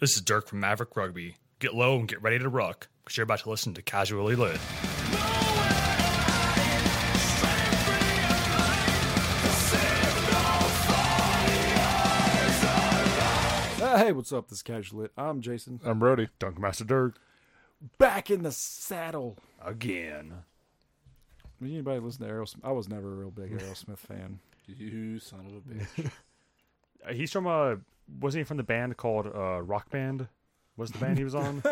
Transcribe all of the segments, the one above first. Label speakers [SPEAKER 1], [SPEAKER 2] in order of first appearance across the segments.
[SPEAKER 1] This is Dirk from Maverick Rugby. Get low and get ready to rock because you're about to listen to Casually Lit.
[SPEAKER 2] Uh, hey, what's up? This is Casual Lit. I'm Jason.
[SPEAKER 3] I'm Brody.
[SPEAKER 1] Duncan Master Dirk
[SPEAKER 2] Back in the saddle.
[SPEAKER 1] again.
[SPEAKER 2] I mean, anybody listen to Aerosmith? I was never a real big Aerosmith fan.
[SPEAKER 3] You son of a bitch.
[SPEAKER 1] Uh, He's from uh wasn't he from the band called uh, Rock Band? Was the band he was on?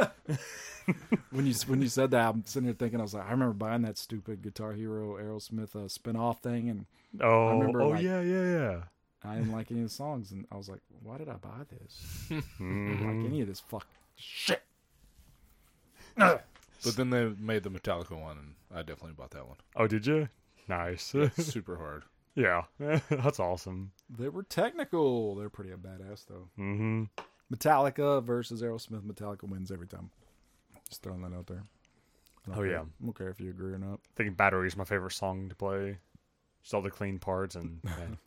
[SPEAKER 2] When you when you said that, I'm sitting here thinking, I was like, I remember buying that stupid Guitar Hero Aerosmith uh, spin-off thing, and
[SPEAKER 1] oh,
[SPEAKER 2] remember,
[SPEAKER 1] oh
[SPEAKER 2] like-
[SPEAKER 1] yeah, yeah, yeah.
[SPEAKER 2] I didn't like any of the songs, and I was like, why did I buy this? I didn't
[SPEAKER 1] Hmm.
[SPEAKER 2] like any of this fuck shit.
[SPEAKER 3] but then they made the Metallica one, and I definitely bought that one.
[SPEAKER 1] Oh, did you? Nice.
[SPEAKER 3] Super hard.
[SPEAKER 1] yeah, that's awesome.
[SPEAKER 2] They were technical. They're pretty badass though.
[SPEAKER 1] hmm
[SPEAKER 2] Metallica versus Aerosmith. Metallica wins every time. Just throwing that out there. I don't
[SPEAKER 1] Oh,
[SPEAKER 2] care-
[SPEAKER 1] yeah.
[SPEAKER 2] I don't care if you agree or not.
[SPEAKER 1] I think Battery is my favorite song to play. Just all the clean parts and man,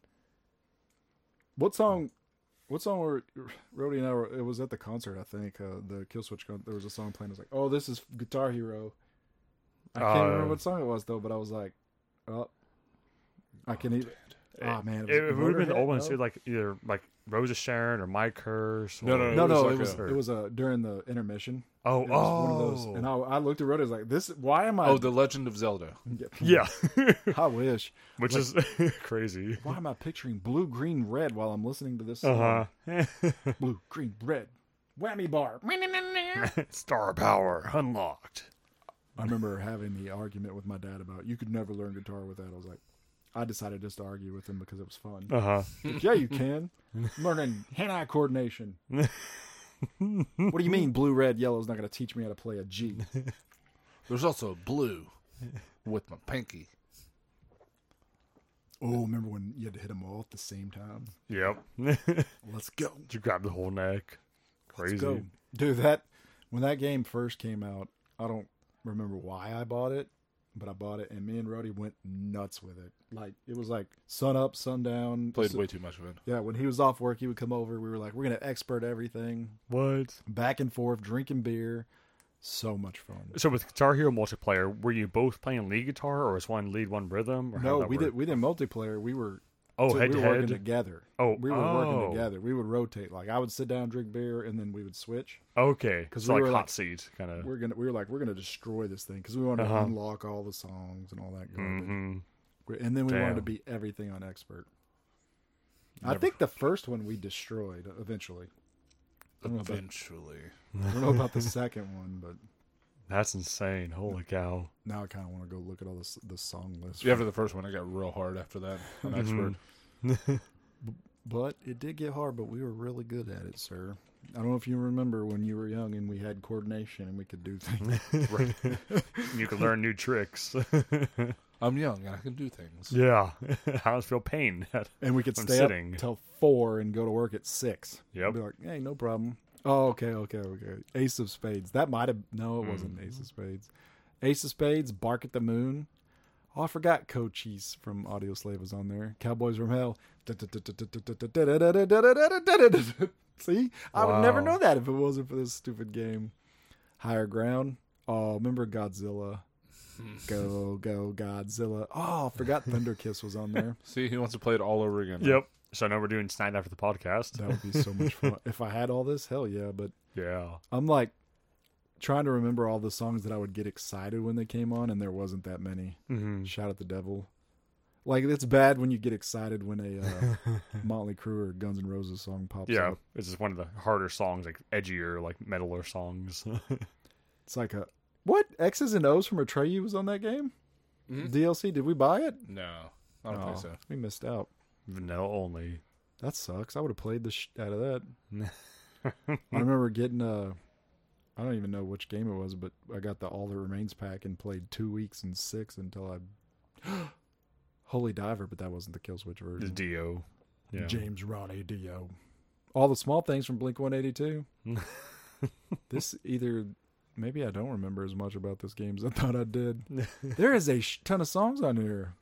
[SPEAKER 2] What song? What song were Rody and I? Were, it was at the concert, I think. Uh, the Killswitch. Con- there was a song playing. I was like, "Oh, this is Guitar Hero." I can't
[SPEAKER 1] Uh,
[SPEAKER 2] remember what song it was though, but I was like, "Oh, I can eat." Oh man,
[SPEAKER 1] it, it would have been the old
[SPEAKER 2] Motorhead?
[SPEAKER 1] ones too, like either like Rosa Sharon or My Curse.
[SPEAKER 3] No,
[SPEAKER 1] or-
[SPEAKER 2] No,
[SPEAKER 3] no,
[SPEAKER 2] no,
[SPEAKER 3] like
[SPEAKER 2] it was
[SPEAKER 3] a-
[SPEAKER 2] it was uh, during the intermission.
[SPEAKER 1] Oh,
[SPEAKER 2] It was
[SPEAKER 1] oh,
[SPEAKER 2] one of those, and I, I looked at Rody. I was like, "This, why am I?"
[SPEAKER 3] Oh, The Legend of Zelda.
[SPEAKER 1] oh. yeah,
[SPEAKER 2] I wish.
[SPEAKER 1] which is crazy.
[SPEAKER 2] Why am I picturing blue, green, red while I'm listening to this? Song?
[SPEAKER 1] Uh huh.
[SPEAKER 2] Blue, green, red, whammy bar.
[SPEAKER 1] Star power unlocked.
[SPEAKER 2] I remember having the argument with my dad about you could never learn guitar with that. I was like, I decided just to argue with him because it was fun.
[SPEAKER 3] Oh.
[SPEAKER 1] Uh huh.
[SPEAKER 2] Like, yeah, you can. Learning hand-eye coordination. what do you mean blue, red, yellow is not going to teach me how to play a G?
[SPEAKER 3] There's also a blue with my pinky.
[SPEAKER 2] Oh, remember when you had to hit them all at the same time?
[SPEAKER 1] Yep. Did
[SPEAKER 2] Let's go.
[SPEAKER 1] you grab the whole neck? Crazy.
[SPEAKER 2] Let's go. Dude, that when that game first came out, I don't remember why I bought it, but I bought it and me and Roddy went nuts with it. Like it was like sun up, sundown.
[SPEAKER 3] Played
[SPEAKER 2] So-
[SPEAKER 3] way too much of it.
[SPEAKER 2] Yeah, when he was off work, he would come over. We were like, we're going to expert everything,
[SPEAKER 1] What?
[SPEAKER 2] back and forth, drinking beer. So much fun.
[SPEAKER 1] So with Guitar Hero multiplayer, were you both playing lead guitar, or was one lead, one rhythm? Or how
[SPEAKER 2] No,
[SPEAKER 1] that
[SPEAKER 2] we
[SPEAKER 1] work?
[SPEAKER 2] did we did multiplayer. We were
[SPEAKER 1] Oh,
[SPEAKER 2] so
[SPEAKER 1] head
[SPEAKER 2] we
[SPEAKER 1] to
[SPEAKER 2] were working
[SPEAKER 1] head.
[SPEAKER 2] together.
[SPEAKER 1] Oh,
[SPEAKER 2] we were working
[SPEAKER 1] oh.
[SPEAKER 2] together. We would rotate. Like I would sit down, drink beer, and then we would switch.
[SPEAKER 1] Okay,
[SPEAKER 2] 'Cause
[SPEAKER 1] so
[SPEAKER 2] we
[SPEAKER 1] like
[SPEAKER 2] were
[SPEAKER 1] hot
[SPEAKER 2] like-
[SPEAKER 1] seat kind of.
[SPEAKER 2] We're gonna we were like we're gonna destroy this thing because we wanted to
[SPEAKER 1] Uh-huh.
[SPEAKER 2] unlock all the songs and all that garbage.
[SPEAKER 1] hmm
[SPEAKER 2] We- And then we wanted to
[SPEAKER 1] Damn.
[SPEAKER 2] beat everything on expert. I
[SPEAKER 1] Never-
[SPEAKER 2] think the first one we destroyed eventually. I don't know about,
[SPEAKER 3] Eventually.
[SPEAKER 2] I don't know about the second one, but
[SPEAKER 1] That's insane! Holy cow!
[SPEAKER 2] now I kind of want to go look at all this the song list.
[SPEAKER 3] After the first one, it got real hard after that. An expert.
[SPEAKER 2] But it did get hard, but we were really good at it, sir. I don't know if you remember when you were young and we had coordination and we could do things.
[SPEAKER 1] You can learn new tricks.
[SPEAKER 3] I'm young and I can do things.
[SPEAKER 1] yeah, I always feel pain.
[SPEAKER 2] And we could
[SPEAKER 1] I'm
[SPEAKER 2] stay
[SPEAKER 1] sitting.
[SPEAKER 2] up till four and go to work at six.
[SPEAKER 1] Yep.
[SPEAKER 2] Be like, hey, no problem. Oh, okay, okay, okay. Ace of Spades. That might have no, it wasn't Ace of Spades. Ace of Spades, Bark at the Moon. Oh, I forgot Cochise from Audio Slave was on there. Cowboys from Hell. See? I would never
[SPEAKER 1] Wow.
[SPEAKER 2] know that if it wasn't for this stupid game. Higher Ground. Oh, remember Godzilla? Go, go, Godzilla. Oh, I forgot Thunder Kiss was on there.
[SPEAKER 3] See, he wants to play it all over again.
[SPEAKER 1] yep. So now we're doing Snide after the podcast.
[SPEAKER 2] That would be so much fun. if I had all this, hell yeah. But
[SPEAKER 1] Yeah.
[SPEAKER 2] I'm like trying to remember all the songs that I would get excited when they came on, and there wasn't that many.
[SPEAKER 1] hmm
[SPEAKER 2] Shout at the devil. Like it's bad when you get excited when a uh, Motley Crue or Guns N' Roses song pops
[SPEAKER 1] Yeah,
[SPEAKER 2] up.
[SPEAKER 1] it's just one of the harder songs, like edgier, like metaler songs.
[SPEAKER 2] It's like a what X's and O's from Atreyu was on that game DLC. Did we buy it?
[SPEAKER 3] No, I don't think
[SPEAKER 2] Oh,
[SPEAKER 3] so.
[SPEAKER 2] We missed out.
[SPEAKER 1] Vanilla only.
[SPEAKER 2] That sucks. I would have played the sh- out of that. I remember getting uh I don't even know which game it was, but I got the All That Remains pack and played two weeks and six until I Holy Diver, but that wasn't the Killswitch
[SPEAKER 1] The
[SPEAKER 2] version.
[SPEAKER 1] Dio. Yeah.
[SPEAKER 2] James Ronnie Dio. All the small things from Blink One Eighty Two. this either maybe I don't remember as much about this game as I thought I did. there is a sh- ton of songs on here.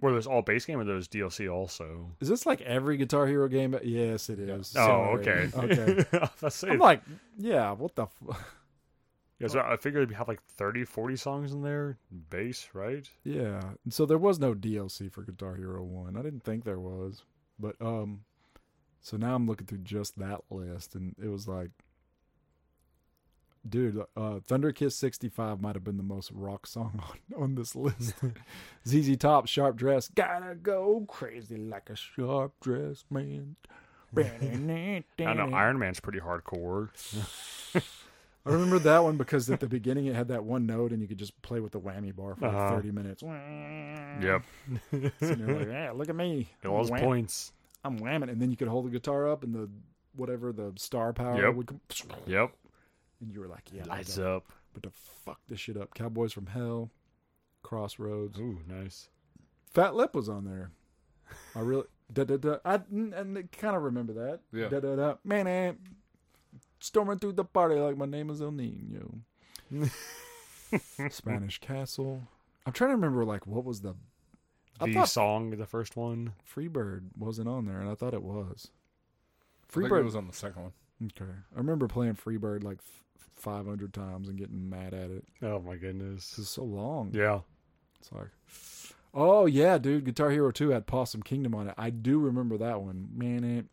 [SPEAKER 1] Were those all base game or those DLC also?
[SPEAKER 2] Is this like every Guitar Hero game? Yes, it is.
[SPEAKER 1] Oh,
[SPEAKER 2] Sorry.
[SPEAKER 1] okay.
[SPEAKER 2] Okay.
[SPEAKER 1] Let's say
[SPEAKER 2] I'm like, yeah, what the f-
[SPEAKER 1] yeah, so I figured we have like 30, 40 songs in there, bass, right?
[SPEAKER 2] Yeah. And So there was no DLC for Guitar Hero 1. I didn't think there was. But um so now I'm looking through just that list and it was like dude, uh Thunder Kiss 65 might have been the most rock song on, on this list. ZZ Top Sharp Dress. Gotta go crazy like a sharp dress man.
[SPEAKER 1] I know Iron Man's pretty hardcore.
[SPEAKER 2] I remember that one because at the beginning it had that one note and you could just play with the whammy bar for like
[SPEAKER 1] Uh-huh.
[SPEAKER 2] 30 minutes.
[SPEAKER 1] Yep.
[SPEAKER 2] And you're like, yeah, look at me.
[SPEAKER 1] It was
[SPEAKER 2] Mm. Wham-
[SPEAKER 1] points.
[SPEAKER 2] I'm whamming, and then you could hold the guitar up, and the whatever the star power
[SPEAKER 1] Yep.
[SPEAKER 2] would come,
[SPEAKER 1] Yep.
[SPEAKER 2] and you were like, yeah,
[SPEAKER 1] Lights
[SPEAKER 2] but,
[SPEAKER 1] up.
[SPEAKER 2] but to fuck this shit up, Cowboys from Hell, Crossroads,
[SPEAKER 1] Ooh, nice.
[SPEAKER 2] Fat Lip was on there. I really, da da da, I and kind of remember that.
[SPEAKER 3] Yeah.
[SPEAKER 2] Da da da, man, eh, storming through the party like my name is El Nino. Spanish Castle. I'm trying to remember like what was the I
[SPEAKER 1] The
[SPEAKER 2] thought
[SPEAKER 1] song, the first one.
[SPEAKER 2] Freebird wasn't on there, and I thought it was.
[SPEAKER 3] I think
[SPEAKER 2] Freebird
[SPEAKER 3] it was on the second one.
[SPEAKER 2] Okay. I remember playing Freebird like f- 500 times and getting mad at it.
[SPEAKER 1] Oh my goodness.
[SPEAKER 2] 'Cause It's so long.
[SPEAKER 1] Yeah.
[SPEAKER 2] It's like, oh, yeah, dude. Guitar Hero 2 had Possum Kingdom on it. I do remember that one. Man, it.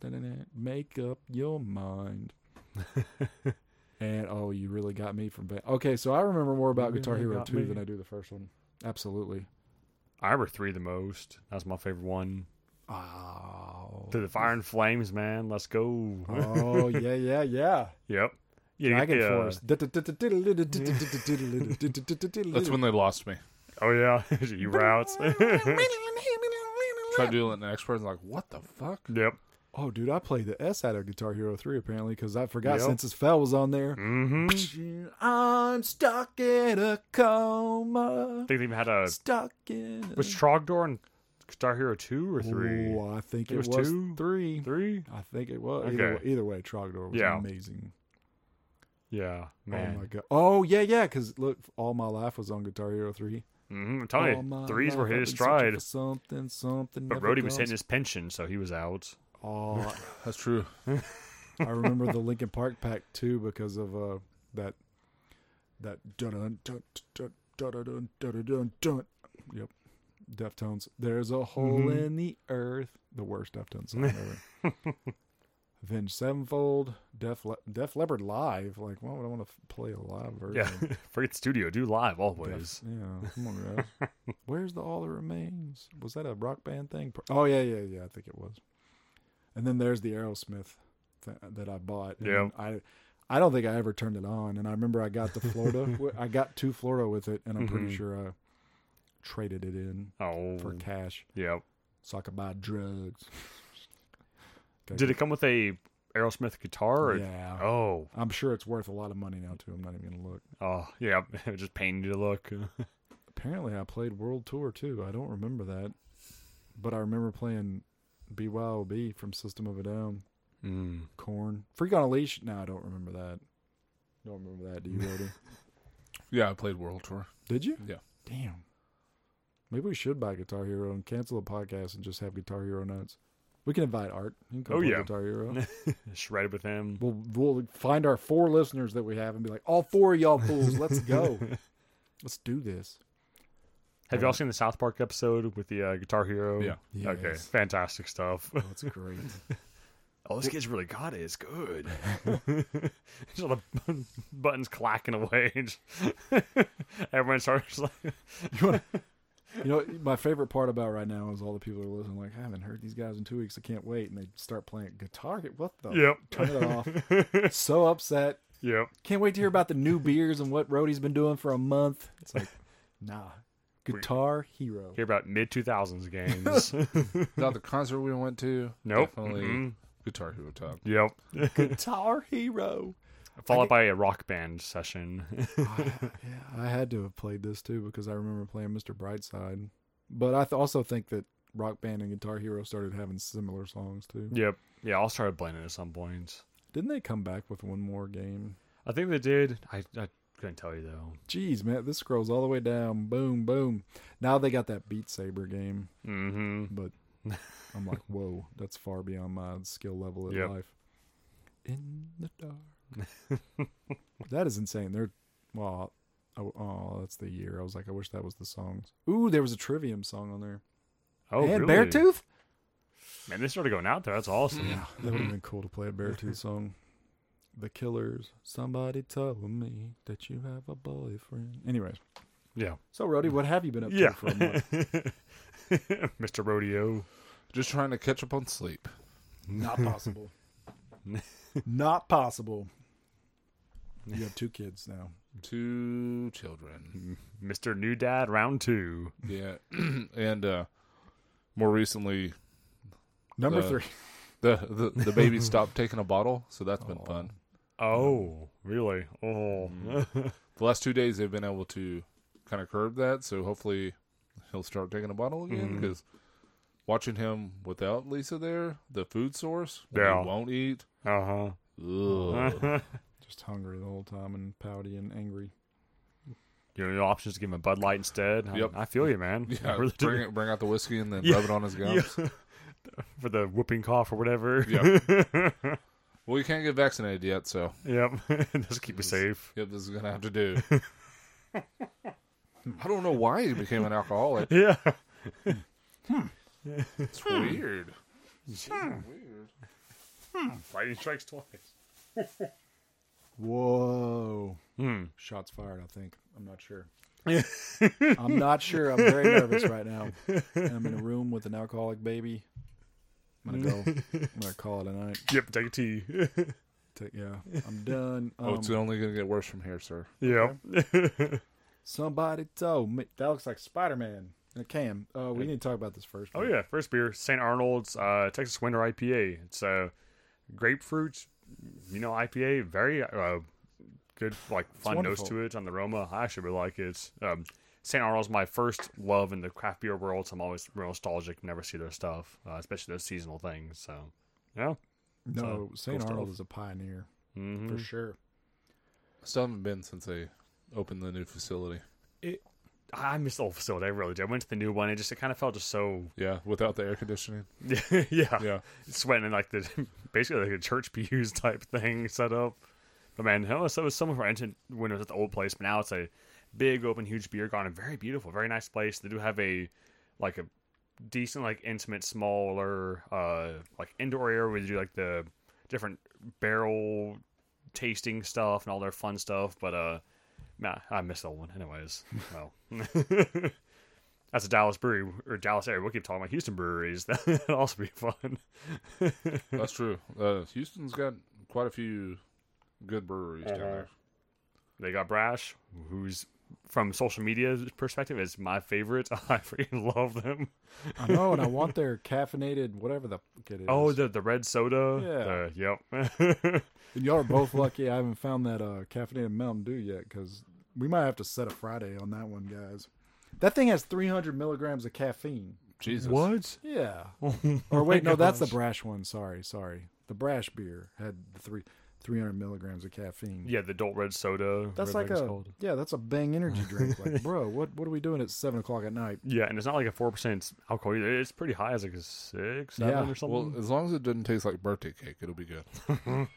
[SPEAKER 2] da-da-da, Make up your mind. and oh, you really got me from. Ba- okay, so I remember more about
[SPEAKER 1] You
[SPEAKER 2] Guitar
[SPEAKER 1] really
[SPEAKER 2] Hero
[SPEAKER 1] got
[SPEAKER 2] 2
[SPEAKER 1] me.
[SPEAKER 2] than I do the first one. Absolutely.
[SPEAKER 1] I remember three the most. That's my favorite one.
[SPEAKER 2] Oh.
[SPEAKER 1] To the fire and flames, man. Let's go.
[SPEAKER 2] oh, yeah, yeah, yeah.
[SPEAKER 1] Yep. Yeah, you get
[SPEAKER 2] Dragon
[SPEAKER 1] the, uh,
[SPEAKER 2] Force.
[SPEAKER 3] That's
[SPEAKER 2] That's
[SPEAKER 3] when they lost me.
[SPEAKER 1] Oh yeah, you routes.
[SPEAKER 3] Tried doing it in the next person, like, what the fuck?
[SPEAKER 1] yep.
[SPEAKER 2] Oh, dude, I played the S out of Guitar Hero 3 apparently because I forgot
[SPEAKER 1] Yep.
[SPEAKER 2] Census Fell was on there.
[SPEAKER 1] Mm-hmm. I think
[SPEAKER 2] I'm stuck in a coma.
[SPEAKER 1] they even had a
[SPEAKER 2] Stuck in a
[SPEAKER 1] was Trogdor and Star Hero two or three?
[SPEAKER 2] Oh, I think
[SPEAKER 1] It
[SPEAKER 2] it,
[SPEAKER 1] was
[SPEAKER 2] was,
[SPEAKER 1] two?
[SPEAKER 2] three.
[SPEAKER 1] Three?
[SPEAKER 2] I think it was. Either,
[SPEAKER 1] Okay.
[SPEAKER 2] way, either way, Trogdor was
[SPEAKER 1] Yeah.
[SPEAKER 2] amazing.
[SPEAKER 1] Yeah,
[SPEAKER 2] Oh, my
[SPEAKER 1] man.
[SPEAKER 2] God. Oh, yeah, yeah, because look, All My Life was on Guitar Hero 3.
[SPEAKER 1] mm-hmm. I'm
[SPEAKER 2] All
[SPEAKER 1] telling you,
[SPEAKER 2] Oh my
[SPEAKER 1] threes were
[SPEAKER 2] life
[SPEAKER 1] hit
[SPEAKER 2] I've
[SPEAKER 1] his
[SPEAKER 2] been searching
[SPEAKER 1] stride,
[SPEAKER 2] for Something, something.
[SPEAKER 1] but
[SPEAKER 2] never
[SPEAKER 1] Brody was
[SPEAKER 2] comes.
[SPEAKER 1] hitting his pension, so he was out.
[SPEAKER 2] Oh,
[SPEAKER 3] That's true.
[SPEAKER 2] I remember the Lincoln Park pack too because of uh that that dun dun dun dun dun dun dun dun dun dun. Yep. Deftones. There's a hole
[SPEAKER 1] Mhm.
[SPEAKER 2] in the earth. The worst Deftones song ever. Avenged Sevenfold, Def Le- Def Leppard live. Like, why would I want to play a live version?
[SPEAKER 1] Yeah, forget studio, do live
[SPEAKER 2] Def-
[SPEAKER 1] always.
[SPEAKER 2] yeah. Come on, guys. Where's the All That Remains? Was that a rock band thing? Pro- Oh yeah, yeah, yeah. I think it was. And then there's the Aerosmith th- that I bought. and
[SPEAKER 1] Yep.
[SPEAKER 2] I I don't think I ever turned it on, and I remember I got to Florida. wi- I got to Florida with it, and I'm
[SPEAKER 1] Mhm.
[SPEAKER 2] pretty sure I traded it in
[SPEAKER 1] Oh,
[SPEAKER 2] for cash
[SPEAKER 1] yep.
[SPEAKER 2] so I could buy drugs.
[SPEAKER 1] Did it come with a Aerosmith guitar? Or...
[SPEAKER 2] Yeah.
[SPEAKER 1] Oh,
[SPEAKER 2] I'm sure it's worth a lot of money now too. I'm not even gonna look.
[SPEAKER 1] oh, yeah. Just painted to look.
[SPEAKER 2] apparently I played World Tour too. I don't remember that, but I remember playing BYOB from System of a Down,
[SPEAKER 1] mm.
[SPEAKER 2] Corn, Freak on a Leash. No, I don't remember that. Don't remember that. Do you, Brody?
[SPEAKER 3] Yeah, I played World Tour.
[SPEAKER 2] Did you?
[SPEAKER 3] Yeah.
[SPEAKER 2] Damn. Maybe we should buy Guitar Hero and cancel the podcast and just have Guitar Hero nights. We can invite Art. You can come
[SPEAKER 1] Oh,
[SPEAKER 2] play
[SPEAKER 1] yeah.
[SPEAKER 2] Guitar Hero.
[SPEAKER 1] Shredded with him.
[SPEAKER 2] We'll we'll find our four listeners that we have and be like, all four of y'all fools, let's go. let's do this.
[SPEAKER 1] Have y'all seen the South Park episode with the uh, Guitar Hero?
[SPEAKER 3] Yeah.
[SPEAKER 1] Okay,
[SPEAKER 2] Yes.
[SPEAKER 1] fantastic stuff.
[SPEAKER 2] Oh, it's great.
[SPEAKER 1] Oh, this kid's really got it. It's good. Just all the bu- buttons clacking away. and just- Everyone starts like,
[SPEAKER 2] You know, my favorite part about right now is all the people who are listening. Like, I haven't heard these guys in two weeks. I can't wait. And they start playing guitar. What the?
[SPEAKER 1] "Yep,
[SPEAKER 2] Turn it off. so upset.
[SPEAKER 1] yep."
[SPEAKER 2] Can't wait to hear about the new beers and what Rody's been doing for a month. It's like, nah. Guitar Hero.
[SPEAKER 1] Hear about mid two thousands games?
[SPEAKER 3] Not the concert we went to.
[SPEAKER 1] nope.
[SPEAKER 3] Definitely
[SPEAKER 1] Mm-mm.
[SPEAKER 3] Guitar Hero Talk.
[SPEAKER 1] Yep.
[SPEAKER 2] Guitar Hero.
[SPEAKER 1] Followed by a rock band session.
[SPEAKER 2] Yeah, I had to have played this too because I remember playing Mr. Brightside. But I th- also think that Rock Band and Guitar Hero started having similar songs too.
[SPEAKER 1] yep. Yeah, I'll start playing it at some point.
[SPEAKER 2] Didn't they come back with one more game?
[SPEAKER 1] I think they did. I, I Couldn't tell you though.
[SPEAKER 2] Jeez, man, this scrolls all the way down. Boom, boom. Now they got that Beat Saber game,
[SPEAKER 1] Mm-hmm.
[SPEAKER 2] but I'm like, whoa, that's far beyond my skill level in
[SPEAKER 1] Yep.
[SPEAKER 2] life. In the dark. that is insane. They're well, oh, oh, that's the year. I was like, I wish that was the songs. Ooh, there was a Trivium song on there.
[SPEAKER 1] Oh,
[SPEAKER 2] and
[SPEAKER 1] really?
[SPEAKER 2] Beartooth.
[SPEAKER 1] Man, they started going out there. That's awesome.
[SPEAKER 2] Yeah, that would have been cool to play a Beartooth song. The Killers. Somebody told me that you have a boyfriend. Anyways,
[SPEAKER 1] yeah.
[SPEAKER 2] so Roddy, what have you been up to
[SPEAKER 1] Yeah.
[SPEAKER 2] for a month?
[SPEAKER 1] Mr. Rodeo.
[SPEAKER 3] Just trying to catch up on sleep.
[SPEAKER 2] Not possible. Not possible. You have two kids now.
[SPEAKER 3] Two children.
[SPEAKER 1] Mr. New Dad round two.
[SPEAKER 3] Yeah. and uh more recently
[SPEAKER 2] Number
[SPEAKER 3] Uh,
[SPEAKER 2] three.
[SPEAKER 3] the, the the baby stopped taking a bottle, so that's been fun.
[SPEAKER 1] Oh, really? Oh.
[SPEAKER 3] Mm. The last two days they've been able to kind of curb that, so hopefully he'll start taking a bottle again
[SPEAKER 1] Mhm.
[SPEAKER 3] because watching him without Lisa there, the food source, when
[SPEAKER 1] Yeah.
[SPEAKER 3] he won't eat.
[SPEAKER 1] uh
[SPEAKER 3] Ugh.
[SPEAKER 1] huh.
[SPEAKER 2] Just hungry the whole time and pouty and angry.
[SPEAKER 1] Your your options to give him a Bud Light instead.
[SPEAKER 3] Yep.
[SPEAKER 1] I, I feel you, man. I
[SPEAKER 3] yeah,
[SPEAKER 1] really do.
[SPEAKER 3] bring it, bring out the whiskey and then
[SPEAKER 1] Yeah.
[SPEAKER 3] rub it on his gums.
[SPEAKER 1] Yeah. For the whooping cough or whatever.
[SPEAKER 3] Well, you can't get vaccinated yet, so
[SPEAKER 1] Yep. Just keep you safe.
[SPEAKER 3] yep, this is gonna have to do. I don't know why he became an alcoholic. Hmm.
[SPEAKER 1] Yeah.
[SPEAKER 3] It's weird. Weird. Hmm.
[SPEAKER 1] Lightning strikes twice.
[SPEAKER 2] Whoa.
[SPEAKER 1] Hmm.
[SPEAKER 2] Shots fired, I think. I'm not sure.
[SPEAKER 1] Yeah.
[SPEAKER 2] I'm not sure. I'm very nervous right now. And I'm in a room with an alcoholic baby. I'm gonna go. I'm gonna call it a night.
[SPEAKER 1] Yep, take a tea.
[SPEAKER 2] Take- yeah, I'm done.
[SPEAKER 3] Oh,
[SPEAKER 2] Um,
[SPEAKER 3] it's only gonna get worse from here, sir.
[SPEAKER 1] yep.
[SPEAKER 2] somebody told me that looks like Spider Man in a can. Uh, we need to talk about this first.
[SPEAKER 1] Oh yeah, first beer, St. Arnold's uh, Texas Winter IPA. It's a grapefruit, you know, IPA. Very uh, good, like fun nose
[SPEAKER 2] wonderful.
[SPEAKER 1] to it on the aroma. I actually really like it. Um, St. Arnold's my first love in the craft beer world, so I'm always real nostalgic. Never see their stuff, uh, especially those seasonal things. So yeah,
[SPEAKER 2] No, St.
[SPEAKER 1] cool stuff.
[SPEAKER 2] Arnold is a pioneer
[SPEAKER 1] mm-hmm.
[SPEAKER 2] for sure.
[SPEAKER 3] Still haven't been since they opened the new facility.
[SPEAKER 1] I I miss the old facility. I really did. I went to the new one. It just it kind of felt just so
[SPEAKER 3] Yeah, without the air conditioning.
[SPEAKER 1] yeah,
[SPEAKER 3] Yeah,
[SPEAKER 1] sweating in like the basically like a church pews type thing set up. But man, hell, so it was some of our ancient windows at the old place, but now it's a big, open, huge beer garden. Very beautiful, very nice place. They do have a like a decent, like intimate, smaller, uh, like indoor area where they do like the different barrel tasting stuff and all their fun stuff. But uh, nah, I missed that one, anyways. Well. That's a Dallas brewery or Dallas area. We'll keep talking about Houston breweries. That'd also be fun.
[SPEAKER 3] that's true. Uh, Houston's got quite a few good breweries down
[SPEAKER 1] Uh-huh.
[SPEAKER 3] there.
[SPEAKER 1] They got Brash, who's from social media perspective is my favorite. I freaking love them.
[SPEAKER 2] I know, and I want their caffeinated whatever the fuck it is.
[SPEAKER 1] Oh, the the red soda. Yeah. yep.
[SPEAKER 2] And y'all are both lucky. I haven't found that uh, caffeinated Mountain Dew yet because we might have to set a Friday on that one, guys. That thing has 300 milligrams of caffeine.
[SPEAKER 3] Jesus,
[SPEAKER 1] what?
[SPEAKER 2] Yeah. or wait, no, that's the Brash one. Sorry, sorry. The Brash beer had the three 300 milligrams of caffeine.
[SPEAKER 1] Yeah, the adult red soda.
[SPEAKER 2] That's
[SPEAKER 1] whatever
[SPEAKER 2] like
[SPEAKER 1] it's
[SPEAKER 2] a
[SPEAKER 1] called.
[SPEAKER 2] yeah, that's a bang energy drink. Like, bro, what what are we doing at seven o'clock at night?
[SPEAKER 1] Yeah, and it's not like a four percent alcohol either. It's pretty high. It's like a six, seven,
[SPEAKER 2] Yeah.
[SPEAKER 1] or something.
[SPEAKER 3] Well, as long as it doesn't taste like birthday cake, it'll be good.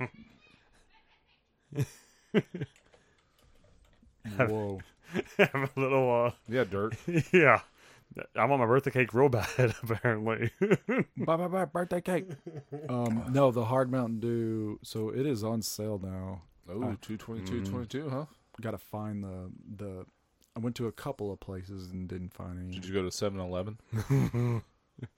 [SPEAKER 2] Whoa, uh,
[SPEAKER 1] Have a little.
[SPEAKER 3] Yeah, dirt.
[SPEAKER 1] Uh, yeah, I want my birthday cake real bad. Apparently.
[SPEAKER 2] bye bye bye birthday cake. Um, no, the Hard Mountain Dew. So it is on sale now.
[SPEAKER 3] Oh, two twenty two twenty two, huh?
[SPEAKER 2] Got to find the the. I went to a couple of places and didn't find any
[SPEAKER 3] Did you go to Seven Eleven?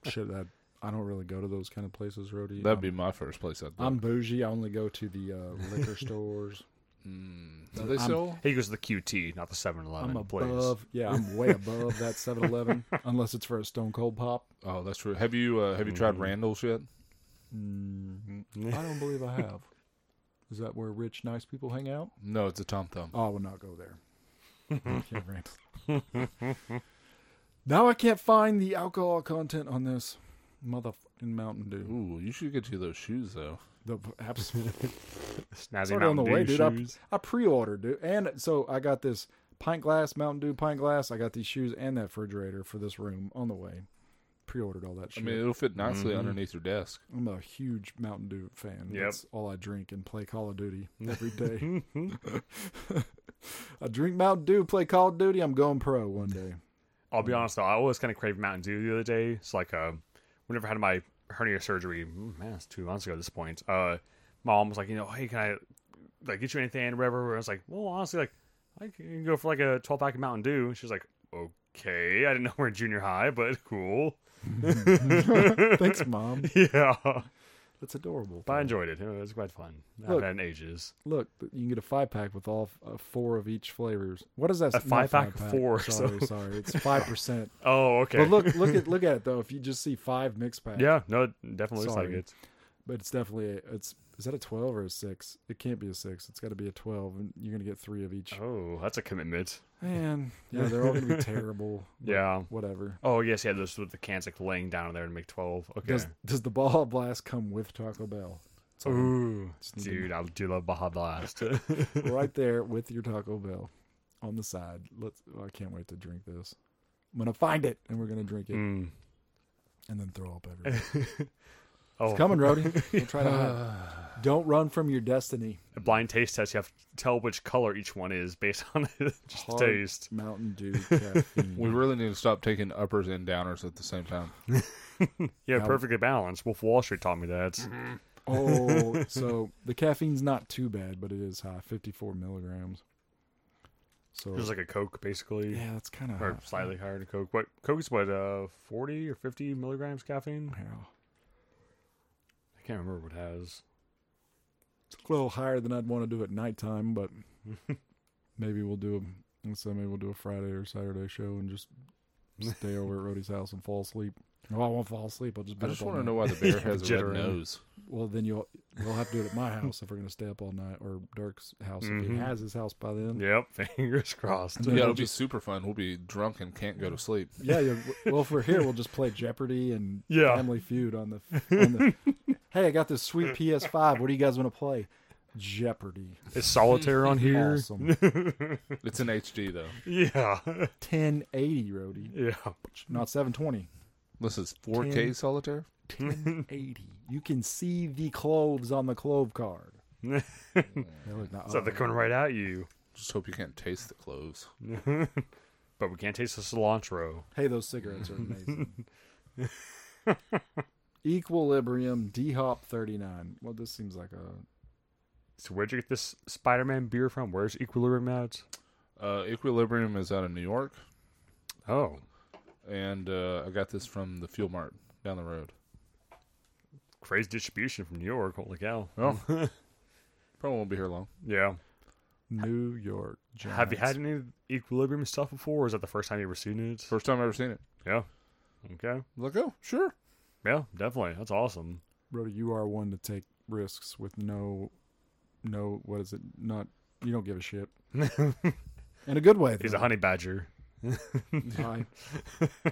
[SPEAKER 2] shit that I don't really go to those kind of places, Rody.
[SPEAKER 3] That'd be my first place I'd go.
[SPEAKER 2] I'm bougie. I only go to the uh, liquor stores.
[SPEAKER 3] Mm. Do they
[SPEAKER 2] I'm-
[SPEAKER 3] sell?
[SPEAKER 1] he goes to the QT, not the 7-Eleven
[SPEAKER 2] I'm
[SPEAKER 1] place.
[SPEAKER 2] above. Yeah, I'm way above that 7-Eleven, unless it's for a Stone Cold Pop.
[SPEAKER 3] Oh, that's true. Have you uh, have you tried Randall's yet?
[SPEAKER 2] Mm, I don't believe I have. Is that where rich, nice people hang out?
[SPEAKER 3] No, it's a Tom Thumb.
[SPEAKER 2] Oh, I will not go there. I can't rant. now I can't find the alcohol content on this motherfucking Mountain Dew.
[SPEAKER 3] Ooh, you should get you those shoes though.
[SPEAKER 2] The abs-
[SPEAKER 1] Snazzy
[SPEAKER 2] Sort of
[SPEAKER 1] Mountain
[SPEAKER 2] on the
[SPEAKER 1] Dew
[SPEAKER 2] way, dude. I,
[SPEAKER 1] shoes.
[SPEAKER 2] I pre-ordered, dude, and so I got this pint glass Mountain Dew pint glass. I got these shoes and that refrigerator for this room on the way. Pre-ordered all that
[SPEAKER 3] I
[SPEAKER 2] shit.
[SPEAKER 3] mean, it'll fit nicely
[SPEAKER 1] Mhm.
[SPEAKER 3] underneath your desk.
[SPEAKER 2] I'm a huge Mountain Dew fan.
[SPEAKER 1] Yep.
[SPEAKER 2] That's all I drink and play Call of Duty every day. I drink Mountain Dew, play Call of Duty. I'm going pro one day.
[SPEAKER 1] I'll
[SPEAKER 2] Mm.
[SPEAKER 1] be honest though, I always kind of craved Mountain Dew the other day. It's like uh, whenever I had my hernia surgery, mm, man, it's two months ago at this point. Uh, mom was like, you know, hey, can I like get you anything, whatever? And I was like, well, honestly, like I can go for like a twelve pack of Mountain Dew. And She's like, okay, I didn't know we're in junior high, but cool.
[SPEAKER 2] Thanks, mom.
[SPEAKER 1] Yeah, but
[SPEAKER 2] That's adorable.
[SPEAKER 1] I enjoyed it. It was quite fun. I've
[SPEAKER 2] Look.
[SPEAKER 1] had it in ages.
[SPEAKER 2] Look, you can get a five pack with all uh, four of each flavors. What is that?
[SPEAKER 1] A
[SPEAKER 2] not
[SPEAKER 1] five-pack, four,
[SPEAKER 2] Sorry,
[SPEAKER 1] so-
[SPEAKER 2] sorry. It's five percent.
[SPEAKER 1] Oh, okay.
[SPEAKER 2] But look, look at look at it though. If you just see five mix packs,
[SPEAKER 1] yeah, no, it definitely looks
[SPEAKER 2] Sorry.
[SPEAKER 1] like it.
[SPEAKER 2] But it's definitely a, it's is that a twelve or a six? It can't be a six. It's got to be a twelve, and you're gonna get three of each.
[SPEAKER 1] Oh, that's a commitment.
[SPEAKER 2] Man, yeah, they're all gonna be terrible. but
[SPEAKER 1] Yeah.
[SPEAKER 2] whatever.
[SPEAKER 1] Oh yes, yeah, those with the cans like laying down there to make twelve. Okay.
[SPEAKER 2] Does does the ball blast come with Taco Bell? It's all
[SPEAKER 1] Ooh,
[SPEAKER 2] need to-
[SPEAKER 1] dude, I do love Baja Blast.
[SPEAKER 2] right there with your Taco Bell on the side. Let's. oh, I can't wait to drink this. I'm gonna find it, and we're gonna drink it,
[SPEAKER 1] Mm.
[SPEAKER 2] and then throw up everything.
[SPEAKER 1] Oh,
[SPEAKER 2] It's coming, Rody. Don't try to hide. Don't run from your destiny.
[SPEAKER 1] a blind taste test. You have to tell which color each one is based on just
[SPEAKER 2] Hard
[SPEAKER 1] taste.
[SPEAKER 2] Mountain Dew caffeine.
[SPEAKER 3] We really need to stop taking uppers and downers at the same time.
[SPEAKER 1] Yeah,
[SPEAKER 2] Now- Mm-hmm.
[SPEAKER 1] perfectly balanced. Wolf of Wall Street taught me that.
[SPEAKER 2] Oh, so the caffeine's not too bad, but it is high, fifty-four milligrams. So
[SPEAKER 1] It was like a Coke, basically,
[SPEAKER 2] yeah, that's kind of
[SPEAKER 1] or slightly higher than Coke. What Coke's what? Uh, forty or fifty milligrams caffeine? I can't remember what it has.
[SPEAKER 2] It's a little higher than I'd want to do at nighttime, but maybe we'll do a let's say maybe we'll do a Friday or Saturday show and just stay over at Roddy's house and fall asleep. No, I won't fall asleep. I'll just.
[SPEAKER 3] I
[SPEAKER 2] Be
[SPEAKER 3] just
[SPEAKER 2] up all
[SPEAKER 3] want to
[SPEAKER 2] night.
[SPEAKER 3] know why the bear has a
[SPEAKER 1] Jittering.
[SPEAKER 3] red nose.
[SPEAKER 2] Well, then you'll we'll have to do it at my house if we're gonna stay up all night, or Dirk's house if he
[SPEAKER 1] Mhm.
[SPEAKER 2] has his house by then.
[SPEAKER 1] Yep, fingers crossed.
[SPEAKER 2] Yeah,
[SPEAKER 3] Yeah,
[SPEAKER 2] we'll
[SPEAKER 3] it'll be
[SPEAKER 2] just-
[SPEAKER 3] super fun. We'll be drunk and can't go to sleep.
[SPEAKER 2] Yeah, yeah. Well, if we're here, we'll just play Jeopardy and
[SPEAKER 1] Yeah.
[SPEAKER 2] Family Feud on the. On the hey, I got this sweet PS5. What do you guys want to play? Jeopardy.
[SPEAKER 1] Is solitaire on here?
[SPEAKER 2] Awesome.
[SPEAKER 3] It's in HD though.
[SPEAKER 1] Yeah,
[SPEAKER 2] 1080 roadie,
[SPEAKER 1] yeah.
[SPEAKER 2] not 720.
[SPEAKER 3] This is 4K
[SPEAKER 2] Ten.
[SPEAKER 3] solitaire.
[SPEAKER 2] 1080. You can see the cloves on the clove card. They look not-
[SPEAKER 1] So they're coming right at you,
[SPEAKER 3] Just hope you can't taste the cloves.
[SPEAKER 1] but we can't taste the cilantro.
[SPEAKER 2] Hey, those cigarettes are amazing. Equilibrium D Hop 39. Well, this seems like a
[SPEAKER 1] So where'd you get this Spider-Man beer from? Where's Equilibrium at?
[SPEAKER 3] Uh, Equilibrium is out of New York,
[SPEAKER 1] Oh,
[SPEAKER 3] and uh, I got this from the Fuel Mart down the road.
[SPEAKER 1] crazy distribution from New York. Holy cow!
[SPEAKER 3] Well, probably won't be here long.
[SPEAKER 1] Yeah.
[SPEAKER 2] New York. Giants.
[SPEAKER 1] Have you had any equilibrium stuff before? Or is that the first time you ever seen it?
[SPEAKER 3] First time I've ever seen it.
[SPEAKER 1] Yeah. Okay.
[SPEAKER 3] I'm like, oh, sure.
[SPEAKER 1] Yeah, definitely. That's awesome.
[SPEAKER 2] Rhoda, you are one to take risks with no, no. What is it? Not you don't give a shit. In a good way.
[SPEAKER 1] He's
[SPEAKER 2] though.
[SPEAKER 1] a honey badger.
[SPEAKER 2] I,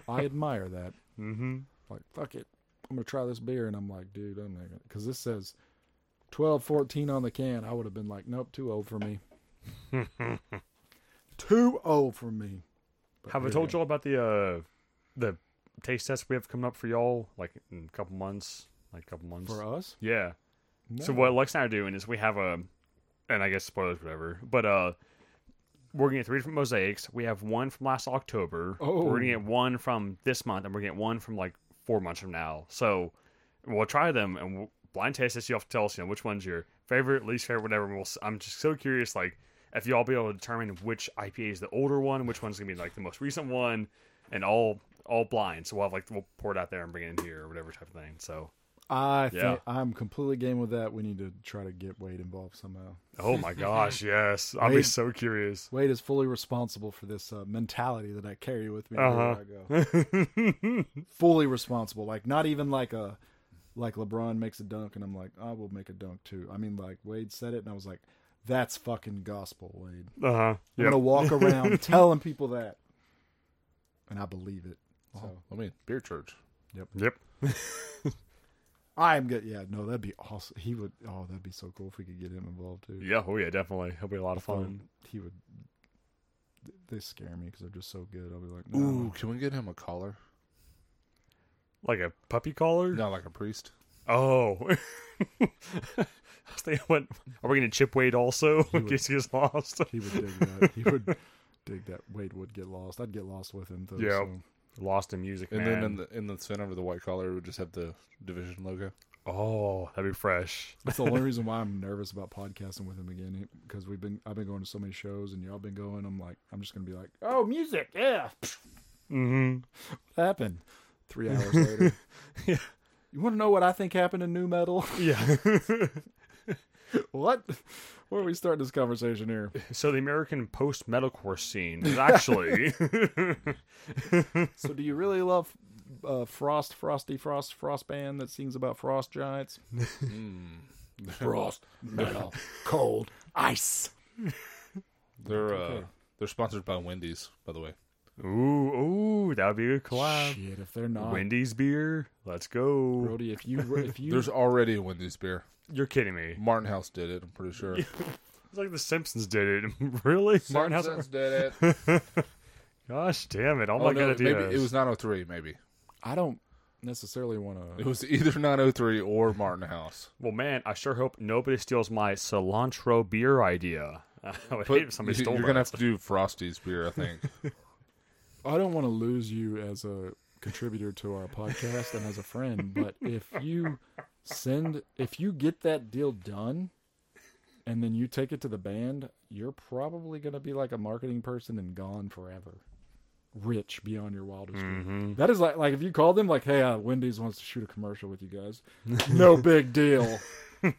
[SPEAKER 2] I admire that.
[SPEAKER 1] Mm-hmm.
[SPEAKER 2] Like fuck it, I'm gonna try this beer, and I'm like, dude, I'm not gonna. Because this says twelve fourteen on the can. I would have been like, nope, too old for me. too old for me. But
[SPEAKER 1] Have I
[SPEAKER 2] here
[SPEAKER 1] told
[SPEAKER 2] we
[SPEAKER 1] y'all about the uh the taste test we have coming up for y'all? Like in a couple months. Like a couple months.
[SPEAKER 2] go. for us?
[SPEAKER 1] yeah. So
[SPEAKER 2] No.
[SPEAKER 1] what Lex and I are doing is we have a, and I guess spoilers, whatever. But uh, we're gonna get three different mosaics. We have one from last October.
[SPEAKER 2] Oh.
[SPEAKER 1] We're gonna get one from this month, and we're gonna get one from like four months from now. So we'll try them and we'll blind taste this. You have to tell us, you know, which one's your favorite, least favorite, whatever. And we'll, s- I'm just so curious, like if y'all be able to determine which IPA is the older one, which one's gonna be like the most recent one, and all all blind. So we'll have like we'll pour it out there and bring it in here or whatever type of thing. So
[SPEAKER 2] I think
[SPEAKER 1] Yeah.
[SPEAKER 2] I'm completely game with that. We need to try to get Wade involved somehow.
[SPEAKER 1] Oh my gosh, yes. I'll be
[SPEAKER 2] Wait.
[SPEAKER 1] so curious.
[SPEAKER 2] Wade is fully responsible for this uh, mentality that I carry with me
[SPEAKER 1] Uh-huh.
[SPEAKER 2] wherever I go. fully responsible. Like not even like a like LeBron makes a dunk and I'm like, I will make a dunk too. I mean like Wade said it and I was like, that's fucking gospel, Wade.
[SPEAKER 1] Uh huh.
[SPEAKER 2] I'm gonna walk around telling people that. And I believe it. So
[SPEAKER 3] I mean, beer church.
[SPEAKER 1] Yep.
[SPEAKER 2] I'm good. Yeah, no, that'd be awesome. He would. Oh, that'd be so cool if we could get him involved too.
[SPEAKER 1] Yeah, oh yeah, definitely. It'll be a lot of fun.
[SPEAKER 2] He would. They scare me because they're just so good. I'll be like,
[SPEAKER 3] Ooh,
[SPEAKER 2] no.
[SPEAKER 3] can we get him a collar?
[SPEAKER 1] Like a puppy collar?
[SPEAKER 3] Not like a priest.
[SPEAKER 1] Oh. I was thinking, what, are we going to chip Wade also in
[SPEAKER 2] would-
[SPEAKER 1] case he gets lost?
[SPEAKER 2] he would dig that. He would dig that. Wade would get lost. I'd get lost with him though.
[SPEAKER 1] Yeah.
[SPEAKER 2] so.
[SPEAKER 1] Lost in music,
[SPEAKER 3] And
[SPEAKER 1] man.
[SPEAKER 3] then in the in the center of the white collar, we would just have the division logo.
[SPEAKER 1] oh, that'd be fresh.
[SPEAKER 2] That's the only reason why I'm nervous about podcasting with him again because we've been I've been going to so many shows and y'all been going. I'm like I'm just gonna be like, oh, music, yeah.
[SPEAKER 1] Mm-hmm.
[SPEAKER 2] What happened? Three hours later.
[SPEAKER 1] Yeah.
[SPEAKER 2] You want to know what I think happened in new metal?
[SPEAKER 1] Yeah.
[SPEAKER 2] what? Where are we starting this conversation here?
[SPEAKER 1] so the American post metalcore scene is actually
[SPEAKER 2] So, do you really love uh, Frost, Frosty Frost, Frost band that sings about frost giants?
[SPEAKER 1] Hmm.
[SPEAKER 2] Frost metal, cold ice.
[SPEAKER 3] They're uh,
[SPEAKER 2] Okay.
[SPEAKER 3] they're sponsored by Wendy's, by the way.
[SPEAKER 1] ooh ooh that would be a good collab.
[SPEAKER 2] Shit, if they're not,
[SPEAKER 1] Wendy's beer, let's go.
[SPEAKER 2] Brody, if you if you
[SPEAKER 3] There's already a Wendy's beer.
[SPEAKER 1] You're kidding me.
[SPEAKER 3] Martin House did it. I'm pretty sure.
[SPEAKER 1] It's like the Simpsons did it. really, Martin
[SPEAKER 3] Simpsons
[SPEAKER 1] House?
[SPEAKER 3] did it. oh,
[SPEAKER 1] Gosh damn it! All my
[SPEAKER 3] no,
[SPEAKER 1] good
[SPEAKER 3] maybe
[SPEAKER 1] ideas.
[SPEAKER 3] it was 903. Maybe
[SPEAKER 2] I don't necessarily want
[SPEAKER 3] it
[SPEAKER 2] to.
[SPEAKER 3] was either 903 or Martin House.
[SPEAKER 1] Well, man, I sure hope nobody steals my cilantro beer idea. I would hate if somebody
[SPEAKER 3] you,
[SPEAKER 1] stole
[SPEAKER 3] are
[SPEAKER 1] that.
[SPEAKER 3] gonna have to do Frosty's beer, I think.
[SPEAKER 2] I don't want to lose you as a contributor to our podcast and as a friend. But if you send, if you get that deal done, and then you take it to the band, you're probably going to be like a marketing person and gone forever, rich beyond your wildest dreams.
[SPEAKER 1] Mhm.
[SPEAKER 2] That is like like if you call them like, hey, uh, Wendy's wants to shoot a commercial with you guys. no big deal. They're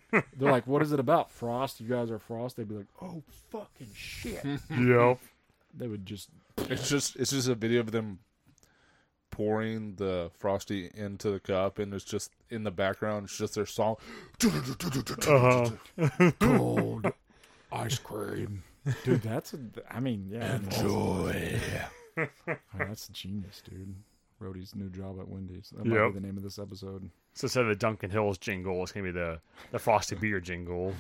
[SPEAKER 2] like, what is it about? Frost? You guys are Frost? They'd be like, oh fucking shit.
[SPEAKER 1] Yep.
[SPEAKER 2] they would just
[SPEAKER 3] it's just it's just a video of them pouring the Frosty into the cup, and it's just in the background. It's just their song.
[SPEAKER 1] Uh-huh.
[SPEAKER 2] cold ice cream. Dude, that's a. I mean, yeah,
[SPEAKER 3] Joy.
[SPEAKER 2] I mean, that's genius, dude. Rhodey's new job at Wendy's. That might
[SPEAKER 1] Yep.
[SPEAKER 2] be the name of this episode.
[SPEAKER 1] So instead of the Duncan Hills jingle, it's gonna be the the Frosty beer jingle.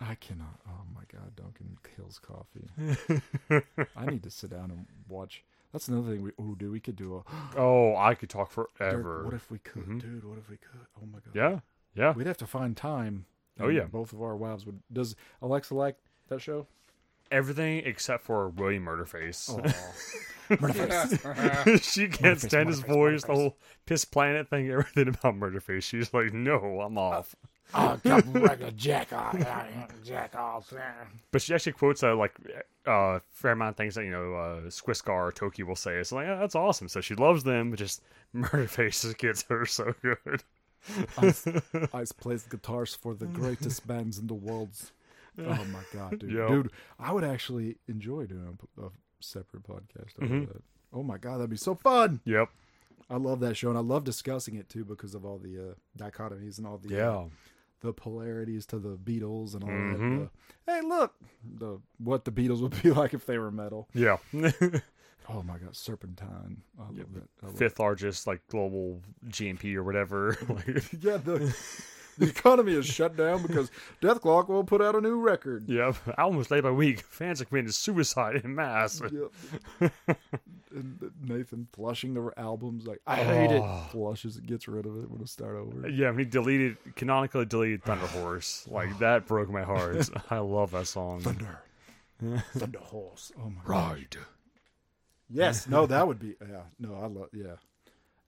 [SPEAKER 2] I cannot. Oh my god, Duncan kills coffee. I need to sit down and watch. That's another thing we. Oh, dude, we could do a.
[SPEAKER 1] Oh, I could talk
[SPEAKER 2] Derek,
[SPEAKER 1] forever.
[SPEAKER 2] what if we could,
[SPEAKER 1] Mhm.
[SPEAKER 2] dude? What if we could? Oh my god.
[SPEAKER 1] yeah, yeah.
[SPEAKER 2] We'd have to find time.
[SPEAKER 1] Oh,
[SPEAKER 2] and
[SPEAKER 1] yeah.
[SPEAKER 2] Both of our wives would. Does Alexa like that show?
[SPEAKER 1] Everything except for William Murderface.
[SPEAKER 3] Oh.
[SPEAKER 2] Murderface.
[SPEAKER 1] she can't
[SPEAKER 2] Murderface,
[SPEAKER 1] stand his
[SPEAKER 2] Murderface,
[SPEAKER 1] voice. The
[SPEAKER 2] Murderface.
[SPEAKER 1] whole piss planet thing. Everything about Murderface. She's like, no, I'm off.
[SPEAKER 2] Oh, couple regular jack off. Jack off.
[SPEAKER 1] But she actually quotes uh, like uh, fair amount of things that you know uh, Squiscar or Toki will say. So like "Oh, that's awesome. So she loves them, but just Murderface just gets her so good.
[SPEAKER 2] I plays guitars for the greatest bands in the world. Oh my god, dude!
[SPEAKER 1] Yep.
[SPEAKER 2] Dude, I would actually enjoy doing a, a separate podcast. Over that. Oh my god, that'd be so fun!
[SPEAKER 1] Yep.
[SPEAKER 2] I love that show, and I love discussing it too because of all the uh, dichotomies and all the uh, the polarities to the Beatles and all
[SPEAKER 1] Mhm.
[SPEAKER 2] that. The, hey, look, the what the Beatles would be like if they were metal.
[SPEAKER 1] Yeah.
[SPEAKER 2] Oh my god, Serpentine! I love that. I love
[SPEAKER 1] Fifth largest like global GMP or whatever. like,
[SPEAKER 2] Yeah, the, the economy is shut down because Death Clock will put out a new record.
[SPEAKER 1] yep. Album was late by week. Fans are committing suicide in mass.
[SPEAKER 2] Yep. and Nathan flushing the albums like I hate
[SPEAKER 1] Oh.
[SPEAKER 2] it. Flushes it, gets rid of it. Want to start over?
[SPEAKER 1] Yeah, when he deleted canonically deleted Thunder Horse. Like that broke my heart. I love that song.
[SPEAKER 2] Thunder, Thunder Horse. Oh my! God.
[SPEAKER 3] Ride.
[SPEAKER 2] Yes, no, that would be yeah. No, I love yeah.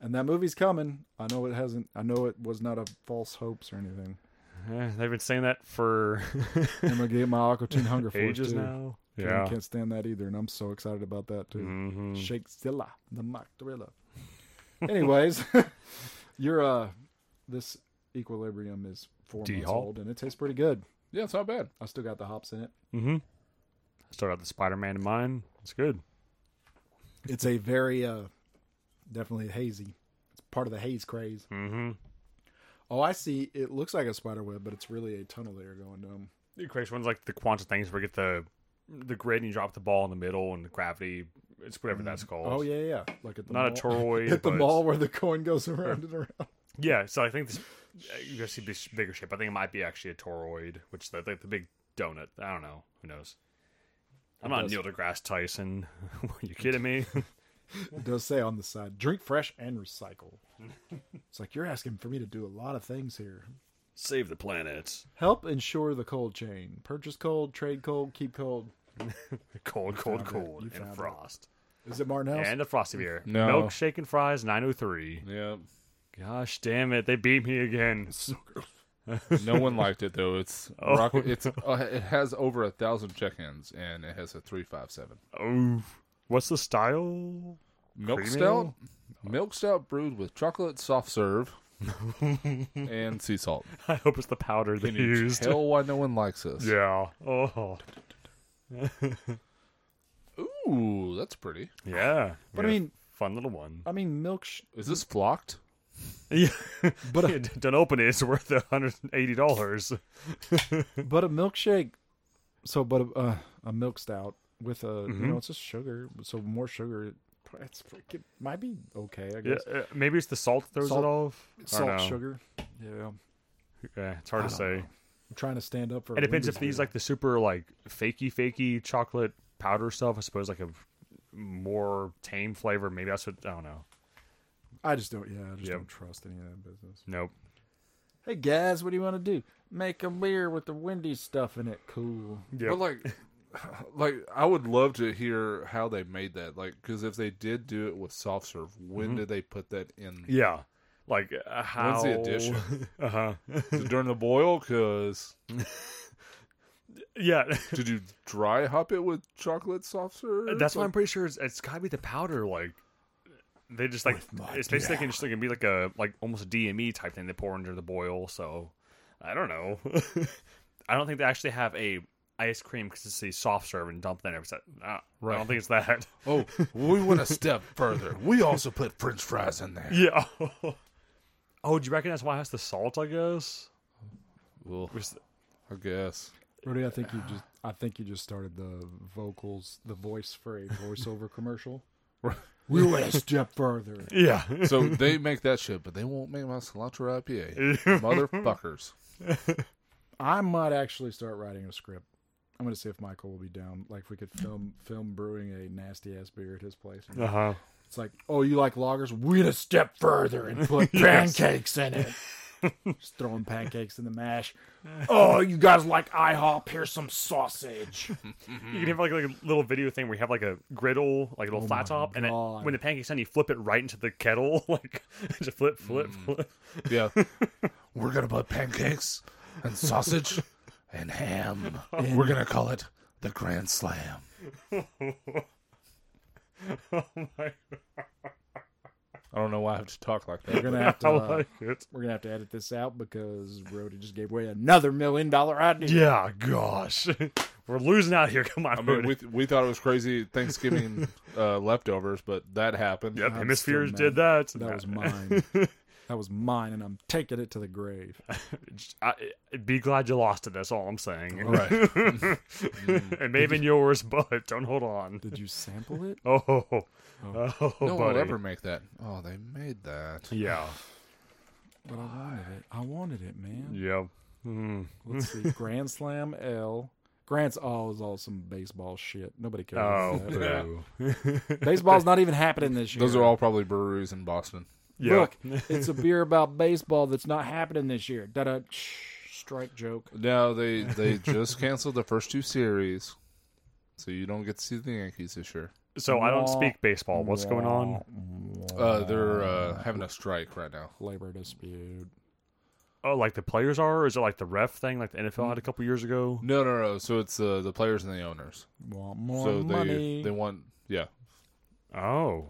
[SPEAKER 2] And that movie's coming. I know it hasn't. I know it was not a false hopes or anything.
[SPEAKER 1] Eh, they've been saying that for
[SPEAKER 2] I'm gonna get my Aqua Teen Hunger Force
[SPEAKER 1] ages
[SPEAKER 2] too.
[SPEAKER 1] now.
[SPEAKER 2] Kevin
[SPEAKER 1] Yeah.
[SPEAKER 2] can't stand that either, and I'm so excited about that too.
[SPEAKER 1] hmm
[SPEAKER 2] Shakezilla, the mock gorilla. Anyways, your uh, this equilibrium is 4 months
[SPEAKER 1] D-Hall?
[SPEAKER 2] old, and it tastes pretty good.
[SPEAKER 3] Yeah, it's not bad.
[SPEAKER 2] I still got the hops in it.
[SPEAKER 1] hmm Start out the Spider Man in mine. It's good.
[SPEAKER 2] It's a very uh, definitely hazy. It's part of the haze craze.
[SPEAKER 1] Mm-hmm.
[SPEAKER 2] Oh, I see. It looks like a spider web, but it's really a tunnel layer going down.
[SPEAKER 1] The crazy one's like the quantum things where you get the the grid and you drop the ball in the middle and the gravity. It's whatever that's called.
[SPEAKER 2] Oh Mm-hmm. yeah, yeah. Like at the
[SPEAKER 1] Not a
[SPEAKER 2] mall-
[SPEAKER 1] toroid.
[SPEAKER 2] at the
[SPEAKER 1] but-
[SPEAKER 2] mall where the coin goes around and around.
[SPEAKER 1] Yeah, so I think this you guys see this bigger shape. I think it might be actually a toroid, which is the, like the big donut. I don't know. Who knows? I'm
[SPEAKER 2] It
[SPEAKER 1] not
[SPEAKER 2] does-
[SPEAKER 1] Neil deGrasse Tyson. Are you kidding me?
[SPEAKER 2] It does say on the side, drink fresh and recycle. it's like you're asking for me to do a lot of things here.
[SPEAKER 1] Save the planet.
[SPEAKER 2] Help ensure the cold chain. Purchase cold, trade cold, keep cold.
[SPEAKER 1] Cold, cold,
[SPEAKER 2] found it.
[SPEAKER 1] cold,
[SPEAKER 2] You found
[SPEAKER 1] and
[SPEAKER 2] it.
[SPEAKER 1] frost.
[SPEAKER 2] Is it Martin House?
[SPEAKER 1] And a frosty beer.
[SPEAKER 3] No.
[SPEAKER 1] Milkshake and fries 903.
[SPEAKER 3] Yeah.
[SPEAKER 1] Gosh damn it, they beat me again.
[SPEAKER 3] No one liked it though. It's
[SPEAKER 1] Oh.
[SPEAKER 3] rock, it's uh, it has over a thousand check-ins and it has a three five seven
[SPEAKER 1] Oh, what's the style?
[SPEAKER 3] milk
[SPEAKER 1] Cream
[SPEAKER 3] stout. Milk stout brewed with chocolate soft serve and sea salt.
[SPEAKER 1] I hope it's the powder they
[SPEAKER 3] Can you
[SPEAKER 1] used.
[SPEAKER 3] tell why no one likes this?
[SPEAKER 1] Yeah. Oh.
[SPEAKER 3] Ooh, that's pretty.
[SPEAKER 1] Yeah.
[SPEAKER 2] But
[SPEAKER 1] We
[SPEAKER 2] I
[SPEAKER 1] got a
[SPEAKER 2] mean-
[SPEAKER 1] fun little one.
[SPEAKER 2] I mean, milk. Sh-
[SPEAKER 3] Is this flocked?
[SPEAKER 1] Yeah.
[SPEAKER 2] But-
[SPEAKER 1] Yeah, d- don't open it. It's worth hundred and eighty dollars.
[SPEAKER 2] but a milkshake. So, but a, uh, a milk stout with a
[SPEAKER 1] Mm-hmm.
[SPEAKER 2] you know it's just sugar. So more sugar. It's freaking might be okay. I
[SPEAKER 1] Yeah,
[SPEAKER 2] guess
[SPEAKER 1] uh, maybe it's the salt that throws
[SPEAKER 2] Salt-
[SPEAKER 1] it off. I don't
[SPEAKER 2] salt
[SPEAKER 1] know.
[SPEAKER 2] sugar. Yeah, I'm
[SPEAKER 1] Yeah, it's hard
[SPEAKER 2] I
[SPEAKER 1] to
[SPEAKER 2] don't
[SPEAKER 1] say.
[SPEAKER 2] trying to stand up for.
[SPEAKER 1] It depends if
[SPEAKER 2] Wendy's
[SPEAKER 1] these
[SPEAKER 2] here.
[SPEAKER 1] like the super like fakey fakey chocolate powder stuff. I suppose like a more tame flavor. Maybe that's what I don't know.
[SPEAKER 2] I just don't. Yeah, I just
[SPEAKER 1] Yep.
[SPEAKER 2] don't trust any of that business.
[SPEAKER 1] Nope.
[SPEAKER 2] Hey guys, what do you want to do? Make a beer with the Wendy's stuff in it. Cool.
[SPEAKER 1] Yeah.
[SPEAKER 3] But like, like I would love to hear how they made that. Like, because if they did do it with soft serve, when
[SPEAKER 1] Mm-hmm.
[SPEAKER 3] did they put that in?
[SPEAKER 1] yeah. Like uh, how?
[SPEAKER 3] When's the addition?
[SPEAKER 1] Uh huh.
[SPEAKER 3] Is it during the boil? Because
[SPEAKER 1] Yeah.
[SPEAKER 3] did you dry hop it with chocolate soft serve?
[SPEAKER 1] Uh, That's why I'm pretty sure it's, it's got to be the powder. Like they just like it's basically can just like be like a like almost a DME type thing they pour under the boil. So I don't know. I don't think they actually have a ice cream consistency soft serve and dump that every set. Uh, I don't
[SPEAKER 3] Right.
[SPEAKER 1] think it's that.
[SPEAKER 3] Oh, we went a step further. We also put French fries in there.
[SPEAKER 1] yeah. oh, do you reckon that's why it has the salt? I guess.
[SPEAKER 3] Well,
[SPEAKER 1] Was-
[SPEAKER 3] I guess.
[SPEAKER 2] Rudy, I think you just. I think you just started the vocals, the voice for a voiceover commercial. We went a step further.
[SPEAKER 1] Yeah.
[SPEAKER 3] So they make that shit, but they won't make my cilantro IPA. Motherfuckers.
[SPEAKER 2] I might actually start writing a script. I'm gonna see if Michael will be down. Like, if we could film film brewing a nasty ass beer at his place.
[SPEAKER 1] uh huh.
[SPEAKER 2] It's like, oh, you like lagers? We went a step further and put pancakes in it. Just throwing pancakes in the mash. Oh, you guys like IHOP? Here's some sausage.
[SPEAKER 1] You can have like, like a little video thing where you have like a griddle, like a little flat top, and then
[SPEAKER 2] God.
[SPEAKER 1] when the pancake's done, you flip it right into the kettle, like just flip, flip, flip.
[SPEAKER 3] Yeah. We're going to put pancakes and sausage and ham. We're going to call it the Grand Slam.
[SPEAKER 1] Oh my!
[SPEAKER 3] I don't know why I have to talk like
[SPEAKER 2] We're
[SPEAKER 3] that.
[SPEAKER 2] gonna have to.
[SPEAKER 1] I
[SPEAKER 2] uh,
[SPEAKER 1] like it.
[SPEAKER 2] we're gonna have to edit this out because Brody just gave away another million dollar idea.
[SPEAKER 1] Yeah, gosh, we're losing out here. Come on,
[SPEAKER 3] I mean,
[SPEAKER 1] Rudy.
[SPEAKER 3] we, we thought it was crazy Thanksgiving uh, leftovers, but that happened.
[SPEAKER 1] yep,
[SPEAKER 2] I'm
[SPEAKER 1] hemispheres
[SPEAKER 2] still
[SPEAKER 1] did that.
[SPEAKER 2] That was mine. that was mine, and I'm taking it to the grave.
[SPEAKER 1] I, be glad you lost it. That's all Mm. I'm saying.
[SPEAKER 3] Right.
[SPEAKER 1] it may have been yours, but don't hold on.
[SPEAKER 2] Did you sample it?
[SPEAKER 1] Oh, oh,
[SPEAKER 3] No one
[SPEAKER 1] buddy.
[SPEAKER 3] will ever make that. Oh, they made that.
[SPEAKER 1] Yeah,
[SPEAKER 2] But I wanted it. I wanted it, man.
[SPEAKER 1] yeah. Mm.
[SPEAKER 2] Let's see. Grand Slam L. Grant's all is all some baseball shit. Nobody cares.
[SPEAKER 1] Oh,
[SPEAKER 2] about that.
[SPEAKER 1] boo.
[SPEAKER 2] Baseball's not even happening this year.
[SPEAKER 3] Those are all probably breweries in Boston.
[SPEAKER 1] yeah.
[SPEAKER 2] Look, it's a beer about baseball that's not happening this year. Da da. Strike joke.
[SPEAKER 3] No, they they just canceled the first two series, so you don't get to see the Yankees this year.
[SPEAKER 1] So I don't speak baseball. What's going on?
[SPEAKER 3] Uh, they're uh, having a strike right now.
[SPEAKER 2] Labor dispute.
[SPEAKER 1] Oh, like the players are? Or is it like the ref thing, like the NFL had a couple years ago?
[SPEAKER 3] No, no, no. So it's uh, the players and the owners.
[SPEAKER 2] Want more
[SPEAKER 3] So
[SPEAKER 2] money.
[SPEAKER 3] they they want yeah
[SPEAKER 1] Oh,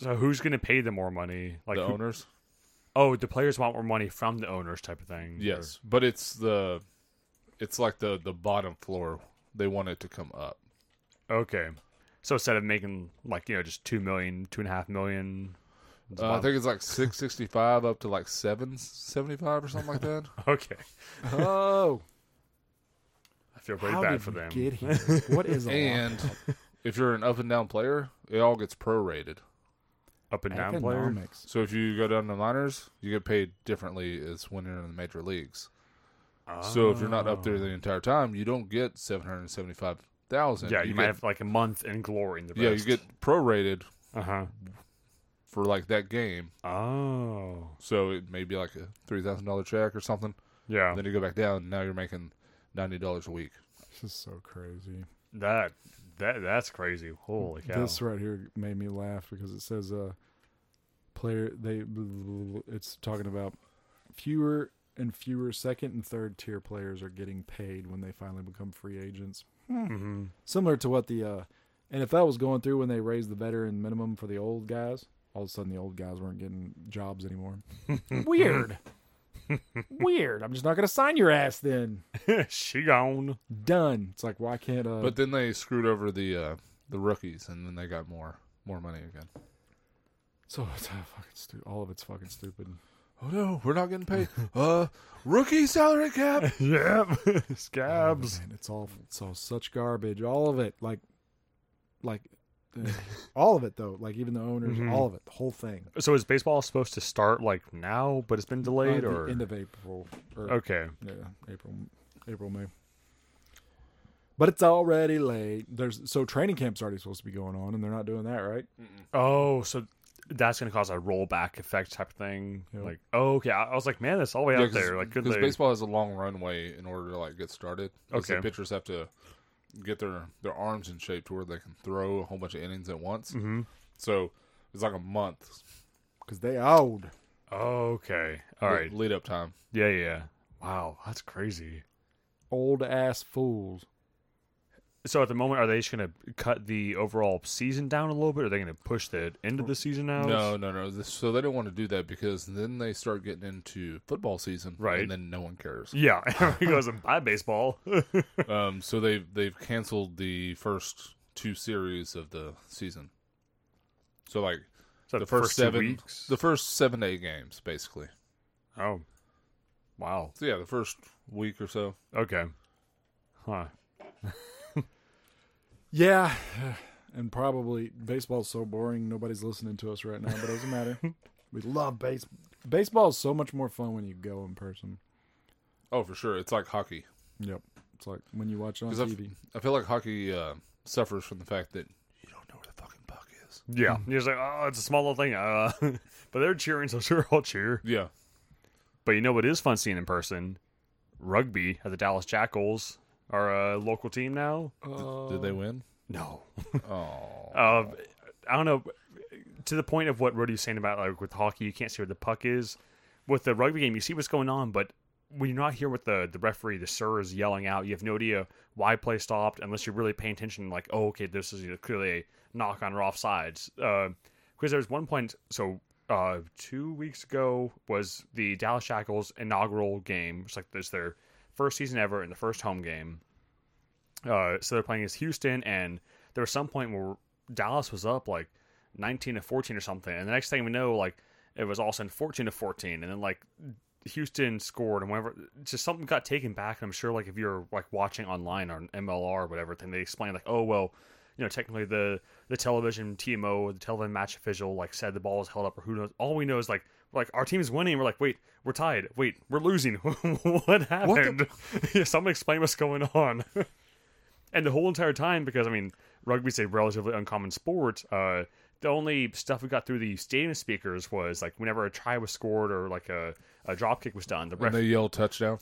[SPEAKER 1] so who's gonna pay them more money? Like,
[SPEAKER 3] the
[SPEAKER 1] who-
[SPEAKER 3] owners
[SPEAKER 1] oh, the players want more money from the owners, type of thing.
[SPEAKER 3] yes, but it's the it's like the the bottom floor. They want it to come up.
[SPEAKER 1] Or- okay. So instead of making like you know just two million, two and a half million. it's
[SPEAKER 3] Uh, I
[SPEAKER 1] bottom-
[SPEAKER 3] think it's like six sixty five up to like seven seventy five or something like that.
[SPEAKER 1] Okay,
[SPEAKER 2] oh,
[SPEAKER 1] I feel pretty
[SPEAKER 2] how
[SPEAKER 1] bad
[SPEAKER 2] did
[SPEAKER 1] for
[SPEAKER 2] we
[SPEAKER 1] them.
[SPEAKER 2] Get here. What is a
[SPEAKER 3] and if you're an up and down player, it all gets prorated.
[SPEAKER 1] Up and down player.
[SPEAKER 2] Economics.
[SPEAKER 3] So if you go down to minors, you get paid differently as when you're in the major leagues. So if you're not up
[SPEAKER 2] Ah.
[SPEAKER 3] there
[SPEAKER 1] Oh.
[SPEAKER 3] the entire time, you don't get seven hundred seventy-five thousand.
[SPEAKER 1] yeah, you, might
[SPEAKER 3] get,
[SPEAKER 1] have like a month in glory in the
[SPEAKER 3] Yeah, you get prorated
[SPEAKER 1] Uh huh.
[SPEAKER 3] for like that game,
[SPEAKER 1] Oh.
[SPEAKER 3] so it may be like a three thousand dollar check or something.
[SPEAKER 1] Yeah.
[SPEAKER 3] Then you go back down. Now you're making ninety dollars a week.
[SPEAKER 2] This is so crazy.
[SPEAKER 1] That that that's crazy. Holy cow.
[SPEAKER 2] This right here made me laugh because it says uh player they it's talking about fewer and fewer second and third tier players are getting paid when they finally become free agents.
[SPEAKER 1] hmm
[SPEAKER 2] Similar to what the uh NFL was going through when they raised the veteran minimum for the old guys. All of a sudden the old guys weren't getting jobs anymore. Weird. Weird. I'm just not gonna sign your ass then.
[SPEAKER 1] she gone.
[SPEAKER 2] Done. It's like why can't uh
[SPEAKER 3] But then they screwed over the uh, the rookies, and then they got more more money again.
[SPEAKER 2] so it's uh, fucking stupid all of it's fucking stupid.
[SPEAKER 3] Oh no, we're not getting paid. uh, rookie salary cap.
[SPEAKER 1] Yep.
[SPEAKER 2] Oh,
[SPEAKER 1] Scabs.
[SPEAKER 2] man, it's all it's all such garbage. All of it, like, like, eh, all of it though. Like even the owners,
[SPEAKER 1] Mhm.
[SPEAKER 2] all of it, the whole thing.
[SPEAKER 1] So is baseball supposed to start like now, but it's
[SPEAKER 3] Uh,
[SPEAKER 1] been delayed,
[SPEAKER 2] By the
[SPEAKER 1] or Oh,
[SPEAKER 2] end of April or
[SPEAKER 1] okay?
[SPEAKER 2] yeah, April, April May. But it's already late. There's so training camp's already supposed to be going on, and they're not doing that, right?
[SPEAKER 1] Oh, so that's gonna cause a rollback effect type of thing.
[SPEAKER 2] Yeah.
[SPEAKER 1] Like, oh, okay. I, I was like, man, that's all the way out there. Like, could
[SPEAKER 3] because
[SPEAKER 1] they?
[SPEAKER 3] baseball has a long runway in order to like get started. 'Cause the
[SPEAKER 1] Okay.
[SPEAKER 3] pitchers have to get their their arms in shape to where they can throw a whole bunch of innings at once.
[SPEAKER 1] Mhm.
[SPEAKER 3] So it's like a month.
[SPEAKER 2] Because they old.
[SPEAKER 1] okay. All right.
[SPEAKER 3] lead up time.
[SPEAKER 1] Yeah. Yeah. Wow, that's crazy.
[SPEAKER 2] Old ass fools.
[SPEAKER 1] So at the moment, are they just gonna cut the overall season down a little bit? Are they gonna push the end of the season out?
[SPEAKER 3] No, no, no. This, so they don't want to do that because then they start getting into football season,
[SPEAKER 1] Right.
[SPEAKER 3] And then no one cares.
[SPEAKER 1] Yeah, he goes and buy baseball.
[SPEAKER 3] um, so they've they've canceled the first two series of the season. So like
[SPEAKER 1] So
[SPEAKER 3] the first,
[SPEAKER 1] two
[SPEAKER 3] seven,
[SPEAKER 1] weeks.
[SPEAKER 3] the first seven to eight games, basically.
[SPEAKER 1] oh, wow.
[SPEAKER 3] So yeah, the first week or so.
[SPEAKER 1] Okay. Huh.
[SPEAKER 2] Yeah, and probably baseball's so boring. Nobody's listening to us right now, but it doesn't matter. we love base. Baseball is so much more fun when you go in person.
[SPEAKER 3] Oh, for sure, it's like hockey
[SPEAKER 2] Yep, it's like when you watch it on
[SPEAKER 3] because I,
[SPEAKER 2] TV.
[SPEAKER 3] I feel like hockey uh, suffers from the fact that you don't know where the fucking puck is.
[SPEAKER 1] Yeah. You're just like, oh, it's a small little thing. Uh, but they're cheering, so sure, I'll cheer.
[SPEAKER 3] Yeah,
[SPEAKER 1] But you know what is fun seeing in person? Rugby at the Dallas Jackals, our uh, local team now.
[SPEAKER 3] did
[SPEAKER 1] Um,
[SPEAKER 3] they win?
[SPEAKER 1] No.
[SPEAKER 3] Oh,
[SPEAKER 1] Uh, I don't know. To the point of what Rudy was saying about like with hockey, you can't see where the puck is. With the rugby game, you see what's going on, but when you're not here with the the referee, the sir is yelling out. You have no idea why play stopped unless you're really paying attention. Like, oh, okay, this is clearly a knock on or off sides. Because there was one point. So uh, two weeks ago was the Dallas Shackles inaugural game. It's like it's their first season ever and the first home game. Uh, so they're playing as Houston, and there was some point where Dallas was up like 19 to 14 or something, and the next thing we know, like it was all of a sudden 14 to 14, and then like Houston scored, and whenever just something got taken back. And I'm sure like if you're like watching online on MLR or whatever, then they explain like, oh well, you know technically the the television TMO, the television match official, like said the ball was held up, or who knows. All we know is like. Like our team's winning, we're like, wait, we're tied. Wait, we're losing. what happened? Yeah, Someone explain what's going on. and the whole entire time because I mean rugby's a relatively uncommon sport. Uh, the only stuff we got through the stadium speakers was like whenever a try was scored or like a, a drop kick was done, the
[SPEAKER 3] and
[SPEAKER 1] ref
[SPEAKER 3] they yelled touchdown.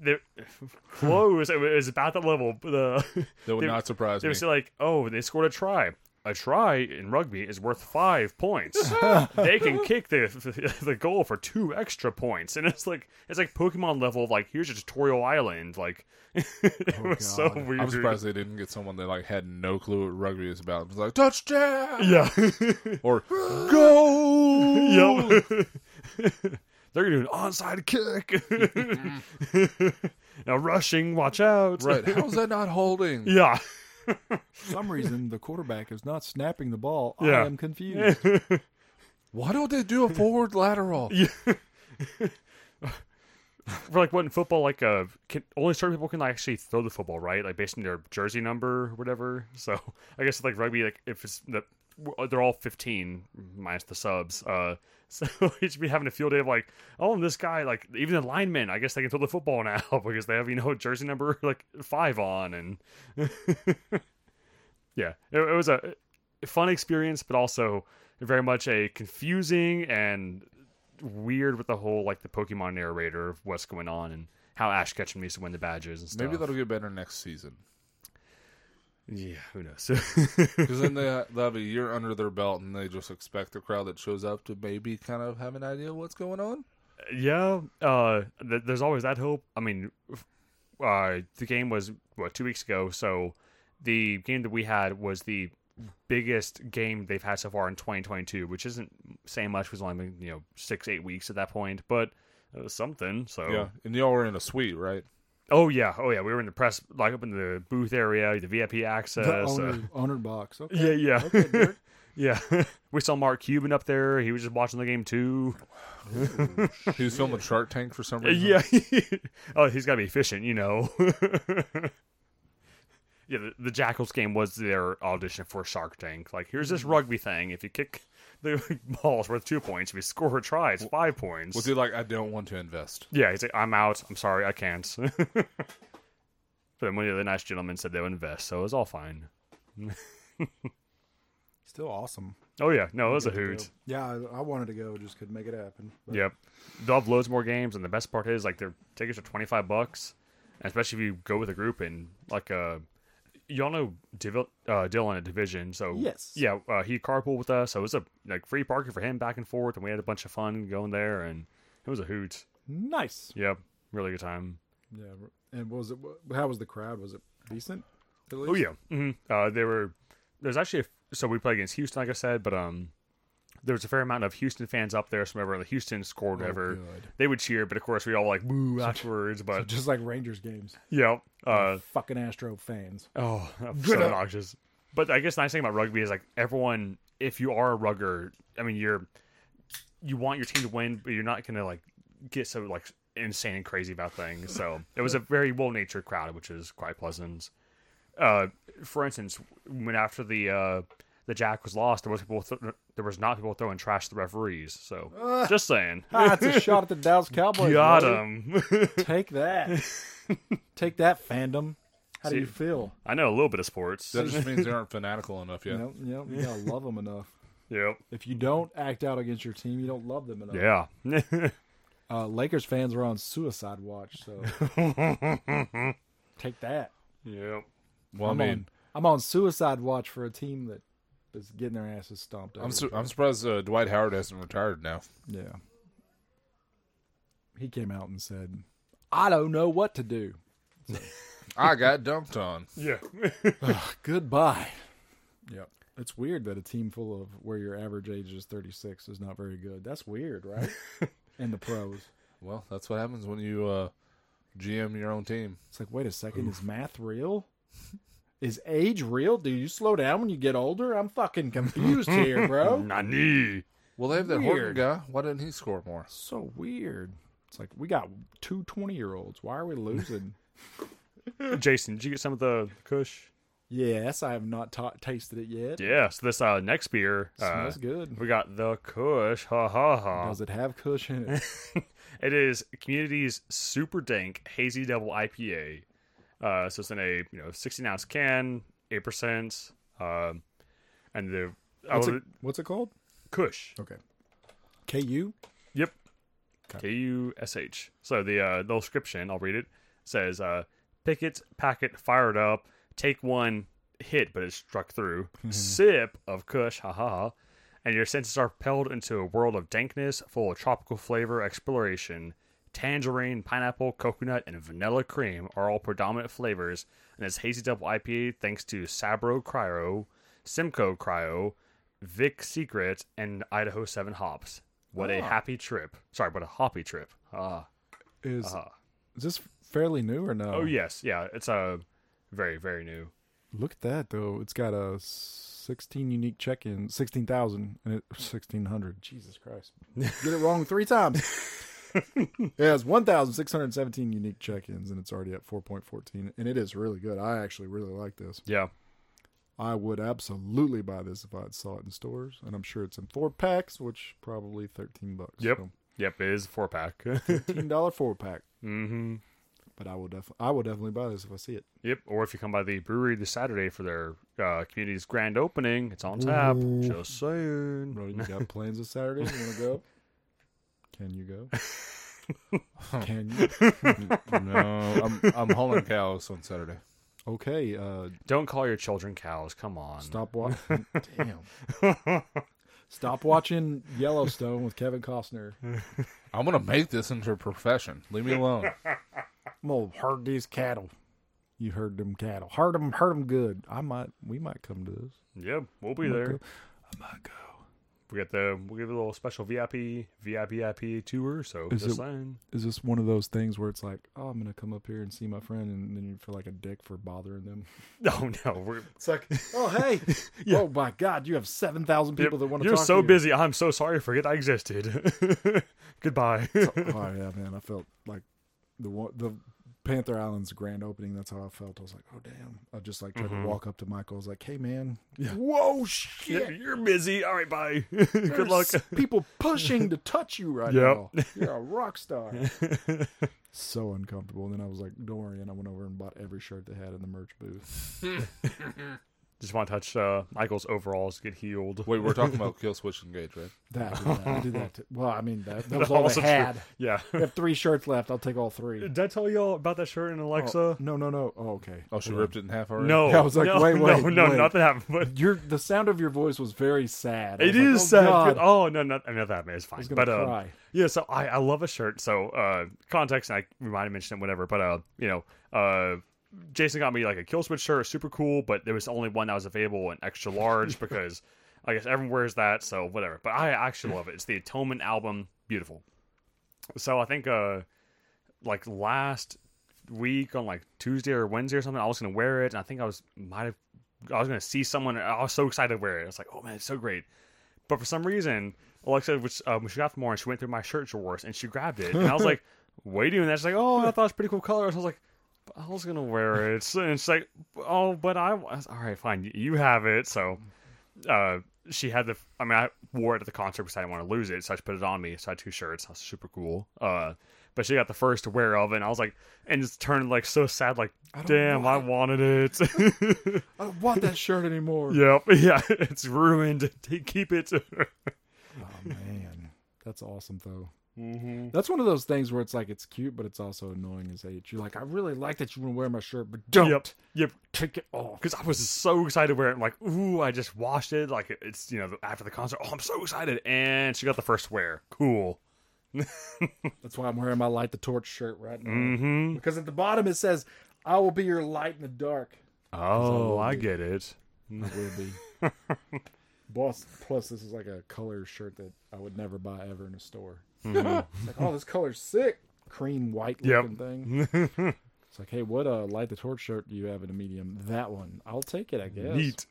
[SPEAKER 1] they're close. it was about that level. but The
[SPEAKER 3] That would
[SPEAKER 1] They-
[SPEAKER 3] not surprise
[SPEAKER 1] they
[SPEAKER 3] me.
[SPEAKER 1] would say like, oh, they scored a try. A try in rugby is worth five points. they can kick the the goal for two extra points, and it's like it's like Pokemon level. Of like here's your tutorial island. Like it was so
[SPEAKER 2] God.
[SPEAKER 1] weird.
[SPEAKER 3] I'm surprised they didn't get someone that like had no clue what rugby is about. It was like touchdown
[SPEAKER 1] Yeah.
[SPEAKER 3] or go.
[SPEAKER 1] Yep. They're gonna do an onside kick. now rushing, watch out.
[SPEAKER 3] Right? How's that not holding?
[SPEAKER 1] Yeah.
[SPEAKER 2] For some reason, the quarterback is not snapping the ball.
[SPEAKER 1] Yeah.
[SPEAKER 2] I am confused.
[SPEAKER 3] Why don't they do a forward lateral?
[SPEAKER 1] For like what in football, like uh can, only certain people can like, actually throw the football, right? Like based on their jersey number or whatever. So I guess like rugby, like if it's the w- they're all 15 minus the subs. Uh, so we should be having a field day of like, oh, and this guy, like even the linemen, I guess they can throw the football now because they have you know jersey number like five on, and yeah, it, it was a fun experience, but also very much a confusing and weird with the whole like the Pokemon narrator of what's going on and how Ash Ketchum needs to win the badges and stuff.
[SPEAKER 3] Maybe that'll get better next season
[SPEAKER 1] yeah, who knows?
[SPEAKER 3] because then they they have a year under their belt and they just expect the crowd that shows up to maybe kind of have an idea what's going on.
[SPEAKER 1] yeah, uh, th- there's always that hope. I mean, f- uh, the game was what two weeks ago, so the game that we had was the biggest game they've had so far in 2022, which isn't saying much. 'cause It's only been you know six eight weeks at that point, but it was something. So
[SPEAKER 3] Yeah, and y'all were in a suite, right?
[SPEAKER 1] oh yeah, oh yeah, we were in the press, like up in the booth area, the VIP access.
[SPEAKER 2] The
[SPEAKER 1] uh,
[SPEAKER 2] owner, owner box.
[SPEAKER 1] Yeah,
[SPEAKER 2] Okay.
[SPEAKER 1] yeah.
[SPEAKER 2] Okay, Derek.
[SPEAKER 1] yeah, we saw Mark Cuban up there. He was just watching the game too.
[SPEAKER 3] He was filming Shark Tank for some
[SPEAKER 1] Uh,
[SPEAKER 3] reason.
[SPEAKER 1] Yeah. oh, he's got to be efficient, you know. yeah, the, the Jackals game was their audition for Shark Tank. Like, here's this rugby thing. If you kick the ball, it's worth two points. If you score a try, it's five points.
[SPEAKER 3] Was he like, I don't want to invest?
[SPEAKER 1] yeah, he's like, I'm out. I'm sorry, I can't. but then one of the other nice gentlemen said they'll invest, so it was all fine.
[SPEAKER 2] Still awesome.
[SPEAKER 1] Oh, yeah. No, it was a hoot.
[SPEAKER 2] Yeah, I, I wanted to go, just couldn't make it happen. But
[SPEAKER 1] Yep. They'll have loads more games, and the best part is like their tickets are twenty five bucks, and especially if you go with a group and like uh, y'all know Div- uh, Dylan at Division, so
[SPEAKER 2] Yes.
[SPEAKER 1] yeah, uh, he carpooled with us, so it was a like free parking for him back and forth, and we had a bunch of fun going there, and it was a hoot.
[SPEAKER 2] Nice.
[SPEAKER 1] Yep, really good time.
[SPEAKER 2] Yeah. And what was it? wh- How was the crowd? Was it decent? at
[SPEAKER 1] Oh
[SPEAKER 2] least?
[SPEAKER 1] yeah, hmm uh, there were. There's actually a, so we played against Houston, like I said, but um, there was a fair amount of Houston fans up there. So whenever the Houston scored, ever
[SPEAKER 2] Oh, good.
[SPEAKER 1] they would cheer, but of course we all like boo afterwards. But
[SPEAKER 2] Just like Rangers games.
[SPEAKER 1] Yeah. Uh,
[SPEAKER 2] Fucking Astro fans.
[SPEAKER 1] oh, I'm so
[SPEAKER 2] up.
[SPEAKER 1] obnoxious. But I guess the nice thing about rugby is like everyone, if you are a rugger, I mean, you're you want your team to win, but you're not gonna like get so like insane and crazy about things. So it was a very well natured crowd, which is quite pleasant. Uh, for instance, when after the uh, the jack was lost, there was people th- there was not people throwing trash to the referees. So just saying,
[SPEAKER 2] Ah, it's a shot at the Dallas Cowboys.
[SPEAKER 1] got
[SPEAKER 2] buddy.
[SPEAKER 1] 'em.
[SPEAKER 2] Take that. Take that, fandom. How do
[SPEAKER 1] See-
[SPEAKER 2] you feel?
[SPEAKER 1] I know a little bit of sports.
[SPEAKER 3] That just means they aren't fanatical enough yet.
[SPEAKER 2] You know, you know, you gotta love them enough.
[SPEAKER 1] Yep.
[SPEAKER 2] If you don't act out against your team, you don't love them enough.
[SPEAKER 1] Yeah.
[SPEAKER 2] Uh, Lakers fans were on suicide watch, so take that.
[SPEAKER 1] yep.
[SPEAKER 3] Well, i
[SPEAKER 2] I'm
[SPEAKER 3] mean,
[SPEAKER 2] on, I'm on suicide watch for a team that is getting their asses stomped.
[SPEAKER 3] I'm
[SPEAKER 2] every-
[SPEAKER 3] sur- I'm surprised uh, Dwight Howard hasn't retired now.
[SPEAKER 2] yeah. He came out and said, "I don't know what to do."
[SPEAKER 3] I got dumped on.
[SPEAKER 1] Yeah.
[SPEAKER 2] Goodbye. Yep. It's weird that a team full of where your average age is 36 is not very good. That's weird, right? In the pros.
[SPEAKER 3] Well, that's what happens when you uh, GM your own team.
[SPEAKER 2] It's like, wait a second, is math real? Is age real? Do you slow down when you get older? I'm fucking confused here, bro.
[SPEAKER 1] Nani.
[SPEAKER 3] Well, they have that
[SPEAKER 2] Weird.
[SPEAKER 3] Horton guy. Why didn't he score more?
[SPEAKER 2] So weird. It's like, we got two 20 year olds. Why are we losing?
[SPEAKER 1] Jason, did you get some of the Kush?
[SPEAKER 2] yes, I have not ta- tasted it yet.
[SPEAKER 1] Yeah. So this uh, next beer, uh,
[SPEAKER 2] Smells good.
[SPEAKER 1] we got the Kush. Ha ha ha.
[SPEAKER 2] Does it have cushion? in it?
[SPEAKER 1] It is Community's super dank hazy double IPA. Uh, so it's in a you know 16 ounce can, eight percent, um, and the
[SPEAKER 2] What's
[SPEAKER 1] oh,
[SPEAKER 2] it, what's it called?
[SPEAKER 1] Kush.
[SPEAKER 2] Okay. KU?
[SPEAKER 1] Yep. K U S H. So the uh, the description, I'll read it, says uh, picket, packet, fired up, take one hit, but it's struck through, sip of Kush, ha ha ha, and your senses are propelled into a world of dankness full of tropical flavor exploration. Tangerine, pineapple, coconut, and vanilla cream are all predominant flavors in this hazy double IPA thanks to Sabro Cryo, Simcoe Cryo, Vic Secret, and Idaho 7 hops. What
[SPEAKER 2] Ah.
[SPEAKER 1] a happy trip. Sorry, but a hoppy trip. Ah.
[SPEAKER 2] Is, is this fairly new or no?
[SPEAKER 1] Uh-huh. Oh, yes. Yeah, it's uh, very, very new.
[SPEAKER 2] Look at that though. It's got a 16 unique check-ins, 16,000 and it 1600. Jesus Christ. Get it wrong 3 times. it has 1,617 unique check-ins and it's already at 4.14 and it is really good. I actually really like this.
[SPEAKER 1] Yeah.
[SPEAKER 2] I would absolutely buy this if I saw it in stores, and I'm sure it's in four packs, which probably thirteen bucks.
[SPEAKER 1] Yep. Yep, it is a four pack.
[SPEAKER 2] fifteen dollar four pack.
[SPEAKER 1] hmm
[SPEAKER 2] But I will definitely, I will definitely buy this if I see it.
[SPEAKER 1] Yep. Or if you come by the brewery this Saturday for their uh, community's grand opening, it's on tap.
[SPEAKER 2] Ooh.
[SPEAKER 1] Just saying.
[SPEAKER 2] Brody, you got plans this Saturday? You want to go? Can you go? Can you?
[SPEAKER 3] no, I'm I'm hauling cows on Saturday.
[SPEAKER 2] Okay. Uh,
[SPEAKER 1] Don't call your children cows. Come on.
[SPEAKER 2] stop watching. Damn. Stop watching Yellowstone with Kevin Costner.
[SPEAKER 3] I'm gonna make this into a profession. Leave me alone.
[SPEAKER 2] I'm gonna herd these cattle. You herd them cattle. Herd them. Herd them good. I might. We might come to this.
[SPEAKER 1] Yep, we'll be there.
[SPEAKER 2] I might go.
[SPEAKER 1] We got the we'll give a little special VIP VIP tour. So
[SPEAKER 2] Is
[SPEAKER 1] just
[SPEAKER 2] it-
[SPEAKER 1] saying.
[SPEAKER 2] Is this one of those things where it's like, oh, I'm gonna come up here and see my friend, and then you feel like a dick for bothering them?
[SPEAKER 1] Oh no, we're
[SPEAKER 2] It's like, oh hey, oh my god, you have seven thousand people that want to.
[SPEAKER 1] You're
[SPEAKER 2] talk
[SPEAKER 1] so
[SPEAKER 2] to you.
[SPEAKER 1] busy. I'm so sorry. I forget I existed. Goodbye.
[SPEAKER 2] oh yeah, man, I felt like the one the Panther Island's grand opening. That's how I felt. I was like, oh damn. I just like tried
[SPEAKER 1] Mm-hmm.
[SPEAKER 2] to walk up to Michael. I was like, hey man, whoa shit.
[SPEAKER 1] You're- You're busy. All right, bye. Good luck.
[SPEAKER 2] There's people pushing to touch you right
[SPEAKER 1] Yep.
[SPEAKER 2] now. You're a rock star. so uncomfortable. And then I was like, don't worry. And I went over and bought every shirt they had in the merch booth.
[SPEAKER 1] Just want to touch uh, Michael's overalls. Get healed.
[SPEAKER 3] Wait, we're talking about kill switch engage, right?
[SPEAKER 2] That, I did that. I did that too. Well, I mean, that, that was all
[SPEAKER 1] Also
[SPEAKER 2] they
[SPEAKER 1] true.
[SPEAKER 2] had.
[SPEAKER 1] Yeah.
[SPEAKER 2] I have three shirts left. I'll take all three.
[SPEAKER 1] Did I tell y'all about that shirt and Alexa?
[SPEAKER 2] Oh, no, no, no. Oh, okay.
[SPEAKER 3] Oh, she ripped it in half already.
[SPEAKER 1] No.
[SPEAKER 2] Yeah, I was like,
[SPEAKER 1] no,
[SPEAKER 2] wait,
[SPEAKER 1] no,
[SPEAKER 2] wait,
[SPEAKER 1] no,
[SPEAKER 2] wait.
[SPEAKER 1] nothing happened. But
[SPEAKER 2] Your the sound of your voice was very sad. I
[SPEAKER 1] It
[SPEAKER 2] was like,
[SPEAKER 1] is
[SPEAKER 2] "Oh,
[SPEAKER 1] sad.
[SPEAKER 2] God."
[SPEAKER 1] Oh no, not I know that man. It's fine.
[SPEAKER 2] gonna
[SPEAKER 1] but uh,
[SPEAKER 2] cry.
[SPEAKER 1] yeah, so I, I love a shirt. So uh, context, and I we might have mentioned it, whatever. But uh, you know, uh, Jason got me like a kill switch shirt, super cool. But there was only one that was available in extra large because I guess everyone wears that. So whatever. But I actually love it. It's the Atonement album, beautiful. So I think uh, like last week on like Tuesday or Wednesday or something, I was gonna wear it, and I think I was might have. I was gonna see someone. and I was so excited to wear it. I was like, "Oh man, it's so great!" But for some reason, Alexa, which um, she got from Warren, she went through my shirt drawers and she grabbed it. And I was like, what are you doing? That she's like, oh, I thought it was pretty cool color. So I was like, "But I was gonna wear it. And she's like, oh, but I was all right, fine, you have it. So, uh, she had the. I mean, I wore it at the concert because I didn't want to lose it, so I just put it on me. So I had two shirts. That's super cool. Uh, but she got the first to wear of, it, and I was like, and just turned like so sad, like, damn, I wanted it.
[SPEAKER 2] I don't want that shirt anymore.
[SPEAKER 1] yep, yeah, it's ruined. Take, keep it.
[SPEAKER 2] Oh man, that's awesome though.
[SPEAKER 1] mm-hmm.
[SPEAKER 2] That's one of those things where it's like it's cute, but it's also annoying as H. You're like, I really like that you want to wear my shirt, but don't
[SPEAKER 1] Yep. Yep.
[SPEAKER 2] take it off.
[SPEAKER 1] Because I was so excited to wear it. I'm like, ooh, I just washed it. Like, it's, you know, after the concert. Oh, I'm so excited. And she got the first wear. Cool.
[SPEAKER 2] That's why I'm wearing my light the torch shirt right now
[SPEAKER 1] Mm-hmm.
[SPEAKER 2] because at the bottom it says, "I will be your light in the dark."
[SPEAKER 1] Oh, I get it.
[SPEAKER 2] I will be. Boss. Plus, this is like a color shirt that I would never buy ever in a store. It's like, oh, this color's sick, cream white
[SPEAKER 1] Mm-hmm. Yep.
[SPEAKER 2] looking thing. It's like, hey, what uh, light the torch shirt do you have in a medium? That one, I'll take it, I guess.
[SPEAKER 1] Neat.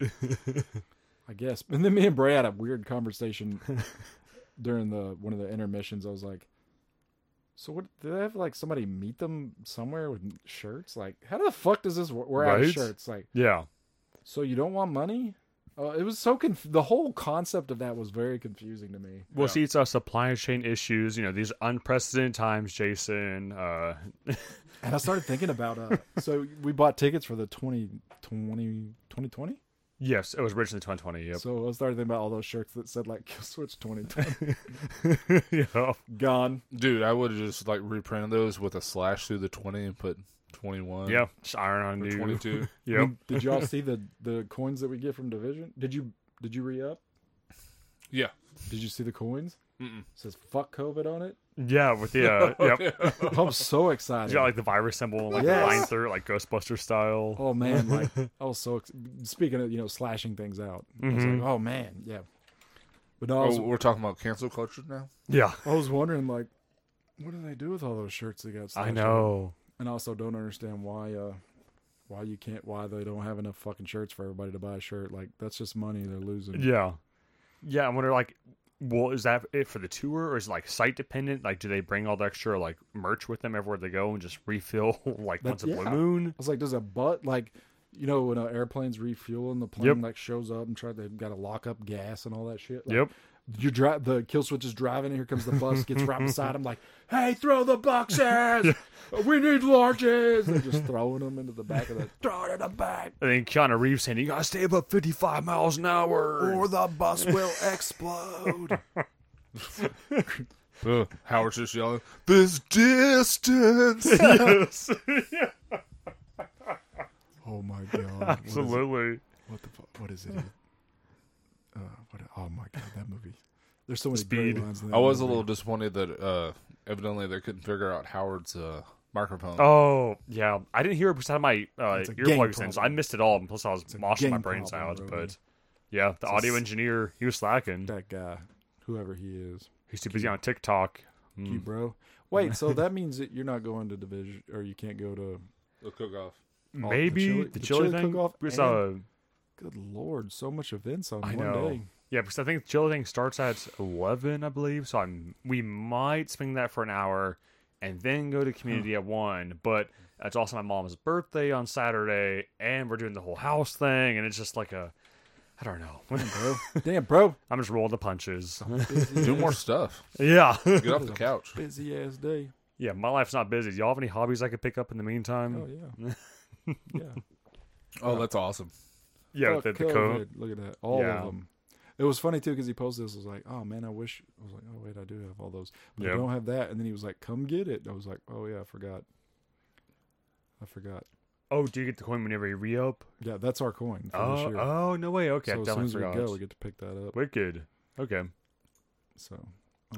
[SPEAKER 2] I guess. And then me and Bray had a weird conversation during the one of the intermissions. I was like, "So what? Do they have like somebody meet them somewhere with shirts? Like, how the fuck does this? work? We're out of
[SPEAKER 1] Right?
[SPEAKER 2] shirts. Like,
[SPEAKER 1] Yeah.
[SPEAKER 2] so you don't want money? Uh, it was so conf- the whole concept of that was very confusing to me.
[SPEAKER 1] Well, see, it's uh, supply chain issues. You know, these unprecedented times, Jason. Uh,
[SPEAKER 2] And I started thinking about uh, so we bought tickets for the 2020 2020.
[SPEAKER 1] yes, it was originally 2020. Yep.
[SPEAKER 2] So I started thinking about all those shirts that said like Kill Switch 2020
[SPEAKER 1] yeah.
[SPEAKER 2] gone.
[SPEAKER 3] dude, I would have just like reprinted those with a slash through the twenty and put twenty one.
[SPEAKER 1] Yeah. Mm. Just iron on
[SPEAKER 3] or
[SPEAKER 1] you.
[SPEAKER 3] twenty two.
[SPEAKER 1] Yep.
[SPEAKER 2] Did y'all see the the coins that we get from Division? Did you did you re up?
[SPEAKER 3] yeah.
[SPEAKER 2] Did you see the coins?
[SPEAKER 3] Mm-mm.
[SPEAKER 2] says fuck COVID on it.
[SPEAKER 1] yeah. With the, uh, yep.
[SPEAKER 2] I'm so excited.
[SPEAKER 1] You got like the virus symbol, and, like
[SPEAKER 2] Yes.
[SPEAKER 1] the line through, it, like Ghostbuster style.
[SPEAKER 2] oh man, like I was so ex- speaking of you know slashing things out. I was
[SPEAKER 1] Mm-hmm.
[SPEAKER 2] like, oh man, yeah. But no, I was,
[SPEAKER 3] Oh, we're talking about cancel culture now.
[SPEAKER 1] Yeah.
[SPEAKER 2] I was wondering like, what do they do with all those shirts they got?
[SPEAKER 1] I
[SPEAKER 2] slashed out?
[SPEAKER 1] know.
[SPEAKER 2] and I also don't understand why uh why you can't why they don't have enough fucking shirts for everybody to buy a shirt. Like that's just money they're losing.
[SPEAKER 1] Yeah. Yeah, I wonder like well, is that it for the tour or is it like site dependent? Like do they bring all the extra like merch with them everywhere they go and just refill like once a blue
[SPEAKER 2] yeah.
[SPEAKER 1] moon?
[SPEAKER 2] I was like, does a butt like You know when an airplane's refueling, the plane
[SPEAKER 1] Yep.
[SPEAKER 2] like shows up and try. They've got to lock up gas and all that shit. Like,
[SPEAKER 1] Yep.
[SPEAKER 2] You drive the kill switch is driving. Here comes the bus. Gets right beside him. Like, hey, throw the boxes. We need larges. They're just throwing them into the back of the. Throw it in the back.
[SPEAKER 1] And then Keanu Reeves saying, "You gotta stay above fifty-five miles an hour."
[SPEAKER 2] Or the bus will explode.
[SPEAKER 3] Ugh, Howard's just yelling, "This distance."
[SPEAKER 1] yes,
[SPEAKER 2] oh my god! What is it?
[SPEAKER 1] absolutely.
[SPEAKER 2] What the fuck? What is it? Uh, what? Oh my god, that movie. There's so many
[SPEAKER 1] Speed.
[SPEAKER 2] great lines. In that
[SPEAKER 3] I was a
[SPEAKER 2] movie.
[SPEAKER 3] little disappointed that uh, evidently they couldn't figure out Howard's uh, microphone.
[SPEAKER 1] Oh yeah, I didn't hear it because I had my uh,
[SPEAKER 2] It's a gang
[SPEAKER 1] earplugs in, so I
[SPEAKER 2] problem.
[SPEAKER 1] missed it all. And plus, I was
[SPEAKER 2] a
[SPEAKER 1] washing my
[SPEAKER 2] gang
[SPEAKER 1] brains
[SPEAKER 2] problem,
[SPEAKER 1] out.
[SPEAKER 2] Roman.
[SPEAKER 1] But yeah, the
[SPEAKER 2] a
[SPEAKER 1] audio
[SPEAKER 2] s-
[SPEAKER 1] engineer he was slacking.
[SPEAKER 2] that guy, whoever he is,
[SPEAKER 1] He's too busy on
[SPEAKER 2] Oh,
[SPEAKER 1] TikTok. Mm.
[SPEAKER 2] you bro. Wait, so that means that you're not going to division, or you can't go to.
[SPEAKER 3] The cook-off.
[SPEAKER 2] the
[SPEAKER 1] Maybe
[SPEAKER 2] chili-
[SPEAKER 1] the,
[SPEAKER 2] the
[SPEAKER 1] chili,
[SPEAKER 2] chili
[SPEAKER 1] thing.
[SPEAKER 2] cook-off
[SPEAKER 1] because, uh,
[SPEAKER 2] and- Good lord, so much events on
[SPEAKER 1] I
[SPEAKER 2] one
[SPEAKER 1] know.
[SPEAKER 2] day.
[SPEAKER 1] yeah, because I think the chili thing starts at eleven, I believe. So I'm we might spend that for an hour, and then go to community at one. But it's also my mom's birthday on Saturday, and we're doing the whole house thing, and it's just like a, I don't know.
[SPEAKER 2] Bro, damn, bro,
[SPEAKER 1] I'm just rolling the punches.
[SPEAKER 3] Do more stuff.
[SPEAKER 1] yeah.
[SPEAKER 3] Get off the couch.
[SPEAKER 2] busy ass day.
[SPEAKER 1] Yeah, my life's not busy. Do y'all have any hobbies I could pick up in the meantime?
[SPEAKER 2] Oh yeah, yeah.
[SPEAKER 3] Oh, that's awesome.
[SPEAKER 1] yeah,
[SPEAKER 2] Fuck
[SPEAKER 1] the, the code.
[SPEAKER 2] COVID. Look at that. All
[SPEAKER 1] Yeah.
[SPEAKER 2] of them. It was funny too because he posted this. I was like, oh man, I wish. I was like, oh wait, I do have all those, but
[SPEAKER 1] Yeah.
[SPEAKER 2] I don't have that. And then he was like, come get it. And I was like, oh yeah, I forgot. I forgot.
[SPEAKER 1] Oh, do you get the coin whenever you re up?
[SPEAKER 2] Yeah, that's our coin for this
[SPEAKER 1] Oh,
[SPEAKER 2] year.
[SPEAKER 1] oh, no way. Okay,
[SPEAKER 2] so
[SPEAKER 1] I
[SPEAKER 2] as soon
[SPEAKER 1] definitely
[SPEAKER 2] as we
[SPEAKER 1] forgot.
[SPEAKER 2] go, we get to pick that up.
[SPEAKER 1] Wicked. Okay.
[SPEAKER 2] So.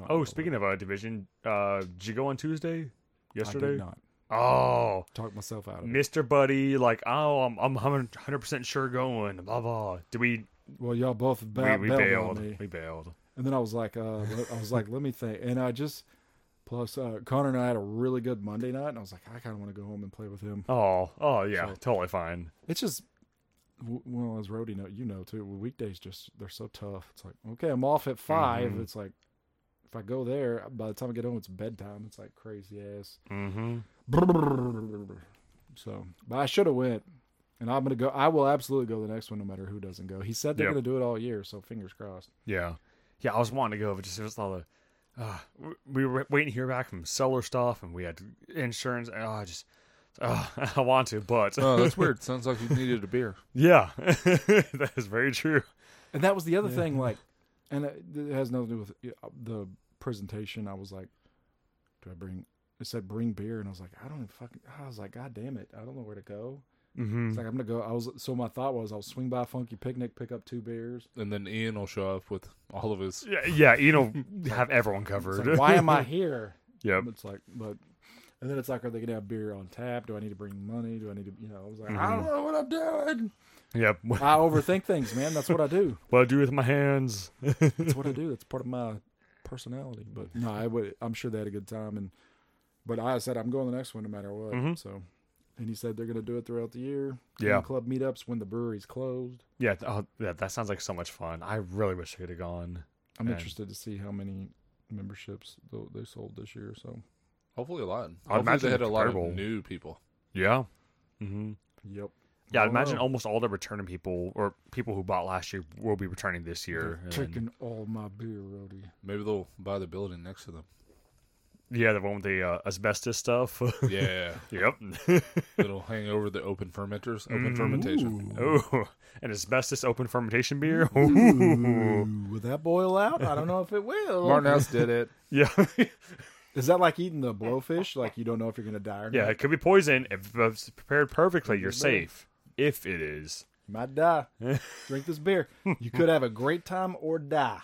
[SPEAKER 1] Oh, speaking of uh, division, uh, did you go on Tuesday?
[SPEAKER 2] I did
[SPEAKER 1] Yesterday?
[SPEAKER 2] not
[SPEAKER 1] Oh,
[SPEAKER 2] talk myself out of it.
[SPEAKER 1] Mr. Buddy, like, oh, I'm, I'm 100% sure going, blah, blah. Did we?
[SPEAKER 2] Well, y'all both ba-
[SPEAKER 1] we, we
[SPEAKER 2] bailed on
[SPEAKER 1] bailed.
[SPEAKER 2] me.
[SPEAKER 1] We bailed.
[SPEAKER 2] And then I was like, uh, I was like, let me think. And I just plus uh, Connor and I had a really good Monday night, and I was like, I kind of want to go home and play with him.
[SPEAKER 1] Oh, oh, yeah,
[SPEAKER 2] So-
[SPEAKER 1] totally fine.
[SPEAKER 2] It's just w- well, as Rody know, you know too. Weekdays just they're so tough. It's like okay, I'm off at 5
[SPEAKER 1] Mhm.
[SPEAKER 2] It's like if I go there, by the time I get home, it's bedtime. It's like crazy ass.
[SPEAKER 1] Mm-hmm.
[SPEAKER 2] So, but I should have went, and I'm gonna go. I will absolutely go the next one, no matter who doesn't go. He said they're
[SPEAKER 1] Yep.
[SPEAKER 2] gonna do it all year, so fingers crossed.
[SPEAKER 1] Yeah, yeah. I was wanting to go, but just it was all the. Uh, we- we were waiting to hear back from seller stuff, and we had insurance. And, oh, I just, uh, I want to, but
[SPEAKER 3] Oh, that's weird. Sounds like you needed a beer.
[SPEAKER 1] yeah, that is very true.
[SPEAKER 2] And that was the other thing, like, and it it has nothing to do with uh, the presentation. I was like, do I bring? It said bring beer, and I was like, I don't even fucking. I was like, God damn it, I don't know where to go.
[SPEAKER 1] Mm-hmm.
[SPEAKER 2] It's like I'm gonna go. I was so my thought was I'll swing by Funky Picnic, pick up two beers.
[SPEAKER 3] And then Ian will show up with all of his.
[SPEAKER 1] Yeah, yeah, you know, have everyone
[SPEAKER 2] It's
[SPEAKER 1] covered.
[SPEAKER 2] like, why am I here?
[SPEAKER 1] Yep.
[SPEAKER 2] It's like, but, and then it's like, are they gonna have beer on tap? Do I need to bring money? Do I need to, you know? I was like, I don't know what I'm doing.
[SPEAKER 1] Yep. What
[SPEAKER 2] I overthink things, man. That's what I do.
[SPEAKER 1] what I do with my hands?
[SPEAKER 2] That's what I do. That's part of my personality. But no, I would. I'm sure they had a good time. And but I said I'm going the next one no matter what.
[SPEAKER 1] Mhm.
[SPEAKER 2] So, and he said they're going to do it throughout the year.
[SPEAKER 1] Yeah.
[SPEAKER 2] In club meetups when the brewery's closed.
[SPEAKER 1] Yeah. Oh, yeah. That sounds like so much fun. I really wish I could have gone.
[SPEAKER 2] I'm
[SPEAKER 1] Yeah.
[SPEAKER 2] interested to see how many memberships tho- they sold this year. So,
[SPEAKER 3] Hopefully a lot.
[SPEAKER 1] I'd
[SPEAKER 3] Hopefully
[SPEAKER 1] imagine
[SPEAKER 3] they had a
[SPEAKER 1] it's
[SPEAKER 3] lot of
[SPEAKER 1] comparable.
[SPEAKER 3] new people.
[SPEAKER 1] Yeah. Mm-hmm.
[SPEAKER 2] yep.
[SPEAKER 1] Yeah.
[SPEAKER 2] I
[SPEAKER 1] I'd
[SPEAKER 2] don't
[SPEAKER 1] imagine
[SPEAKER 2] know.
[SPEAKER 1] almost all the returning people or people who bought last year will be returning this year.
[SPEAKER 2] They're
[SPEAKER 1] and-
[SPEAKER 2] taking all my beer, Rody.
[SPEAKER 3] Maybe they'll buy the building next to them.
[SPEAKER 1] Yeah, the one with the uh, asbestos stuff.
[SPEAKER 3] Yeah,
[SPEAKER 1] yep.
[SPEAKER 3] it'll hang over the open fermenters, open fermentation.
[SPEAKER 1] oh, an asbestos open fermentation beer. Ooh.
[SPEAKER 2] Will that boil out? I don't know if it will.
[SPEAKER 3] Martin House did it.
[SPEAKER 1] Yeah,
[SPEAKER 2] Is that like eating the blowfish? Like you don't know if you're going to die or not?
[SPEAKER 1] yeah. It could be poison. If it's prepared perfectly, you're safe. If it is,
[SPEAKER 2] You might die. Drink this beer. You could have a great time or die.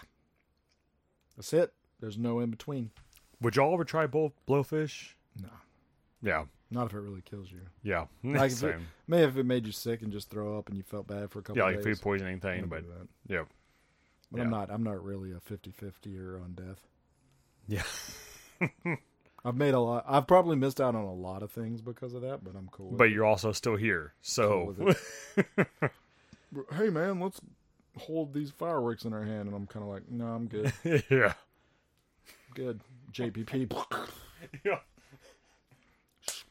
[SPEAKER 2] That's it. There's no in between.
[SPEAKER 1] would y'all ever try bull- blowfish?
[SPEAKER 2] No.
[SPEAKER 1] Yeah,
[SPEAKER 2] Not if it really kills you.
[SPEAKER 1] yeah.
[SPEAKER 2] Like if it,
[SPEAKER 1] Same.
[SPEAKER 2] may if it made you sick and just throw up and you felt bad for a couple
[SPEAKER 1] Yeah,
[SPEAKER 2] days.
[SPEAKER 1] like food poisoning
[SPEAKER 2] I
[SPEAKER 1] thing.
[SPEAKER 2] wouldn't
[SPEAKER 1] But
[SPEAKER 2] do that.
[SPEAKER 1] yeah,
[SPEAKER 2] But
[SPEAKER 1] yeah.
[SPEAKER 2] I'm not I'm not really a 50-50 or on death.
[SPEAKER 1] yeah.
[SPEAKER 2] I've made a lot I've probably missed out on a lot of things because of that, but I'm cool. with
[SPEAKER 1] But you're also still here, so
[SPEAKER 2] Cool it. hey man, let's hold these fireworks in our hand and I'm kind of like, "No, I'm good.
[SPEAKER 1] yeah,
[SPEAKER 2] good." JPP.
[SPEAKER 1] yeah.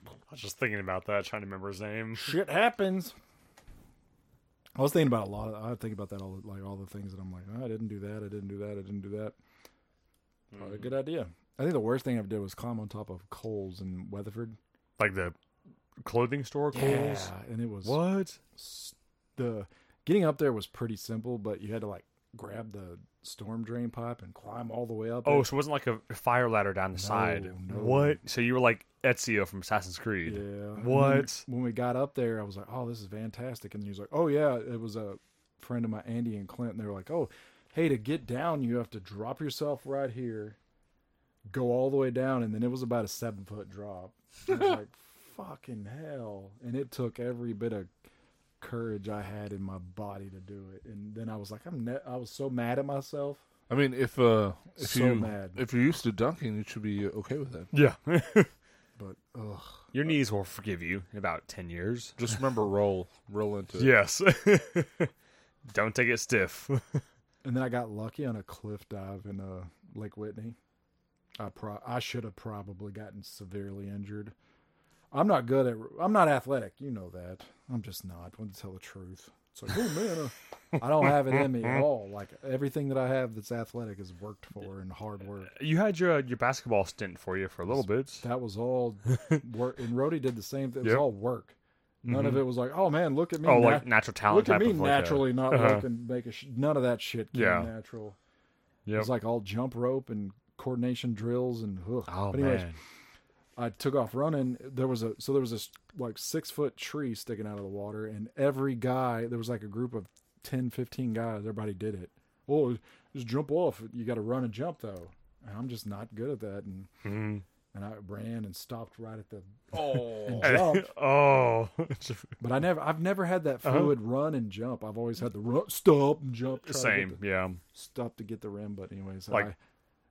[SPEAKER 1] I was just thinking about that, trying to remember his name.
[SPEAKER 2] Shit happens. I was thinking about a lot. Of, I think about that all like all the things that I'm like, oh, I didn't do that. I didn't do that. I didn't do that. Probably a good idea. I think the worst thing I did was climb on top of Coles in Weatherford.
[SPEAKER 1] Like the clothing store Kohl's.
[SPEAKER 2] and it was
[SPEAKER 1] What?
[SPEAKER 2] s- the getting up there was pretty simple, but you had to like grab the storm drain pipe and climb all the way up.
[SPEAKER 1] Oh,
[SPEAKER 2] it.
[SPEAKER 1] so it wasn't like a fire ladder down the side.
[SPEAKER 2] no.
[SPEAKER 1] What? So you were like Ezio from Assassin's Creed.
[SPEAKER 2] yeah. And when-
[SPEAKER 1] What?
[SPEAKER 2] When we got up there, I was like, "Oh, this is fantastic," and he was like, "Oh yeah, it was a friend of my Andy and Clint." And they were like, "Oh, hey, to get down, you have to drop yourself right here, go all the way down, and then it was about a seven foot drop." And I was like, "Fucking hell!" And it took every bit of courage I had in my body to do it. And then I was like, "I'm ne- I was so mad at myself."
[SPEAKER 3] I mean, if uh, if
[SPEAKER 2] So
[SPEAKER 3] you
[SPEAKER 2] mad.
[SPEAKER 3] if you're used to dunking, you should be okay with that.
[SPEAKER 1] Yeah.
[SPEAKER 2] But ugh,
[SPEAKER 1] Your knees will forgive you in about 10 years.
[SPEAKER 3] Just remember, roll, roll into it.
[SPEAKER 1] Yes. Don't take it stiff.
[SPEAKER 2] and then I got lucky on a cliff dive in uh, Lake Whitney. I pro- I should have probably gotten severely injured. I'm not good at. I'm not athletic. You know that. I'm just not. I'm to tell the truth. It's like, oh man, uh, I don't have it in me at all. Like everything that I have that's athletic is worked for and hard work.
[SPEAKER 1] you had your uh, your basketball stint for you for a little bit.
[SPEAKER 2] That was all work. And Rody did the same thing. It
[SPEAKER 1] Yep.
[SPEAKER 2] was
[SPEAKER 1] Mm-hmm.
[SPEAKER 2] all work. None of it was like, oh man, look at me.
[SPEAKER 1] oh,
[SPEAKER 2] now."
[SPEAKER 1] like natural talent
[SPEAKER 2] look
[SPEAKER 1] type
[SPEAKER 2] at me
[SPEAKER 1] of like a-
[SPEAKER 2] naturally not
[SPEAKER 1] Uh-huh.
[SPEAKER 2] looking make a sh- none of that shit came
[SPEAKER 1] Yeah.
[SPEAKER 2] natural
[SPEAKER 1] Yep.
[SPEAKER 2] it was like all jump rope and coordination drills and ugh.
[SPEAKER 1] oh
[SPEAKER 2] but anyways
[SPEAKER 1] man.
[SPEAKER 2] i took off running there was a so there was this like six foot tree sticking out of the water and every guy there was like a group of 10 15 guys everybody did it oh just jump off you got to run and jump though and i'm just not good at that and
[SPEAKER 1] Mhm.
[SPEAKER 2] and i ran and stopped right at the
[SPEAKER 3] Oh,
[SPEAKER 2] and jumped
[SPEAKER 1] oh.
[SPEAKER 2] but i never i've never had that
[SPEAKER 1] Uh-huh.
[SPEAKER 2] fluid run and jump i've always had the run, stop and jump try to get the-
[SPEAKER 1] Same. Yeah.
[SPEAKER 2] Stop to get the rim, but anyways,
[SPEAKER 1] Like-
[SPEAKER 2] I,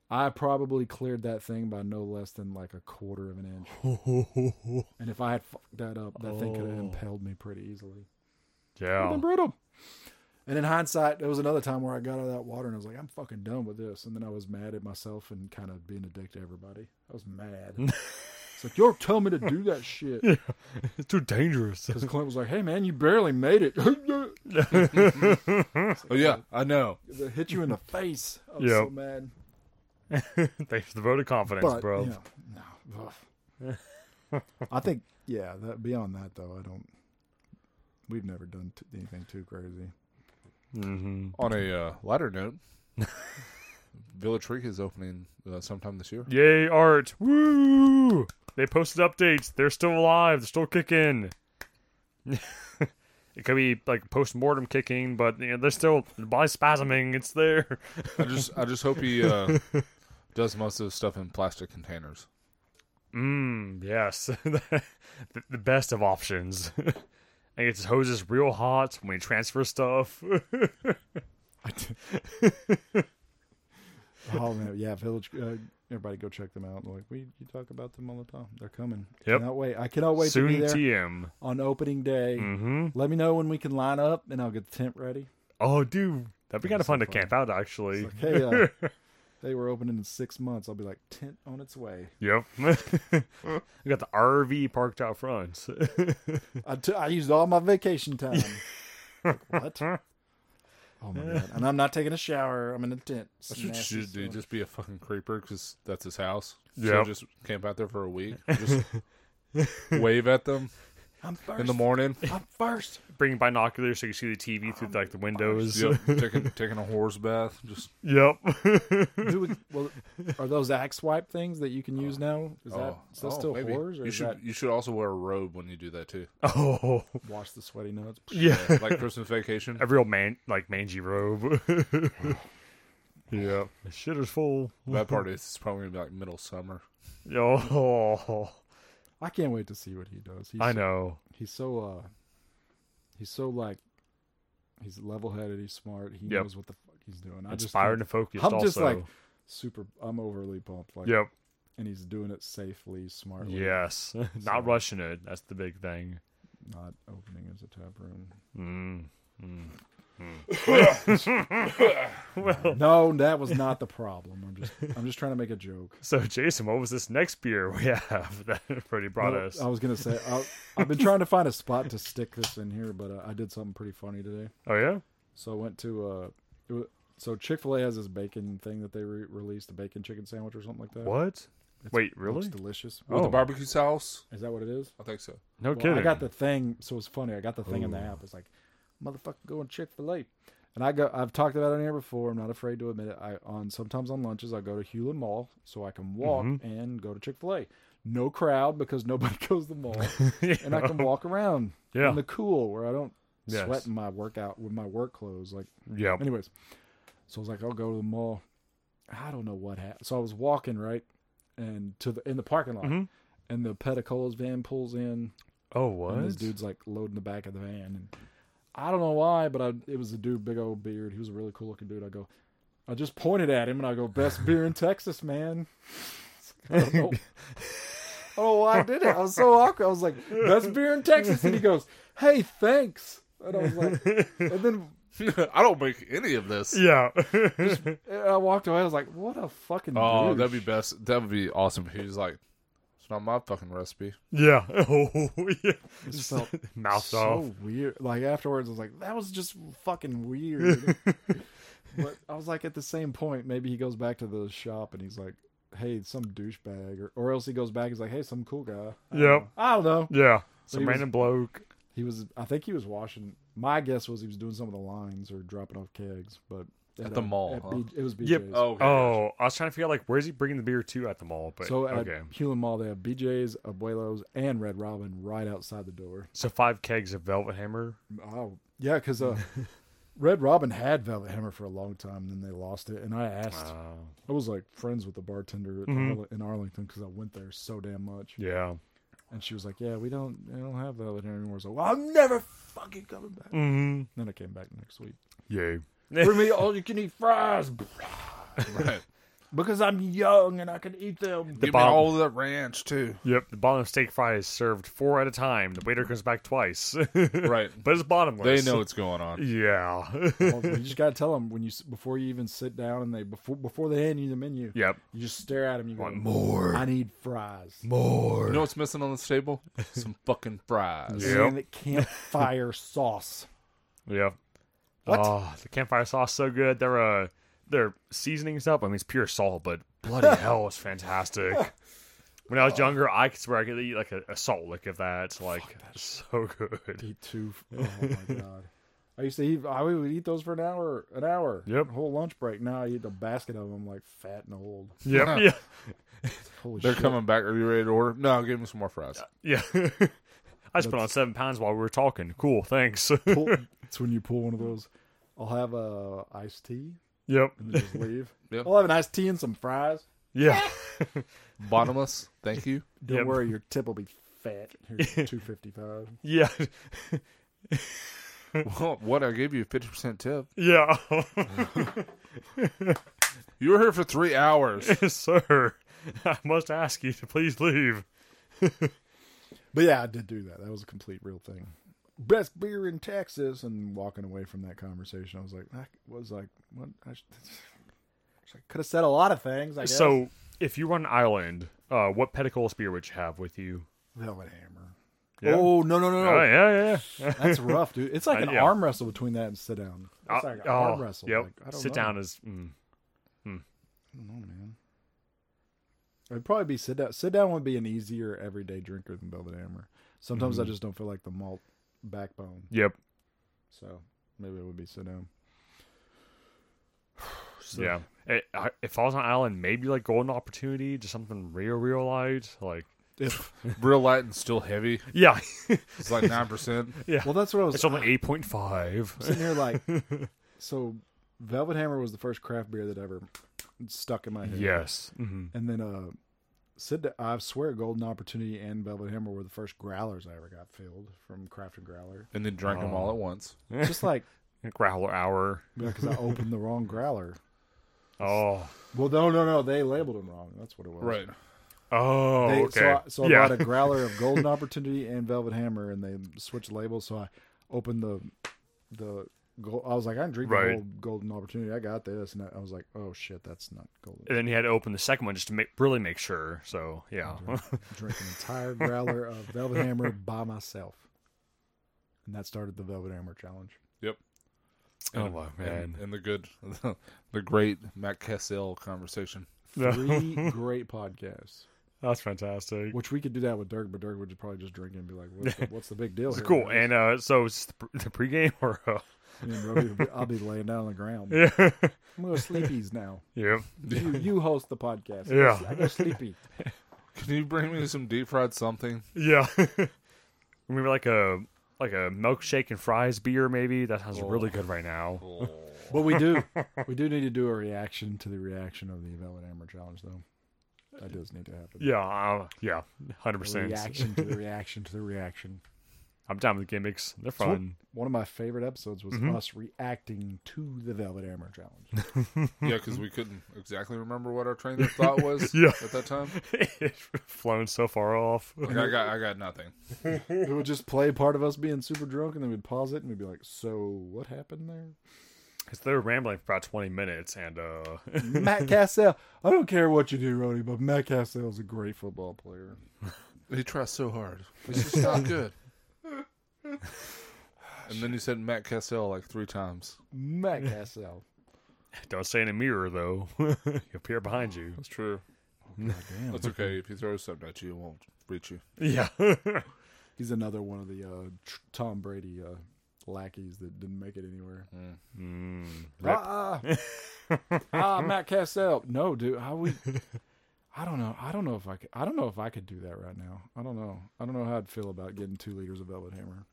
[SPEAKER 2] I probably cleared that thing by no less than like a quarter of an inch. And if I had fucked that up, that thing could have
[SPEAKER 1] Oh.
[SPEAKER 2] impaled me pretty easily. Would've
[SPEAKER 1] Yeah.
[SPEAKER 2] been brutal. And in hindsight, there was another time where I got out of that water and I was like, I'm fucking done with this. And then I was mad at myself and kind of being a dick to everybody. I was mad. it's like, you're telling me to do that shit.
[SPEAKER 1] It's too dangerous.
[SPEAKER 2] Because Clint was like, hey, man, you barely made it.
[SPEAKER 3] oh yeah, I know.
[SPEAKER 2] They hit you in the face. I was
[SPEAKER 1] Yeah.
[SPEAKER 2] so mad.
[SPEAKER 1] Thanks for the vote of confidence,
[SPEAKER 2] but
[SPEAKER 1] bro.
[SPEAKER 2] you know, no. ugh. I think yeah. That beyond that though, I don't. We've never done t- anything too crazy.
[SPEAKER 1] hmm
[SPEAKER 3] On a uh, lighter note, Villa Creek is opening uh, sometime this year.
[SPEAKER 1] Yay, art. Woo! They posted updates. They're still alive. They're still kicking. it could be like post mortem kicking, but you know, they're still the body's spasming. It's there.
[SPEAKER 3] I just, I just hope he uh, does most of his stuff in plastic containers.
[SPEAKER 1] Mmm, yes. the, the best of options. and gets his hoses real hot when he transfers stuff.
[SPEAKER 2] I did- oh man, yeah, Village. Uh, everybody, go check them out. Like we, you talk about them all the time. They're coming.
[SPEAKER 1] Yep.
[SPEAKER 2] Cannot wait. I cannot wait to
[SPEAKER 1] Soon
[SPEAKER 2] be there
[SPEAKER 1] TM.
[SPEAKER 2] on opening day.
[SPEAKER 1] Mm-hmm.
[SPEAKER 2] Let me know when we can line up, and I'll get the tent ready.
[SPEAKER 1] Oh, dude. That'd be kind of
[SPEAKER 2] so
[SPEAKER 1] fun to
[SPEAKER 2] fun.
[SPEAKER 1] camp out, actually.
[SPEAKER 2] It's like, hey, uh, they were opening in six months. I'll be like tent on its way.
[SPEAKER 1] Yep. we got the RV parked out front.
[SPEAKER 2] I t- I used all my vacation time. Like, what? Oh my god! And I'm not taking a shower. I'm in a tent. It's
[SPEAKER 3] That's what
[SPEAKER 2] nasty
[SPEAKER 3] you should do.
[SPEAKER 2] smell.
[SPEAKER 3] Just be a fucking creeper because that's his house. So
[SPEAKER 1] Yep.
[SPEAKER 3] just camp out there for a week. Just wave at them
[SPEAKER 2] I'm first.
[SPEAKER 3] in the morning.
[SPEAKER 2] I'm first.
[SPEAKER 1] Bring binoculars so you can see the TV
[SPEAKER 2] Oh
[SPEAKER 1] through like the windows.
[SPEAKER 3] Yep, taking taking a horse bath. Just
[SPEAKER 1] Yep.
[SPEAKER 2] Do we, well, are those axe wipe things that you can use now? Is that,
[SPEAKER 3] oh,
[SPEAKER 2] is that
[SPEAKER 3] oh,
[SPEAKER 2] still
[SPEAKER 3] maybe.
[SPEAKER 2] horrors, or
[SPEAKER 3] you
[SPEAKER 2] is
[SPEAKER 3] should
[SPEAKER 2] that
[SPEAKER 3] you should also wear a robe when you do that too,
[SPEAKER 1] oh,
[SPEAKER 2] wash the sweaty nuts?
[SPEAKER 1] yeah.
[SPEAKER 3] like Christmas vacation.
[SPEAKER 1] A real man, like mangy robe. yeah. Shitter's full.
[SPEAKER 3] that part is it's probably gonna be like middle summer.
[SPEAKER 1] Oh,
[SPEAKER 2] I can't wait to see what he does. He's
[SPEAKER 1] I
[SPEAKER 2] so-
[SPEAKER 1] know.
[SPEAKER 2] he's so uh, he's so like, he's level-headed. He's smart. He
[SPEAKER 1] Yep.
[SPEAKER 2] knows what the fuck he's doing. I just
[SPEAKER 1] Inspired
[SPEAKER 2] think
[SPEAKER 1] and focused.
[SPEAKER 2] I'm
[SPEAKER 1] also.
[SPEAKER 2] just like super. I'm overly pumped. Like,
[SPEAKER 1] yep.
[SPEAKER 2] and he's doing it safely, smartly.
[SPEAKER 1] Yes.
[SPEAKER 2] So-
[SPEAKER 1] Not rushing it. That's the big thing.
[SPEAKER 2] not opening as a tap room.
[SPEAKER 1] Mm. Mm. well,
[SPEAKER 2] No, that was not the problem. I'm just I'm just trying to make a joke.
[SPEAKER 1] so Jason, what was this next beer we have that Freddie brought
[SPEAKER 2] No,
[SPEAKER 1] us?
[SPEAKER 2] I was gonna say I, I've been trying to find a spot to stick this in here, but uh, I did something pretty funny today.
[SPEAKER 1] oh yeah,
[SPEAKER 2] So I went to uh, it wa- so Chick Fil A has this bacon thing that they re- released, a bacon chicken sandwich or something like that.
[SPEAKER 1] what? Wait,
[SPEAKER 2] Looks
[SPEAKER 1] really?
[SPEAKER 2] delicious.
[SPEAKER 3] With
[SPEAKER 1] Oh.
[SPEAKER 3] the barbecue sauce?
[SPEAKER 2] Is that what it is?
[SPEAKER 3] I think so.
[SPEAKER 1] No
[SPEAKER 2] Well,
[SPEAKER 1] kidding.
[SPEAKER 2] I got the thing, so it's funny. I got the thing in the app. It's like, motherfucker, going Chick Fil A, and I go. I've talked about it on here before. I'm not afraid to admit it. I on sometimes on lunches I go to Hewlin Mall so I can walk
[SPEAKER 1] Mm-hmm.
[SPEAKER 2] and go to Chick Fil A. No crowd because nobody goes to the mall, and I can walk around
[SPEAKER 1] Yeah.
[SPEAKER 2] in the cool where I don't
[SPEAKER 1] Yes.
[SPEAKER 2] sweat in my workout with my work clothes. Like,
[SPEAKER 1] yeah.
[SPEAKER 2] anyways, so I was like, I'll go to the mall. I don't know what happened. So I was walking right, and to the in the parking lot,
[SPEAKER 1] Mhm.
[SPEAKER 2] and the Petacola's van pulls in.
[SPEAKER 1] Oh what?
[SPEAKER 2] And this dude's like loading the back of the van, and I don't know why, but I, it was a dude, big old beard. He was a really cool looking dude. I go, I just pointed at him, and I go, "Best beer in Texas, man." I don't know. I don't know why I did it. I was so awkward. I was like, "Best beer in Texas," and he goes, "Hey, thanks." And I was like, and then
[SPEAKER 3] I don't make any of this.
[SPEAKER 1] yeah.
[SPEAKER 2] and I walked away. I was like, "What a fucking."
[SPEAKER 3] Oh,
[SPEAKER 2] douche."
[SPEAKER 3] that'd be best. That would be awesome. If he was like, "It's not my fucking recipe."
[SPEAKER 1] yeah. Oh yeah.
[SPEAKER 2] just felt
[SPEAKER 1] Mouth
[SPEAKER 2] so
[SPEAKER 1] off.
[SPEAKER 2] weird. Like afterwards, I was like, that was just fucking weird. but I was like, at the same point, maybe he goes back to the shop and he's like, hey, some douchebag, or, or else he goes back. He's like, hey, some cool guy. I don't
[SPEAKER 1] Yep.
[SPEAKER 2] know. I don't know.
[SPEAKER 1] Yeah. Some
[SPEAKER 2] he was-
[SPEAKER 1] random bloke.
[SPEAKER 2] He was. I think he was washing. My guess was he was doing some of the lines or dropping off kegs, but at,
[SPEAKER 3] the mall,
[SPEAKER 2] at
[SPEAKER 3] huh?
[SPEAKER 2] B- it was BJ's.
[SPEAKER 1] Yep.
[SPEAKER 3] Oh,
[SPEAKER 1] Oh, I was trying to figure out like where's he bringing the beer to at the mall, but
[SPEAKER 2] So uh, at
[SPEAKER 1] okay.
[SPEAKER 2] Hewlin Mall, they have BJ's, Abuelos, and Red Robin right outside the door.
[SPEAKER 1] So five kegs of Velvet Hammer.
[SPEAKER 2] Oh yeah, because uh, Red Robin had Velvet Hammer for a long time, then they lost it. And I asked,
[SPEAKER 1] Wow.
[SPEAKER 2] I was like friends with the bartender at
[SPEAKER 1] Mhm.
[SPEAKER 2] Arl- in Arlington because I went there so damn much,
[SPEAKER 1] yeah.
[SPEAKER 2] and she was like, "Yeah, we don't, I don't have Velvet Hammer anymore." So well, I'm never fucking coming back.
[SPEAKER 1] Mm-hmm.
[SPEAKER 2] Then I came back next week.
[SPEAKER 1] Yay.
[SPEAKER 2] Bring me all you can eat fries
[SPEAKER 3] right.
[SPEAKER 2] because I'm young and I can eat them.
[SPEAKER 3] Give
[SPEAKER 1] bomb.
[SPEAKER 3] me all of that ranch too.
[SPEAKER 1] Yep, the bottom steak fry is served four at a time. The waiter comes back twice, but
[SPEAKER 3] Right.
[SPEAKER 1] it's
[SPEAKER 3] They
[SPEAKER 1] bottomless.
[SPEAKER 3] know what's going on.
[SPEAKER 1] Yeah.
[SPEAKER 2] Well, you just gotta tell them when you s- before you even sit down and they before before they hand you the menu.
[SPEAKER 1] yep.
[SPEAKER 2] You just stare at them. You go,
[SPEAKER 1] Want more?
[SPEAKER 2] I need fries.
[SPEAKER 1] More.
[SPEAKER 3] You know what's missing on this table? Some fucking fries.
[SPEAKER 1] Yeah.
[SPEAKER 2] and it can't fire sauce.
[SPEAKER 1] Yep.
[SPEAKER 2] What?
[SPEAKER 1] Oh, the campfire sauce is so good. They're uh, their seasoning stuff. I mean, it's pure salt, but bloody hell, it's fantastic. When
[SPEAKER 2] Oh.
[SPEAKER 1] I was younger, I could swear I could eat like a, a salt lick of that. It's like so good.
[SPEAKER 2] Eat two. Oh my god! I used to eat. I would eat those for an hour, an hour.
[SPEAKER 1] Yep.
[SPEAKER 2] Whole lunch break. Now I eat a basket of them, like fat and old.
[SPEAKER 1] Yep. yeah.
[SPEAKER 2] Holy
[SPEAKER 3] They're
[SPEAKER 2] shit!
[SPEAKER 3] coming back. Are you ready to order? No, give them some more fries.
[SPEAKER 1] Yeah. I just put on seven pounds while we were talking. Cool, thanks.
[SPEAKER 2] Pull, it's when you pull one of those. I'll have a iced tea
[SPEAKER 1] yep.
[SPEAKER 2] and then just leave.
[SPEAKER 3] Yeah.
[SPEAKER 2] I'll have an iced tea and some fries.
[SPEAKER 1] Yeah.
[SPEAKER 3] Bottomless. Thank you.
[SPEAKER 2] Don't
[SPEAKER 1] Yep.
[SPEAKER 2] worry, your tip will be fat. Here's two fifty five.
[SPEAKER 1] Yeah.
[SPEAKER 3] Well, what? I gave you a fifty percent tip.
[SPEAKER 1] Yeah.
[SPEAKER 3] You were here for three hours.
[SPEAKER 1] Sir, I must ask you to please leave.
[SPEAKER 2] But yeah, I did do that. That was a complete real thing. Best beer in Texas, and walking away from that conversation, I was like, I was like, what? I, sh- I could have said a lot of things. I guess.
[SPEAKER 1] So, if you were on an island, uh, what pedicle spear would you have with you?
[SPEAKER 2] Velvet Hammer.
[SPEAKER 1] Yeah.
[SPEAKER 2] Oh no no no
[SPEAKER 1] Oh,
[SPEAKER 2] no!
[SPEAKER 1] yeah, yeah.
[SPEAKER 2] That's rough, dude. It's like
[SPEAKER 1] Uh,
[SPEAKER 2] an
[SPEAKER 1] yeah.
[SPEAKER 2] arm wrestle between that and sit down. It's
[SPEAKER 1] Uh,
[SPEAKER 2] like an
[SPEAKER 1] oh,
[SPEAKER 2] arm wrestle.
[SPEAKER 1] Yep.
[SPEAKER 2] Like, I don't
[SPEAKER 1] Sit
[SPEAKER 2] know.
[SPEAKER 1] down is. Mm.
[SPEAKER 2] I don't know, man. It'd probably be sit down. Sit down would be an easier everyday drinker than Velvet Hammer. Sometimes
[SPEAKER 1] Mm-hmm.
[SPEAKER 2] I just don't feel like the malt backbone.
[SPEAKER 1] Yep.
[SPEAKER 2] So maybe it would be sit down. So-
[SPEAKER 1] Yeah. It, I, if I was on an island, maybe like golden opportunity, just something real, real light. Like,
[SPEAKER 2] If,
[SPEAKER 3] Real light and still heavy.
[SPEAKER 1] yeah,
[SPEAKER 3] It's like nine percent.
[SPEAKER 2] well, that's what I was
[SPEAKER 1] it's only eight point five.
[SPEAKER 2] sitting here like. So, Velvet Hammer was the first craft beer that ever stuck in my head.
[SPEAKER 1] Yes. hmm
[SPEAKER 2] And then, uh, Sid, I swear, Golden Opportunity and Velvet Hammer were the first growlers I ever got filled from Craft and Growler.
[SPEAKER 3] And then drank them
[SPEAKER 1] Oh.
[SPEAKER 3] all at once.
[SPEAKER 2] Just like
[SPEAKER 1] Growler hour.
[SPEAKER 2] because I opened the wrong growler.
[SPEAKER 1] Oh.
[SPEAKER 2] Well, no, no, no. They labeled them wrong. That's what it was.
[SPEAKER 3] Right.
[SPEAKER 1] Oh.
[SPEAKER 2] They,
[SPEAKER 1] okay.
[SPEAKER 2] So, I, so I
[SPEAKER 1] yeah.
[SPEAKER 2] bought a growler of Golden Opportunity and Velvet Hammer, and they switched labels. So I opened the the gold. I was like, I didn't drink
[SPEAKER 1] Right.
[SPEAKER 2] the whole golden opportunity. I got this, and I was like, oh shit, that's not golden.
[SPEAKER 1] And then he had to open the second one just to make, really make sure. So yeah,
[SPEAKER 2] Drink an entire growler of Velvet Hammer by myself, and that started the Velvet Hammer challenge.
[SPEAKER 1] oh wow,
[SPEAKER 3] and,
[SPEAKER 1] man,
[SPEAKER 3] and the good, the great Matt Kessel conversation.
[SPEAKER 2] Three great podcasts,
[SPEAKER 1] that's fantastic.
[SPEAKER 2] which we could do that with Dirk, but Dirk would just probably just drink it and be like, what's the, what's the big deal?
[SPEAKER 1] It's
[SPEAKER 2] here,
[SPEAKER 1] cool.
[SPEAKER 2] guys?
[SPEAKER 1] And uh, so it's the, pre- the pregame or uh,
[SPEAKER 2] And then Robbie would be- I'll be laying down on the ground.
[SPEAKER 1] yeah,
[SPEAKER 2] I'm going to sleepies now.
[SPEAKER 1] yeah.
[SPEAKER 2] You, you host the podcast.
[SPEAKER 1] Yeah.
[SPEAKER 2] I go sleepy.
[SPEAKER 3] Can you bring me some deep fried something?
[SPEAKER 1] Yeah. Maybe like a like a milkshake and fries beer, maybe. That sounds really good right now.
[SPEAKER 2] But we do, we do need to do a reaction to the reaction of the Velvet Hammer challenge, though. That does need to happen.
[SPEAKER 1] Yeah, uh, yeah, hundred
[SPEAKER 2] A
[SPEAKER 1] percent.
[SPEAKER 2] reaction to the reaction to the reaction.
[SPEAKER 1] I'm down with the gimmicks. They're
[SPEAKER 2] So what-
[SPEAKER 1] fun.
[SPEAKER 2] One of my favorite episodes was
[SPEAKER 1] Mhm.
[SPEAKER 2] us reacting to the Velvet Hammer challenge.
[SPEAKER 3] Yeah, because we couldn't exactly remember what our train of thought was
[SPEAKER 1] Yeah.
[SPEAKER 3] at that time.
[SPEAKER 1] it's flown so far off.
[SPEAKER 3] Like, I got, I got nothing.
[SPEAKER 2] it would just play part of us being super drunk, and then we'd pause it and we'd be like, "So what happened there?"
[SPEAKER 1] 'Cause they were rambling for about 20 minutes, and uh,
[SPEAKER 2] Matt Cassell. I don't care what you do, Roddy, but Matt Cassell is a great football player.
[SPEAKER 3] He tries so hard. He's just not good. And then you said Matt Cassell like three times.
[SPEAKER 2] Matt Cassell.
[SPEAKER 1] don't stay in a mirror though. you appear behind you.
[SPEAKER 3] That's true.
[SPEAKER 2] Damn.
[SPEAKER 3] That's okay. If he throws something at you, it won't reach you.
[SPEAKER 1] Yeah.
[SPEAKER 2] He's another one of the uh, tr- Tom Brady uh, lackeys that didn't make it anywhere.
[SPEAKER 1] mm, rip.
[SPEAKER 2] Ah, ah. Ah, Matt Cassell. No, dude, how we? I don't know. I don't know if I could. I don't know if I could do that right now. I don't know. I don't know how I'd feel about getting two liters of Velvet Hammer.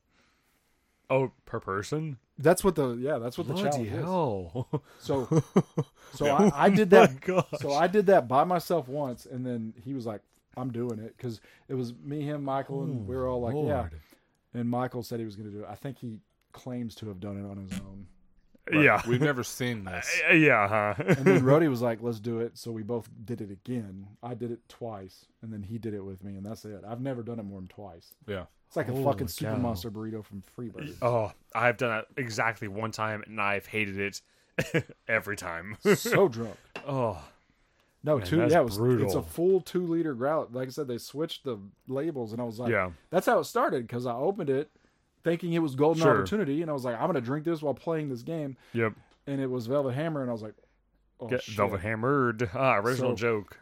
[SPEAKER 1] Oh, per person.
[SPEAKER 2] That's what the yeah. That's what the challenge
[SPEAKER 1] hell! Oh
[SPEAKER 2] is. So, so I, I did that.
[SPEAKER 1] my gosh.
[SPEAKER 2] So I did that by myself once, and then he was like, "I'm doing it," because it was me, him, Michael, and we were all like, "Yeah."
[SPEAKER 1] Lord.
[SPEAKER 2] And Michael said he was going to do it. I think he claims to have done it on his own.
[SPEAKER 3] Right.
[SPEAKER 1] yeah,
[SPEAKER 3] We've never seen this.
[SPEAKER 1] Uh, yeah, huh?
[SPEAKER 2] And then Rody was like, "Let's do it." So we both did it again. I did it twice, and then he did it with me, and that's it. I've never done it more than twice.
[SPEAKER 3] Yeah.
[SPEAKER 2] It's like a
[SPEAKER 1] Holy
[SPEAKER 2] fucking super
[SPEAKER 1] cow.
[SPEAKER 2] monster burrito from Freebird.
[SPEAKER 1] Oh, I've done that exactly one time, and I've hated it every time.
[SPEAKER 2] so drunk.
[SPEAKER 1] oh,
[SPEAKER 2] No,
[SPEAKER 1] Man,
[SPEAKER 2] two.
[SPEAKER 1] that's
[SPEAKER 2] Yeah, it was, it's
[SPEAKER 1] brutal.
[SPEAKER 2] a full two liter growler. Like I said, they switched the labels, and I was like,
[SPEAKER 1] yeah,
[SPEAKER 2] That's how it started because I opened it thinking it was golden
[SPEAKER 1] Sure.
[SPEAKER 2] opportunity, and I was like, I'm gonna drink this while playing this game,
[SPEAKER 1] yep.
[SPEAKER 2] and it was Velvet Hammer, and I was like, oh,
[SPEAKER 1] Get
[SPEAKER 2] shit.
[SPEAKER 1] velvet hammered. Ah, original
[SPEAKER 2] So-
[SPEAKER 1] joke.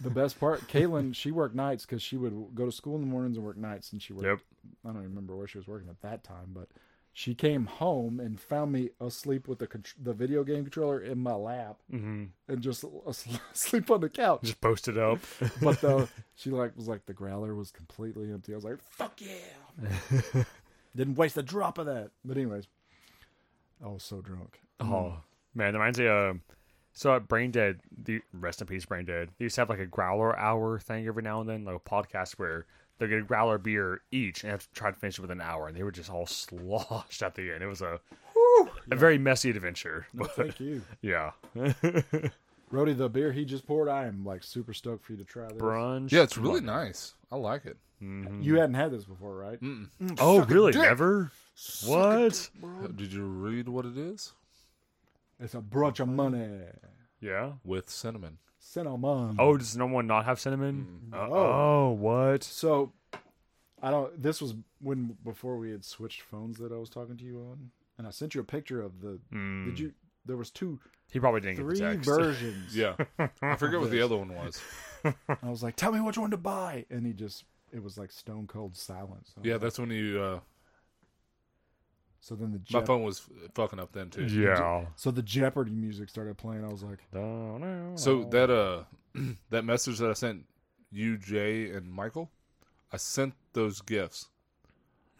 [SPEAKER 2] The best part, Kaylin, she worked nights because she would go to school in the mornings and work nights, and she worked.
[SPEAKER 1] Yep.
[SPEAKER 2] I don't even remember where she was working at that time, but she came home and found me asleep with the contr- the video game controller in my lap
[SPEAKER 1] hmm
[SPEAKER 2] and just as- asleep on the couch.
[SPEAKER 1] Just post it up.
[SPEAKER 2] But though she like was like the growler was completely empty. I was like, fuck yeah. Didn't waste a drop of that. But anyways, I was so drunk. Mm.
[SPEAKER 1] Oh man, that reminds me. Uh, so at Brain Dead, the rest in peace, Brain Dead. They used to have like a growler hour thing every now and then, like a podcast where they get a growler beer each and have to try to finish it within an hour, and they were just all sloshed at the end. It was a a very messy adventure.
[SPEAKER 2] No, thank you,
[SPEAKER 1] yeah,
[SPEAKER 2] Rody. The beer he just poured, I am like super stoked for you to try this.
[SPEAKER 1] brunch.
[SPEAKER 3] Yeah, it's really nice. I like it.
[SPEAKER 2] You hadn't had this before, right?
[SPEAKER 1] Oh, really? Never? What?
[SPEAKER 3] Did you read what it is?
[SPEAKER 2] It's a brunch of money,
[SPEAKER 1] Yeah.
[SPEAKER 3] With cinnamon.
[SPEAKER 2] cinnamon.
[SPEAKER 1] Oh, does no one not have
[SPEAKER 3] Mm-hmm.
[SPEAKER 1] cinnamon? Uh, oh, what?
[SPEAKER 2] so I don't. This was when before we had switched phones that I was talking to you on, and I sent you a picture of the.
[SPEAKER 3] Hmm.
[SPEAKER 2] Did you? There was two,
[SPEAKER 1] He probably didn't get
[SPEAKER 2] three
[SPEAKER 1] the text.
[SPEAKER 2] versions.
[SPEAKER 3] Yeah. I forget what the other one was.
[SPEAKER 2] I was like, "Tell me which one to buy," and he just. It was like stone cold silence. So-
[SPEAKER 3] Yeah, that's when you. Uh,
[SPEAKER 2] So then the
[SPEAKER 3] my
[SPEAKER 2] Jep-
[SPEAKER 3] phone was fucking up then too.
[SPEAKER 1] yeah.
[SPEAKER 2] so the Jeopardy music started playing. I was like,
[SPEAKER 1] Don't know.
[SPEAKER 3] So that uh, that message that I sent you, Jay, and Michael, I sent those gifts.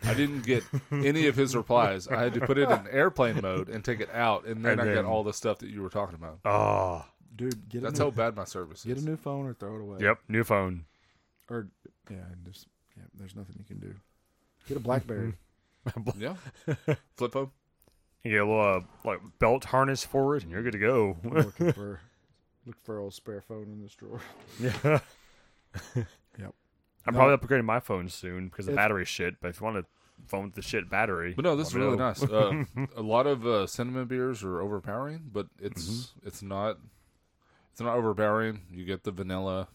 [SPEAKER 3] I didn't get any of his replies. I had to put it in airplane mode and take it out, and then
[SPEAKER 1] And
[SPEAKER 3] I
[SPEAKER 1] then-
[SPEAKER 3] got all the stuff that you were talking about.
[SPEAKER 1] Oh,
[SPEAKER 2] "Dude, get a
[SPEAKER 3] That's
[SPEAKER 2] new,
[SPEAKER 3] how bad my service
[SPEAKER 2] get a
[SPEAKER 3] is.
[SPEAKER 2] new phone or throw it away."
[SPEAKER 1] yep. New phone.
[SPEAKER 2] Or yeah, and just yeah. There's nothing you can do. Get a BlackBerry.
[SPEAKER 3] Yeah, flip phone.
[SPEAKER 1] You get a little uh, like belt harness for it, and you're good to go.
[SPEAKER 2] I'm looking for look for old spare phone in this drawer.
[SPEAKER 1] yeah.
[SPEAKER 2] Yep.
[SPEAKER 1] I'm
[SPEAKER 2] No.
[SPEAKER 1] probably upgrading my phone soon because the
[SPEAKER 2] It's-
[SPEAKER 1] battery's shit. But if you want to phone with the shit battery.
[SPEAKER 3] But no, this is
[SPEAKER 1] Let me
[SPEAKER 3] really
[SPEAKER 1] know.
[SPEAKER 3] nice. Uh, a lot of uh, cinnamon beers are overpowering, but it's
[SPEAKER 2] Mm-hmm.
[SPEAKER 3] it's not it's not overpowering. You get the vanilla.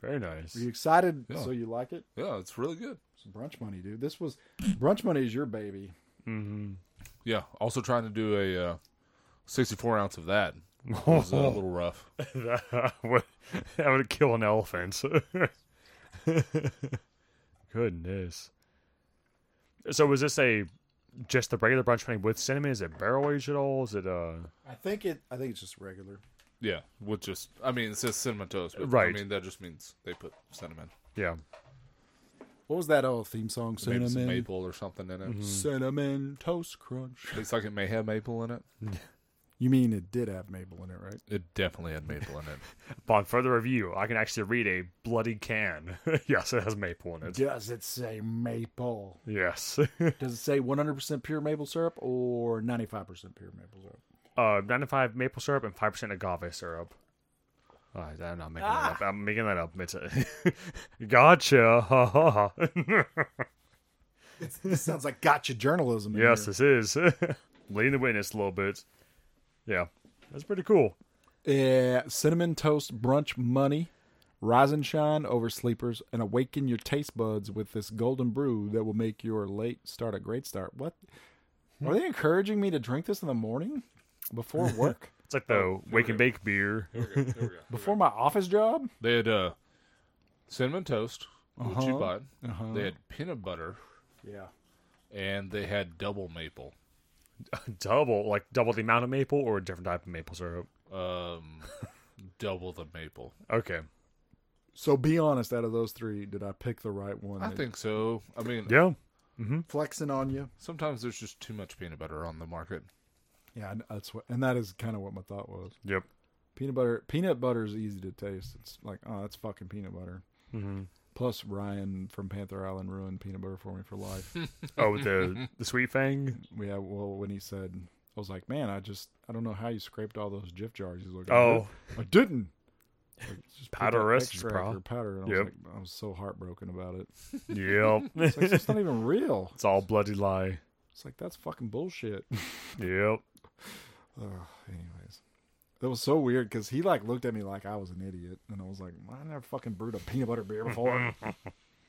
[SPEAKER 1] Very nice.
[SPEAKER 2] Are you excited?
[SPEAKER 3] Yeah.
[SPEAKER 2] So you like it?
[SPEAKER 3] Yeah, it's really good.
[SPEAKER 2] It's brunch money, dude. This was brunch money is your baby.
[SPEAKER 1] Mm-hmm.
[SPEAKER 3] Yeah. Also trying to do a uh, 64 ounce of that was uh, a little rough.
[SPEAKER 1] that, would, that would kill an elephant. Goodness. So was this a just the regular brunch honey with cinnamon? Is it barrel aged at all? Is it uh
[SPEAKER 2] I think it. I think it's just regular.
[SPEAKER 3] Yeah, with just I mean it says cinnamon toast, but I
[SPEAKER 1] Right.
[SPEAKER 3] mean that just means they put cinnamon,
[SPEAKER 1] yeah.
[SPEAKER 2] What was that old theme song?
[SPEAKER 3] maybe some
[SPEAKER 2] Cinnamon, Mm-hmm.
[SPEAKER 3] maple or something in it.
[SPEAKER 2] cinnamon toast crunch.
[SPEAKER 3] Tastes like it may have maple in it.
[SPEAKER 2] You mean it did have maple in it, right?
[SPEAKER 3] It definitely had maple in it.
[SPEAKER 1] Upon further review, I can actually read a bloody can. yes, it has maple in it.
[SPEAKER 2] Does it say maple?
[SPEAKER 1] Yes.
[SPEAKER 2] Does it say 100% pure maple syrup or 95% pure maple syrup?
[SPEAKER 1] uh, nine to five maple syrup and five percent agave syrup. Uh, I'm not making that up. I'm making that up. It's a gotcha. Ha ha ha.
[SPEAKER 2] This sounds like gotcha journalism. in
[SPEAKER 1] yes,
[SPEAKER 2] here.
[SPEAKER 1] this is leading the witness a little bit. Yeah, that's pretty cool.
[SPEAKER 2] Yeah, Eh, cinnamon toast brunch money, rise and shine over sleepers, and awaken your taste buds with this golden brew that will make your late start a great start. What are they encouraging me to drink this in the morning before work,
[SPEAKER 1] It's like the wake and bake beer.
[SPEAKER 2] before my office job?
[SPEAKER 3] They had uh, cinnamon toast, which you
[SPEAKER 2] Uh-huh.
[SPEAKER 3] bought. They had peanut butter,
[SPEAKER 2] Yeah,
[SPEAKER 3] and they had double maple.
[SPEAKER 1] double, like double the amount of maple or a different type of maple syrup.
[SPEAKER 3] Um, double the maple.
[SPEAKER 1] Okay.
[SPEAKER 2] so be honest. Out of those three, did I pick the right one?
[SPEAKER 3] I think so. I mean,
[SPEAKER 1] Yeah.
[SPEAKER 2] flexing on you.
[SPEAKER 3] sometimes there's just too much peanut butter on the market.
[SPEAKER 2] Yeah, and that's what, and that is kind of what my thought was.
[SPEAKER 1] Yep.
[SPEAKER 2] Peanut butter, peanut butter is easy to taste. It's like, oh, that's fucking peanut butter.
[SPEAKER 1] hmm
[SPEAKER 2] Plus, Ryan from Panther Island ruined peanut butter for me for life.
[SPEAKER 1] Oh, with the the sweet fang.
[SPEAKER 2] Yeah, well, when he said, I was like, man, I just, I don't know how you scraped all those Jif jars. He's like,
[SPEAKER 1] Oh,
[SPEAKER 2] I didn't. I didn't. Like, just put
[SPEAKER 1] Powder
[SPEAKER 2] that
[SPEAKER 1] rest is
[SPEAKER 2] extract
[SPEAKER 1] prob-
[SPEAKER 2] or powder. And I, was
[SPEAKER 1] Yep.
[SPEAKER 2] like, I was so heartbroken about it.
[SPEAKER 1] yep.
[SPEAKER 2] It's, like, it's not even real.
[SPEAKER 1] it's all bloody lie.
[SPEAKER 2] It's like, that's fucking bullshit.
[SPEAKER 1] Yep.
[SPEAKER 2] Ugh, anyways, it was so weird because he like looked at me like I was an idiot, and I was like, "Well, I never fucking brewed a peanut butter beer before. I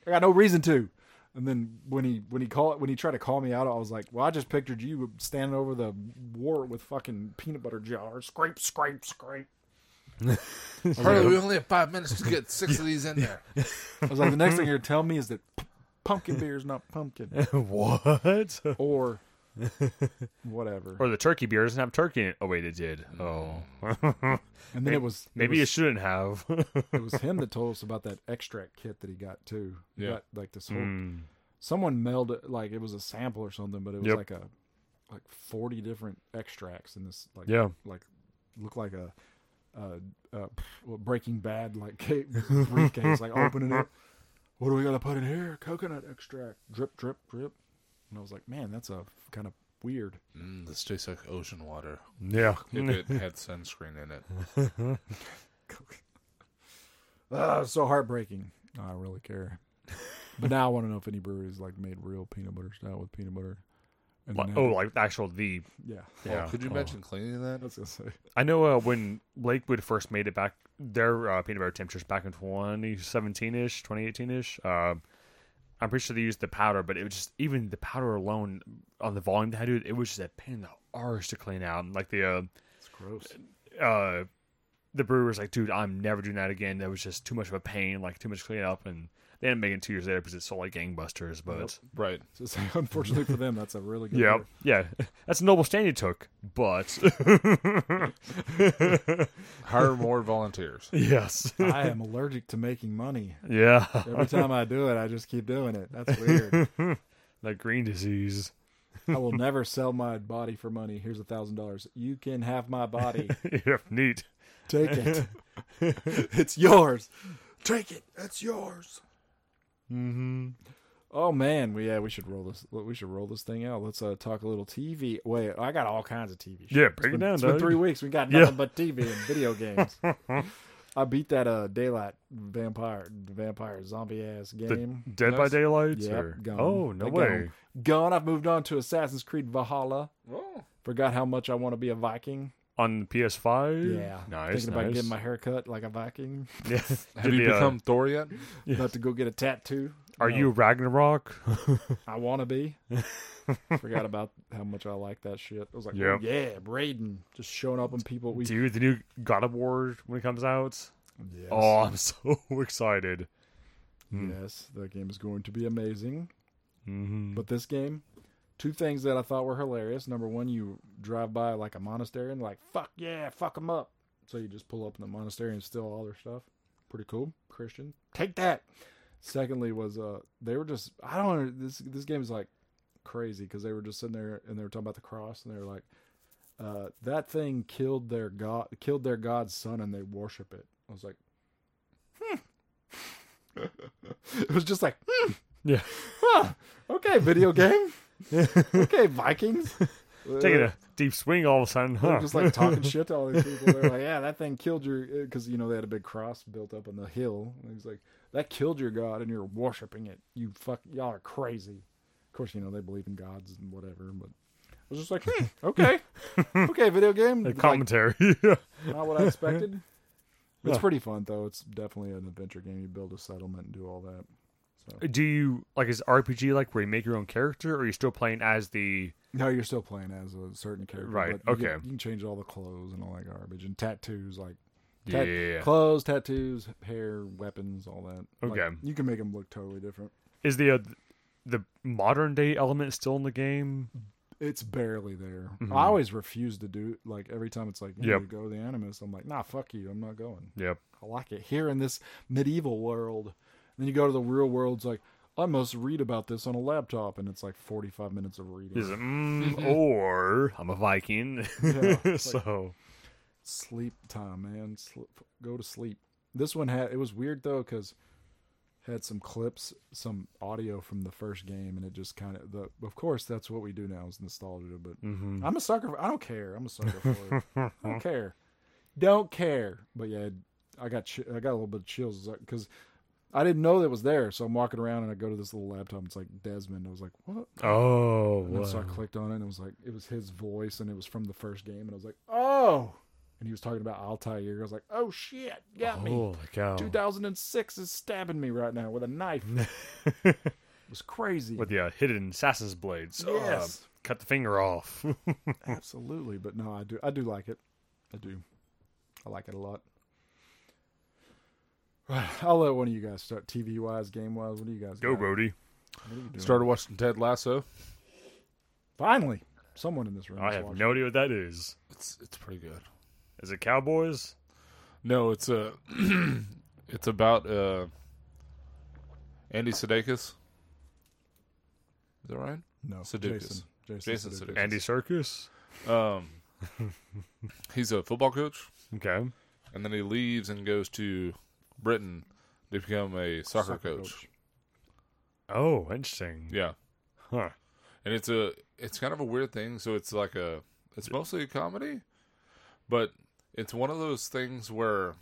[SPEAKER 2] got no reason to. And then when he when he call when he tried to call me out, I was like, well, I just pictured you standing over the war with fucking peanut butter jars, scrape, scrape, scrape.
[SPEAKER 3] Harley, we only have five minutes to get six of these in there.
[SPEAKER 2] I was like, the next thing you're telling me is that p- pumpkin beer is not pumpkin
[SPEAKER 1] what?
[SPEAKER 2] or whatever.
[SPEAKER 1] Or the turkey beer doesn't have turkey in it. Oh wait, it did. Oh,
[SPEAKER 2] And then it was it
[SPEAKER 1] maybe it,
[SPEAKER 2] was-
[SPEAKER 1] shouldn't have.
[SPEAKER 2] it was him that told us about that extract kit that he got too. He
[SPEAKER 3] Yeah.
[SPEAKER 2] got like this
[SPEAKER 1] Mm.
[SPEAKER 2] whole someone mailed it like it was a sample or something, but it was
[SPEAKER 1] Yep.
[SPEAKER 2] like a like forty different extracts in this like
[SPEAKER 1] Yeah.
[SPEAKER 2] like looked like a uh, uh well, Breaking Bad like ca- briefcase like opening it. What are we gonna put in here? Coconut extract, drip, drip, drip. And I was like, man, that's a kind of weird.
[SPEAKER 3] Mm, this tastes like ocean water.
[SPEAKER 1] yeah.
[SPEAKER 3] If it had sunscreen in it.
[SPEAKER 2] Ah, so heartbreaking. I don't really care. But now I want to know if any breweries like made real peanut butter stout with peanut butter. And
[SPEAKER 1] Like-
[SPEAKER 2] then
[SPEAKER 1] oh,
[SPEAKER 2] have-
[SPEAKER 1] like the actual the.
[SPEAKER 2] yeah,
[SPEAKER 1] Yeah.
[SPEAKER 3] Oh, could you
[SPEAKER 1] Oh.
[SPEAKER 3] imagine cleaning that?
[SPEAKER 2] I was gonna say.
[SPEAKER 1] I know uh, when Lakewood first made it back, their uh, peanut butter temperatures back in 2017 ish, 2018 ish. Uh, I'm pretty sure they used the powder, but it was just even the powder alone on the volume they had, dude. It was just a pain in the arse to clean out. And, like the
[SPEAKER 2] It's gross.
[SPEAKER 1] uh, uh, the brewer was like, dude, I'm never doing that again. That was just too much of a pain, like too much clean up, and they ended up making it two years later because it sold like gangbusters. But
[SPEAKER 3] Right.
[SPEAKER 2] So it's like, unfortunately for them, that's a really good.
[SPEAKER 1] Yeah,
[SPEAKER 2] beer.
[SPEAKER 1] yeah. That's a noble stand you took, but
[SPEAKER 3] Hire more volunteers.
[SPEAKER 1] yes,
[SPEAKER 2] I am allergic to making money.
[SPEAKER 1] yeah.
[SPEAKER 2] Every time I do it, I just keep doing it. That's weird.
[SPEAKER 1] That green disease.
[SPEAKER 2] I will never sell my body for money. Here's a thousand dollars. You can have my body.
[SPEAKER 1] yep, neat.
[SPEAKER 2] Take it. it's yours. Take it. It's yours.
[SPEAKER 1] Mm-hmm.
[SPEAKER 2] Oh man, we yeah we should roll this. We should roll this thing out. Let's uh, talk a little TV. Wait, I got all kinds of TV. Shows.
[SPEAKER 1] Yeah, break it
[SPEAKER 2] It's been-
[SPEAKER 1] down,
[SPEAKER 2] It's been
[SPEAKER 1] dog.
[SPEAKER 2] three weeks. We got
[SPEAKER 1] Yeah.
[SPEAKER 2] nothing but TV and video games. I beat that uh daylight vampire vampire zombie ass game.
[SPEAKER 1] Dead by
[SPEAKER 3] Nice.
[SPEAKER 1] Daylight?
[SPEAKER 2] Yep,
[SPEAKER 1] or-
[SPEAKER 2] gone.
[SPEAKER 1] Oh, no
[SPEAKER 2] They
[SPEAKER 1] way.
[SPEAKER 2] Gone. I've moved on to Assassin's Creed Valhalla.
[SPEAKER 3] Oh,
[SPEAKER 2] Forgot how much I want to be a Viking.
[SPEAKER 1] On PS5?
[SPEAKER 2] Yeah,
[SPEAKER 1] Nice.
[SPEAKER 2] thinking about
[SPEAKER 1] nice.
[SPEAKER 2] getting my hair cut like a Viking.
[SPEAKER 1] Yeah.
[SPEAKER 3] have
[SPEAKER 1] Did
[SPEAKER 3] you
[SPEAKER 1] the, uh,
[SPEAKER 3] become Thor yet?
[SPEAKER 2] About to go get a tattoo.
[SPEAKER 1] Are
[SPEAKER 2] No,
[SPEAKER 1] you Ragnarok?
[SPEAKER 2] I want to be. Forgot about how much I like that shit. I was like,
[SPEAKER 1] Yep.
[SPEAKER 2] yeah, Braden, just showing up on people. We
[SPEAKER 1] Dude, the new God of War when it comes out.
[SPEAKER 2] yes,
[SPEAKER 1] Oh, I'm so excited.
[SPEAKER 2] yes, that game is going to be amazing.
[SPEAKER 1] hmm
[SPEAKER 2] But this game, two things that I thought were hilarious. Number one, you drive by like a monastery and like, fuck yeah, fuck them up. So you just pull up in the monastery and steal all their stuff. Pretty cool, Christian. Take that. Secondly, was uh, they were just I don't know this this game is like crazy because they were just sitting there and they were talking about the cross and they were like, uh, that thing killed their god killed their god's son and they worship it. I was like, hmm. it was just like, hmm.
[SPEAKER 1] Yeah.
[SPEAKER 2] Huh. Okay, video game. okay, Vikings.
[SPEAKER 1] Taking a deep swing all of a sudden,
[SPEAKER 2] They're
[SPEAKER 1] huh?
[SPEAKER 2] just like talking shit to all these people. They're like, "Yeah, that thing killed your," because you know they had a big cross built up on the hill. And he's like, "That killed your god, and you're worshiping it. You fuck, y'all are crazy." Of course, you know they believe in gods and whatever. But I was just like, hmm, "Okay, okay, video game."
[SPEAKER 1] The
[SPEAKER 2] Like,
[SPEAKER 1] commentary.
[SPEAKER 2] not what I expected. It's
[SPEAKER 1] Yeah.
[SPEAKER 2] pretty fun though. It's definitely an adventure game. You build a settlement and do all that. So
[SPEAKER 1] Do you like is RPG like where you make your own character, or are you still playing as the?
[SPEAKER 2] No, you're still playing as a certain character.
[SPEAKER 1] Right,
[SPEAKER 2] but you
[SPEAKER 1] okay.
[SPEAKER 2] can- you can change all the clothes and all that garbage and tattoos, like
[SPEAKER 1] Yeah,
[SPEAKER 2] tat-
[SPEAKER 1] yeah, yeah.
[SPEAKER 2] clothes, tattoos, hair, weapons, all that. Like,
[SPEAKER 1] Okay.
[SPEAKER 2] you can make them look totally different.
[SPEAKER 1] Is the uh, the modern day element still in the game?
[SPEAKER 2] Mm-hmm. It's barely there. I always refuse to do like every time it's like, you
[SPEAKER 1] Mm-hmm. Yep.
[SPEAKER 2] know, go to the Animus. I'm like, nah, fuck you. I'm not going.
[SPEAKER 1] Yep.
[SPEAKER 2] I like it here in this medieval world. And then you go to the real world. It's like I must read about this on a laptop, and it's like 45 minutes of reading.
[SPEAKER 1] Is it, mm, or I'm a Viking,
[SPEAKER 2] Mm-hmm. Yeah, it's like-
[SPEAKER 1] so
[SPEAKER 2] sleep time, man. Sleep, go to sleep. This one had it was weird though because had some clips, some audio from the first game, and it just kind of the. Of course, that's what we do now is nostalgia. But
[SPEAKER 1] mhm.
[SPEAKER 2] I'm a sucker. For, I don't care. I'm a sucker for it. I don't care. Don't care. But yeah, I got chi- I got a little bit of chills because. I didn't know that was there, so I'm walking around and I go to this little laptop. It's like Desmond. I was like, "What?"
[SPEAKER 1] oh,
[SPEAKER 2] And then so I
[SPEAKER 1] wow.
[SPEAKER 2] clicked on it and it was like it was his voice and it was from the first game and I was like, oh. And he was talking about Altair. I was like, oh shit, got me.
[SPEAKER 1] holy cow!
[SPEAKER 2] 2006 is stabbing me right now with a knife. It was crazy.
[SPEAKER 1] With the uh, hidden assassin's blades. Uh,
[SPEAKER 2] Yes.
[SPEAKER 1] cut the finger off.
[SPEAKER 2] Absolutely, but no, I do I do like it. I do. I like it a lot. I'll let one of you guys start TV wise, game wise. What do you guys
[SPEAKER 1] Go,
[SPEAKER 2] got?
[SPEAKER 1] Brody.
[SPEAKER 2] What are you doing?
[SPEAKER 3] Started watching Ted Lasso.
[SPEAKER 2] Finally, someone in this room.
[SPEAKER 1] I
[SPEAKER 2] is
[SPEAKER 1] have
[SPEAKER 2] watching.
[SPEAKER 1] no idea what that is.
[SPEAKER 3] It's it's pretty good.
[SPEAKER 1] Is it Cowboys?
[SPEAKER 3] No, it's a it's about uh Andy Sudeikis. Is that right?
[SPEAKER 2] no
[SPEAKER 3] Sudeikis.
[SPEAKER 2] Jason. Jason,
[SPEAKER 3] Jason
[SPEAKER 2] Sudeikis.
[SPEAKER 3] Sudeikis.
[SPEAKER 1] Andy Circus?
[SPEAKER 3] Um, he's a football coach,
[SPEAKER 1] Okay.
[SPEAKER 3] and then he leaves and goes to Britain to become a soccer, coach.
[SPEAKER 1] Oh, interesting.
[SPEAKER 3] Yeah,
[SPEAKER 1] Huh.
[SPEAKER 3] and it's a it's kind of a weird thing. So it's like a it's mostly a comedy, but it's one of those things where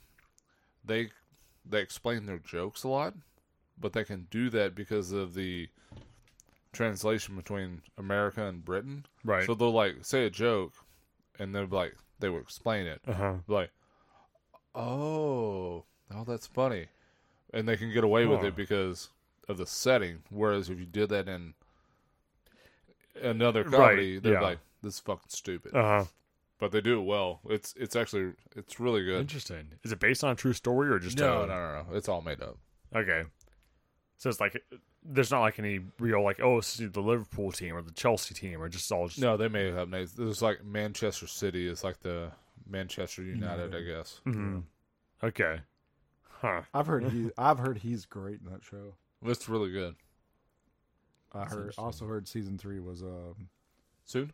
[SPEAKER 3] they they explain their jokes a lot, but they can do that because of the translation between America and Britain.
[SPEAKER 1] Right.
[SPEAKER 3] So they'll like say a joke, and they'll be like they will explain it.
[SPEAKER 1] uh huh.
[SPEAKER 3] like, oh, oh, that's funny, and they can get away with
[SPEAKER 1] Huh.
[SPEAKER 3] it because of the setting. Whereas if you did that in another comedy,
[SPEAKER 1] Right,
[SPEAKER 3] they're
[SPEAKER 1] yeah.
[SPEAKER 3] like, this is fucking stupid.
[SPEAKER 1] Uh huh.
[SPEAKER 3] but they do it well. It's it's actually it's really good.
[SPEAKER 1] Interesting. Is it based on a true story or just
[SPEAKER 3] No,
[SPEAKER 1] a-
[SPEAKER 3] no, no, no. It's all made up.
[SPEAKER 1] Okay. So it's like there's not like any real like oh this is the Liverpool team or the Chelsea team or just all just
[SPEAKER 3] No, they made it up. Nate. There's like Manchester City is like the Manchester United, I guess.
[SPEAKER 1] Mhm. okay. Huh.
[SPEAKER 2] I've heard he I've heard he's great in that show.
[SPEAKER 3] It's really good.
[SPEAKER 2] I heard, also heard season three was um,
[SPEAKER 3] Soon?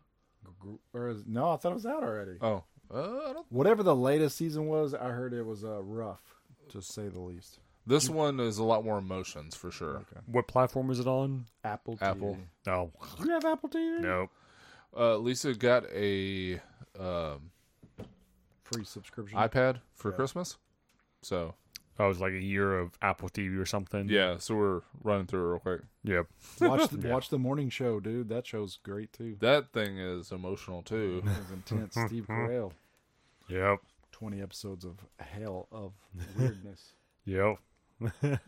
[SPEAKER 2] gr- or is, no, I thought it was out already.
[SPEAKER 3] Oh, uh, I don't.
[SPEAKER 2] Whatever the latest season was, I heard it was uh, rough, to say the least.
[SPEAKER 3] This one is a lot more emotions for sure.
[SPEAKER 1] What platform is it on?
[SPEAKER 2] Apple.
[SPEAKER 3] Apple.
[SPEAKER 2] TV.
[SPEAKER 1] No.
[SPEAKER 2] Do you have Apple TV?
[SPEAKER 1] Nope.
[SPEAKER 3] Uh, Lisa got a um,
[SPEAKER 2] Free subscription.
[SPEAKER 3] iPad for Christmas, So
[SPEAKER 1] Oh, it was like a year of Apple TV or something.
[SPEAKER 3] yeah, so we're running through it real quick.
[SPEAKER 1] Yep.
[SPEAKER 2] Watch the,
[SPEAKER 1] Yeah.
[SPEAKER 2] watch the morning show, dude. That show's great too.
[SPEAKER 3] That thing is emotional too.
[SPEAKER 2] That was intense. Steve Carell,
[SPEAKER 1] Yep.
[SPEAKER 2] twenty episodes of hell of weirdness.
[SPEAKER 1] Yep.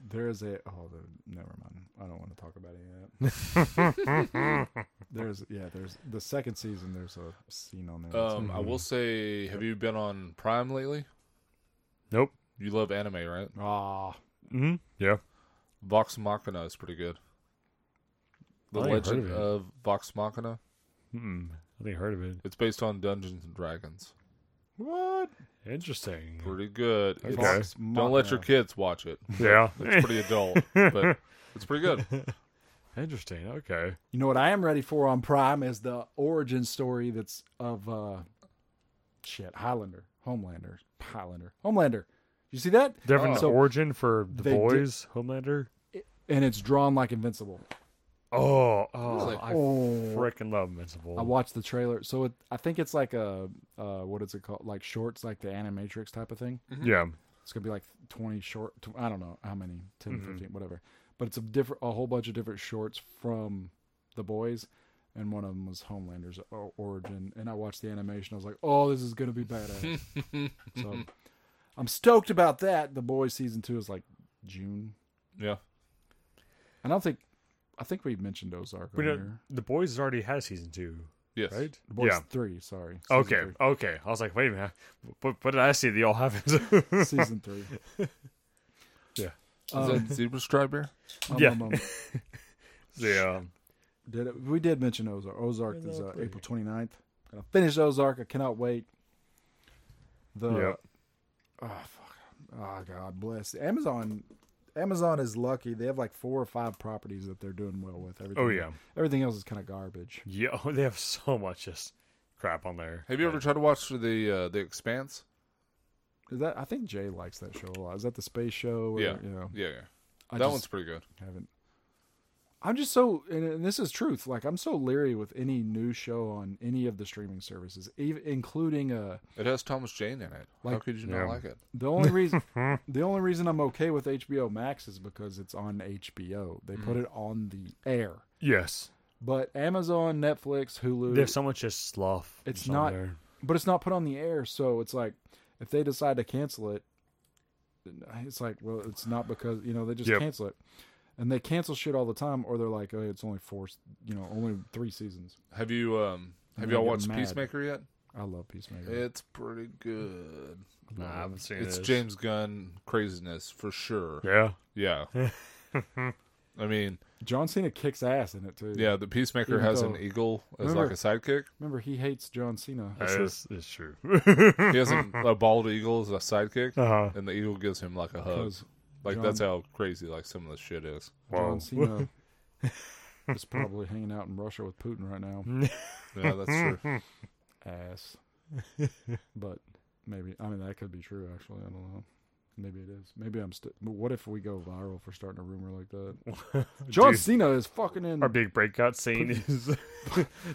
[SPEAKER 2] There is a oh, the, never mind. I don't want to talk about any of that. there's yeah, there's the second season. There's a scene on there. that's-
[SPEAKER 3] Um, I will say, have you been on Prime lately?
[SPEAKER 1] Nope.
[SPEAKER 3] You love anime, right?
[SPEAKER 2] Ah,
[SPEAKER 1] Mm-hmm. Yeah.
[SPEAKER 3] Vox Machina is pretty good. The
[SPEAKER 1] I ain't heard
[SPEAKER 3] Legend
[SPEAKER 1] of
[SPEAKER 3] of,
[SPEAKER 1] it.
[SPEAKER 3] Vox Machina.
[SPEAKER 1] Mm-mm. I think I heard of it.
[SPEAKER 3] It's based on Dungeons and Dragons.
[SPEAKER 2] what?
[SPEAKER 1] Interesting.
[SPEAKER 3] Pretty good.
[SPEAKER 1] Okay.
[SPEAKER 3] It's- Don't let
[SPEAKER 2] uh,
[SPEAKER 3] your kids watch it.
[SPEAKER 1] Yeah.
[SPEAKER 3] It's pretty adult, but it's pretty good.
[SPEAKER 1] Interesting. Okay.
[SPEAKER 2] You know what I am ready for on Prime is the origin story that's of uh shit, Highlander, Homelander, Highlander, Homelander. You see that?
[SPEAKER 1] They have an
[SPEAKER 3] Oh. So
[SPEAKER 1] origin for the
[SPEAKER 2] they did-
[SPEAKER 1] boys, Homelander.
[SPEAKER 2] And it's drawn like Invincible.
[SPEAKER 1] Oh, oh,
[SPEAKER 3] Really?
[SPEAKER 1] I
[SPEAKER 2] Oh.
[SPEAKER 1] freaking love Invincible.
[SPEAKER 2] I watched the trailer. So it, I think it's like a uh what is it called? Like shorts like the Animatrix type of thing.
[SPEAKER 1] yeah.
[SPEAKER 2] It's going to be like 20 short tw- I don't know how many, 10,
[SPEAKER 1] Mm-hmm.
[SPEAKER 2] 15, whatever. But it's a different a whole bunch of different shorts from the boys. And one of them was Homelander's o- origin, and I watched the animation. I was like, "Oh, this is gonna be badass!" so I'm stoked about that. The boys season two is like June,
[SPEAKER 3] Yeah.
[SPEAKER 2] and I don't think I think we mentioned Ozark.
[SPEAKER 1] We
[SPEAKER 2] on
[SPEAKER 1] don't,
[SPEAKER 2] here.
[SPEAKER 1] uh, the boys already had season two,
[SPEAKER 3] Yes.
[SPEAKER 1] right?
[SPEAKER 2] The boys
[SPEAKER 1] yeah.
[SPEAKER 2] three, sorry. Season
[SPEAKER 1] Okay. Okay. I was like, wait a minute. What, what did I see? They all happened.
[SPEAKER 2] three. season three.
[SPEAKER 1] Yeah.
[SPEAKER 3] Is
[SPEAKER 2] Um,
[SPEAKER 3] that Zebra Stripe beer?
[SPEAKER 2] um,
[SPEAKER 1] Yeah.
[SPEAKER 2] um, um,
[SPEAKER 1] yeah.
[SPEAKER 2] Did it, we did mention Ozark. Ozark is uh,
[SPEAKER 1] Ozark.
[SPEAKER 2] April 29th. Gonna finish Ozark. I cannot wait. The
[SPEAKER 1] Yep.
[SPEAKER 2] oh fuck oh god bless Amazon. Amazon is lucky. They have like four or five properties that they're doing well with. Everything,
[SPEAKER 1] Oh yeah.
[SPEAKER 2] everything else is kind of garbage.
[SPEAKER 1] Yeah. Oh, They have so much just crap on there.
[SPEAKER 3] Have you ever
[SPEAKER 1] Like,
[SPEAKER 3] tried to watch the uh, the Expanse?
[SPEAKER 2] Is that I think Jay likes that show a lot. Is that the space show? Or,
[SPEAKER 3] Yeah.
[SPEAKER 2] you know,
[SPEAKER 3] Yeah, yeah.
[SPEAKER 2] I
[SPEAKER 3] that
[SPEAKER 2] just
[SPEAKER 3] one's pretty good.
[SPEAKER 2] haven't. I'm just so, and, and this is truth. Like I'm so leery with any new show on any of the streaming services, even including uh
[SPEAKER 3] It has Thomas Jane in it. How
[SPEAKER 2] Like-
[SPEAKER 3] could you
[SPEAKER 1] Yeah.
[SPEAKER 3] not like it?
[SPEAKER 2] The only reason the only reason I'm okay with HBO Max is because it's on HBO. They put
[SPEAKER 1] Mm.
[SPEAKER 2] it on the air.
[SPEAKER 1] Yes.
[SPEAKER 2] But Amazon, Netflix, Hulu,
[SPEAKER 1] They have so much just slough.
[SPEAKER 2] It's
[SPEAKER 1] just on
[SPEAKER 2] not-
[SPEAKER 1] there.
[SPEAKER 2] but it's not put on the air, so it's like if they decide to cancel it, it's like well, it's not because you know they just
[SPEAKER 1] Yep.
[SPEAKER 2] cancel it, and they cancel shit all the time, or they're like, oh, it's only four, s- you know, only three seasons.
[SPEAKER 3] Have you um have
[SPEAKER 2] I'm
[SPEAKER 3] y'all
[SPEAKER 2] gonna get
[SPEAKER 3] watched
[SPEAKER 2] mad.
[SPEAKER 3] Peacemaker yet?
[SPEAKER 2] I love Peacemaker.
[SPEAKER 3] It's pretty good.
[SPEAKER 1] Nah, I haven't seen
[SPEAKER 3] It's
[SPEAKER 1] this.
[SPEAKER 3] James Gunn craziness for sure.
[SPEAKER 1] Yeah.
[SPEAKER 3] Yeah. I mean,
[SPEAKER 2] John Cena kicks ass in it too.
[SPEAKER 3] yeah, the Peacemaker
[SPEAKER 2] Even
[SPEAKER 3] has
[SPEAKER 2] though-
[SPEAKER 3] an eagle as
[SPEAKER 2] Remember-
[SPEAKER 3] like a sidekick.
[SPEAKER 2] remember he hates John Cena.
[SPEAKER 1] That
[SPEAKER 3] true.
[SPEAKER 1] is, it's true.
[SPEAKER 3] He has an, a bald eagle as a sidekick,
[SPEAKER 1] uh-huh.
[SPEAKER 3] and the eagle gives him like a hug.
[SPEAKER 2] 'Cause
[SPEAKER 3] Like
[SPEAKER 2] John-
[SPEAKER 3] that's how crazy like some of this shit is.
[SPEAKER 1] Whoa.
[SPEAKER 2] John Cena is probably hanging out in Russia with Putin right now.
[SPEAKER 3] Yeah, that's true.
[SPEAKER 2] Ass. But maybe I mean that could be true. Actually, I don't know. Maybe it is. Maybe I'm. St- but what if we go viral for starting a rumor like that? John
[SPEAKER 1] Dude,
[SPEAKER 2] Cena is fucking in
[SPEAKER 1] our big breakout scene is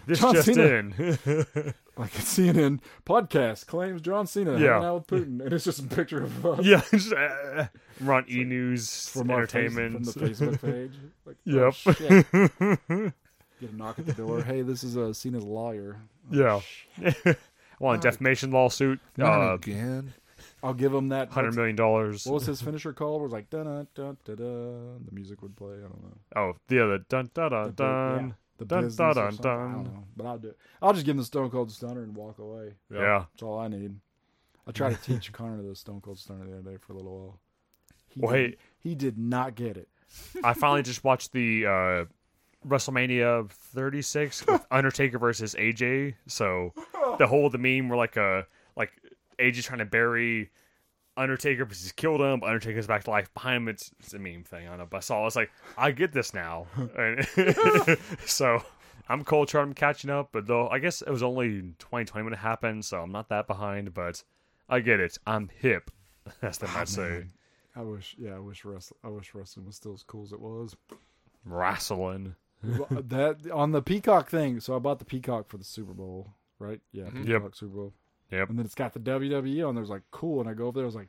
[SPEAKER 1] this
[SPEAKER 2] John
[SPEAKER 1] just
[SPEAKER 2] Cena.
[SPEAKER 1] in.
[SPEAKER 2] like a CNN podcast claims John Cena
[SPEAKER 1] Yeah.
[SPEAKER 2] hanging out with Putin, and it's just a picture of us
[SPEAKER 1] yeah. Just, uh, we're on E News
[SPEAKER 2] from our face-
[SPEAKER 1] Entertainment.
[SPEAKER 2] from the Facebook page. Like,
[SPEAKER 1] Yep.
[SPEAKER 2] oh, shit. Get a knock at the door. Hey, this is uh, Cena's lawyer.
[SPEAKER 1] yeah. well, a defamation lawsuit.
[SPEAKER 3] Not
[SPEAKER 1] Uh,
[SPEAKER 3] again.
[SPEAKER 2] I'll give him that
[SPEAKER 1] hundred million dollars.
[SPEAKER 2] What was his finisher called? It was like dun dun dun dun dun. The music would play. I don't know.
[SPEAKER 1] Oh, the other dun dun dun dun.
[SPEAKER 2] The
[SPEAKER 1] Dun,
[SPEAKER 2] business
[SPEAKER 1] dun,
[SPEAKER 2] or
[SPEAKER 1] dun,
[SPEAKER 2] something. I
[SPEAKER 1] dun.
[SPEAKER 2] don't know. But I'll do. It. I'll just give him the Stone Cold Stunner and walk away.
[SPEAKER 1] Yeah.
[SPEAKER 2] That's all I need. I tried to teach Connor the Stone Cold Stunner the other day for a little while. He
[SPEAKER 1] Well,
[SPEAKER 2] did,
[SPEAKER 1] hey.
[SPEAKER 2] he did not get it.
[SPEAKER 1] I finally just watched the uh, WrestleMania 36 with Undertaker versus AJ. So the whole the meme were like a like AJ trying to bury Undertaker because he's killed him. But Undertaker's back to life behind him. It's, it's a meme thing. I don't know, but I saw. it. I was like, I get this now. And so. I'm cultured. I'm catching up, but though I guess it was only 2020 when it happened, so I'm not that behind. But I get it. I'm hip. That's the I say.
[SPEAKER 2] I wish. Yeah, I wish wrestling. I wish wrestling was still as cool as it was.
[SPEAKER 1] Wrestling.
[SPEAKER 2] Well, uh, that on the Peacock thing. So I bought the Peacock for the Super Bowl.
[SPEAKER 3] Mm-hmm.
[SPEAKER 2] Right? Yeah. Peacock Super Bowl.
[SPEAKER 1] Yep.
[SPEAKER 2] E And then it's got the WWE on. There's like cool. And I go over there. I was like,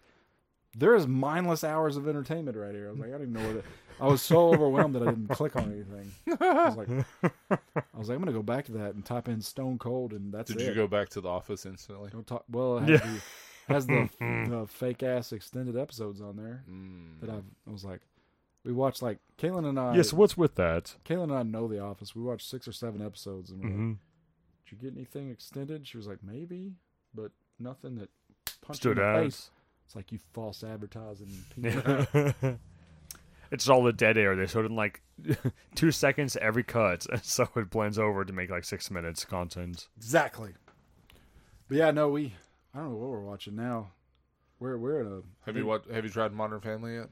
[SPEAKER 2] There is mindless hours of entertainment right here. I was like, I didn't know what. It, I was so overwhelmed that I didn't click on anything. I was like, I was like, I'm gonna go back to that and type in Stone Cold, and that's
[SPEAKER 3] Did
[SPEAKER 2] it.
[SPEAKER 3] you go back to the office instantly?
[SPEAKER 2] Don't talk. Well, it
[SPEAKER 1] Yeah.
[SPEAKER 2] has, the, has the the fake ass extended episodes on there
[SPEAKER 3] Mm.
[SPEAKER 2] that I've, I was like, we watched like Kaylin and I.
[SPEAKER 1] Yes, what's with that?
[SPEAKER 2] Kaylin and I know The Office. We watched six or seven episodes, and we're like,
[SPEAKER 1] hmm
[SPEAKER 2] did you get anything extended? She was like, maybe, but nothing that punched you in
[SPEAKER 1] Stood
[SPEAKER 2] the
[SPEAKER 1] out.
[SPEAKER 2] face. It's like you false advertising. People.
[SPEAKER 1] Yeah. it's all the dead air. They showed in like two seconds every cut, so it blends over to make like six minutes content.
[SPEAKER 2] exactly. But yeah, no, we. I don't know what we're watching now. We're we're in a
[SPEAKER 3] Have you what? Have you tried Modern Family yet?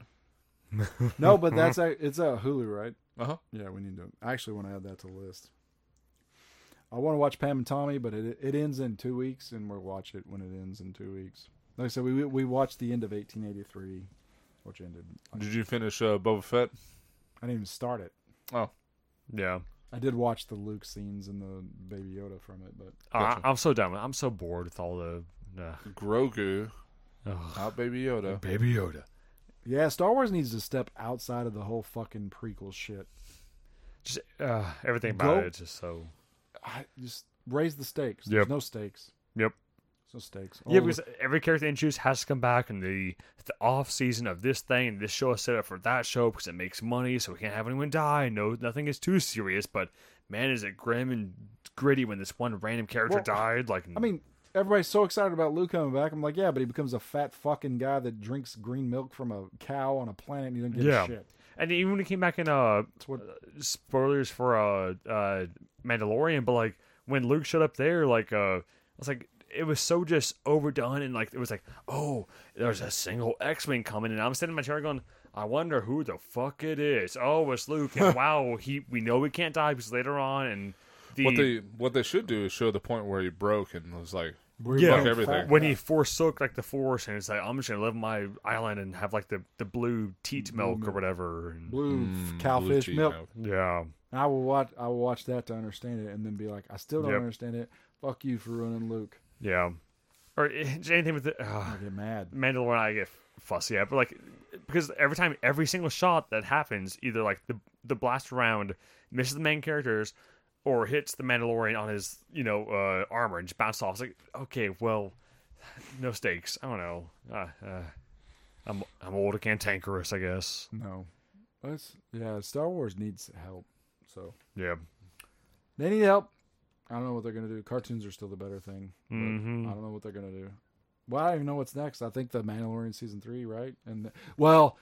[SPEAKER 2] no, but that's a, it's a Hulu, right?
[SPEAKER 3] Uh huh.
[SPEAKER 2] Yeah, we need to. I actually want to add that to the list. I want to watch Pam and Tommy, but it it ends in two weeks, and we'll watch it when it ends in two weeks. Like I said, we we watched the end of 1883, which ended.
[SPEAKER 3] Did you finish uh, Boba Fett?
[SPEAKER 2] I didn't even start it.
[SPEAKER 1] Yeah,
[SPEAKER 2] I did watch the Luke scenes and the Baby Yoda from it, but
[SPEAKER 1] Oh, I-
[SPEAKER 3] Gotcha.
[SPEAKER 1] I'm so done. With, I'm so bored with all the. Uh,
[SPEAKER 3] Grogu, not Baby Yoda.
[SPEAKER 1] Baby Yoda.
[SPEAKER 2] yeah, Star Wars needs to step outside of the whole fucking prequel shit.
[SPEAKER 1] Just uh, everything about
[SPEAKER 2] Go-
[SPEAKER 1] it is just so.
[SPEAKER 2] I just raise the stakes.
[SPEAKER 1] Yep.
[SPEAKER 2] There's no stakes.
[SPEAKER 1] Yep.
[SPEAKER 2] There's no stakes.
[SPEAKER 1] yeah,
[SPEAKER 2] All
[SPEAKER 1] because
[SPEAKER 2] the-
[SPEAKER 1] every character they introduce has to come back in the, the off season of this thing. This show is set up for that show because it makes money, so we can't have anyone die. No, nothing is too serious, but man, is it grim and gritty when this one random character
[SPEAKER 2] Well,
[SPEAKER 1] died. Like,
[SPEAKER 2] I mean, everybody's so excited about Luke coming back. I'm like, yeah, but he becomes a fat fucking guy that drinks green milk from a cow on a planet and he doesn't give
[SPEAKER 1] Yeah.
[SPEAKER 2] a shit.
[SPEAKER 1] and even when he came back in uh,
[SPEAKER 2] That's what
[SPEAKER 1] spoilers for uh, uh Mandalorian, but like when Luke showed up there, like uh, I was like, it was so just overdone, and like it was like, oh, there's a single X wing coming, and I'm sitting in my chair going, I wonder who the fuck it is. Oh, it's Luke, and wow, he we know we can't die because later on, and the,
[SPEAKER 3] What they what they should do is show the point where he broke and was like,
[SPEAKER 2] We're
[SPEAKER 1] Yeah.
[SPEAKER 2] both
[SPEAKER 3] Everything.
[SPEAKER 2] fat
[SPEAKER 1] when
[SPEAKER 2] guys.
[SPEAKER 1] he forsook like the force, and it's like I'm just gonna live on my island and have like the the blue teat milk or whatever. And,
[SPEAKER 2] blue
[SPEAKER 3] mm, blue
[SPEAKER 2] cowfish
[SPEAKER 3] cheese
[SPEAKER 2] milk.
[SPEAKER 1] yeah,
[SPEAKER 2] I will watch. I will watch that to understand it, and then be like, I still don't
[SPEAKER 1] Yep.
[SPEAKER 2] understand it. Fuck you for ruining Luke.
[SPEAKER 1] yeah, or eh, anything with the.
[SPEAKER 2] I
[SPEAKER 1] Uh,
[SPEAKER 2] get mad.
[SPEAKER 1] Mandalorian, I get fussy at, but like because every time, every single shot that happens, either like the the blast round misses the main characters, or hits the Mandalorian on his you know uh, armor and just bounces off. It's like okay, well, no stakes. I don't know. Uh, uh, I'm I'm old and cantankerous, I guess.
[SPEAKER 2] No, that's yeah. Star Wars needs help, so
[SPEAKER 1] Yeah.
[SPEAKER 2] they need help. I don't know what they're gonna do. Cartoons are still the better thing. but
[SPEAKER 1] Mhm.
[SPEAKER 2] I don't know what they're gonna do. Well, I don't even know what's next. I think the Mandalorian season three, right? And the, well,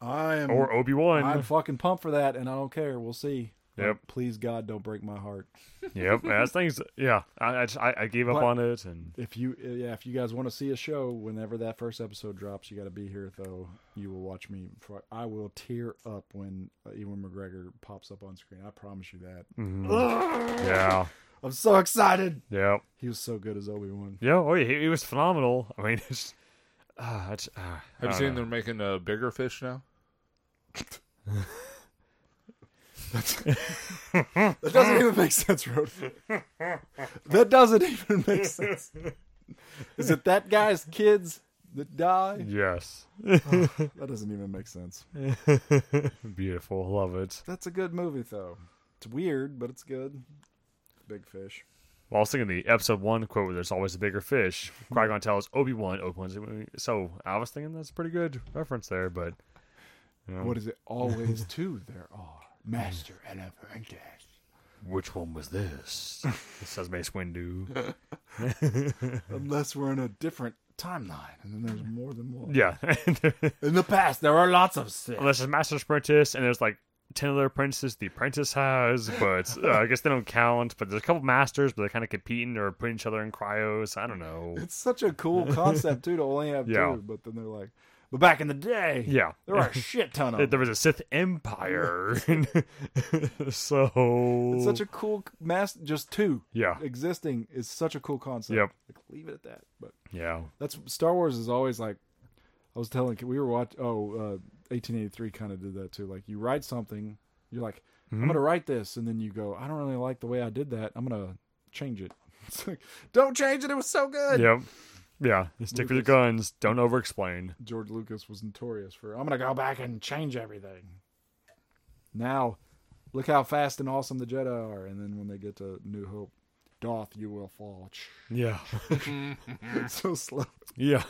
[SPEAKER 2] I am.
[SPEAKER 1] Mm-hmm. Or Obi
[SPEAKER 2] I'm
[SPEAKER 1] Wan.
[SPEAKER 2] fucking pumped for that, and I don't care. We'll see.
[SPEAKER 1] Yep.
[SPEAKER 2] Like, please, God, don't break my heart.
[SPEAKER 1] yep. That's things. Yeah. I I, just, I, I gave up
[SPEAKER 2] But-
[SPEAKER 1] on it, and
[SPEAKER 2] If you, yeah, if you guys want to see a show, whenever that first episode drops, you got to be here. Though you will watch me. For, I will tear up when uh, Ewan McGregor pops up on screen. I promise you that.
[SPEAKER 1] mm-hmm. yeah.
[SPEAKER 2] I'm so excited.
[SPEAKER 1] Yep.
[SPEAKER 2] He was so good as Obi Wan.
[SPEAKER 1] Yeah. Oh, yeah. He, he was phenomenal. I mean, it's. Uh, it's uh,
[SPEAKER 3] Have you seen they're making a bigger fish now?
[SPEAKER 2] That doesn't even make sense, Rod. that doesn't even make sense. Is it that guy's kids that die?
[SPEAKER 1] Yes.
[SPEAKER 2] That doesn't even make sense.
[SPEAKER 1] Beautiful. Love it.
[SPEAKER 2] That's a good movie, though. It's weird, but it's good. Big fish.
[SPEAKER 1] Well, I was thinking the episode one quote where there's always a bigger fish.
[SPEAKER 3] Hmm.
[SPEAKER 1] Qui Gon tells Obi Wan, Obi Wan's. So I was thinking that's a pretty good reference there, but. you know,
[SPEAKER 2] What is it? Always two there are. Master and apprentice.
[SPEAKER 1] Which one was this? It says Mace Windu.
[SPEAKER 2] Unless we're in a different timeline, and then there's more than one.
[SPEAKER 1] yeah.
[SPEAKER 2] In the past, there are lots of six.
[SPEAKER 1] Unless it's Master Apprentice, and there's like 10 other apprentices the apprentice has, but uh, I guess they don't count. But there's a couple masters, but they're kind of competing or putting each other in cryos. I don't know.
[SPEAKER 2] It's such a cool concept too to only have
[SPEAKER 1] Yeah.
[SPEAKER 2] two, but then they're like, but back in the day,
[SPEAKER 1] Yeah.
[SPEAKER 2] there were a shit ton of
[SPEAKER 1] There
[SPEAKER 2] them.
[SPEAKER 1] was a Sith Empire. so.
[SPEAKER 2] It's such a cool mass. Just two
[SPEAKER 1] Yeah.
[SPEAKER 2] existing is such a cool concept.
[SPEAKER 1] Yep.
[SPEAKER 2] Like, leave it at that. But
[SPEAKER 1] Yeah.
[SPEAKER 2] that's Star Wars is always like. I was telling we were watching. Oh, uh, 1883 kind of did that too. Like you write something, you're like, I'm gonna write this, and then you go, I don't really like the way I did that. I'm gonna change it. It's like, don't change it. It was so good.
[SPEAKER 1] Yep. Yeah, stick with your
[SPEAKER 2] Lucas.
[SPEAKER 1] guns. Don't over-explain.
[SPEAKER 2] George Lucas was notorious for. I'm gonna go back and change everything. Now, look how fast and awesome the Jedi are, and then when they get to New Hope, Doth you will fall.
[SPEAKER 1] Yeah,
[SPEAKER 2] so slow.
[SPEAKER 1] yeah.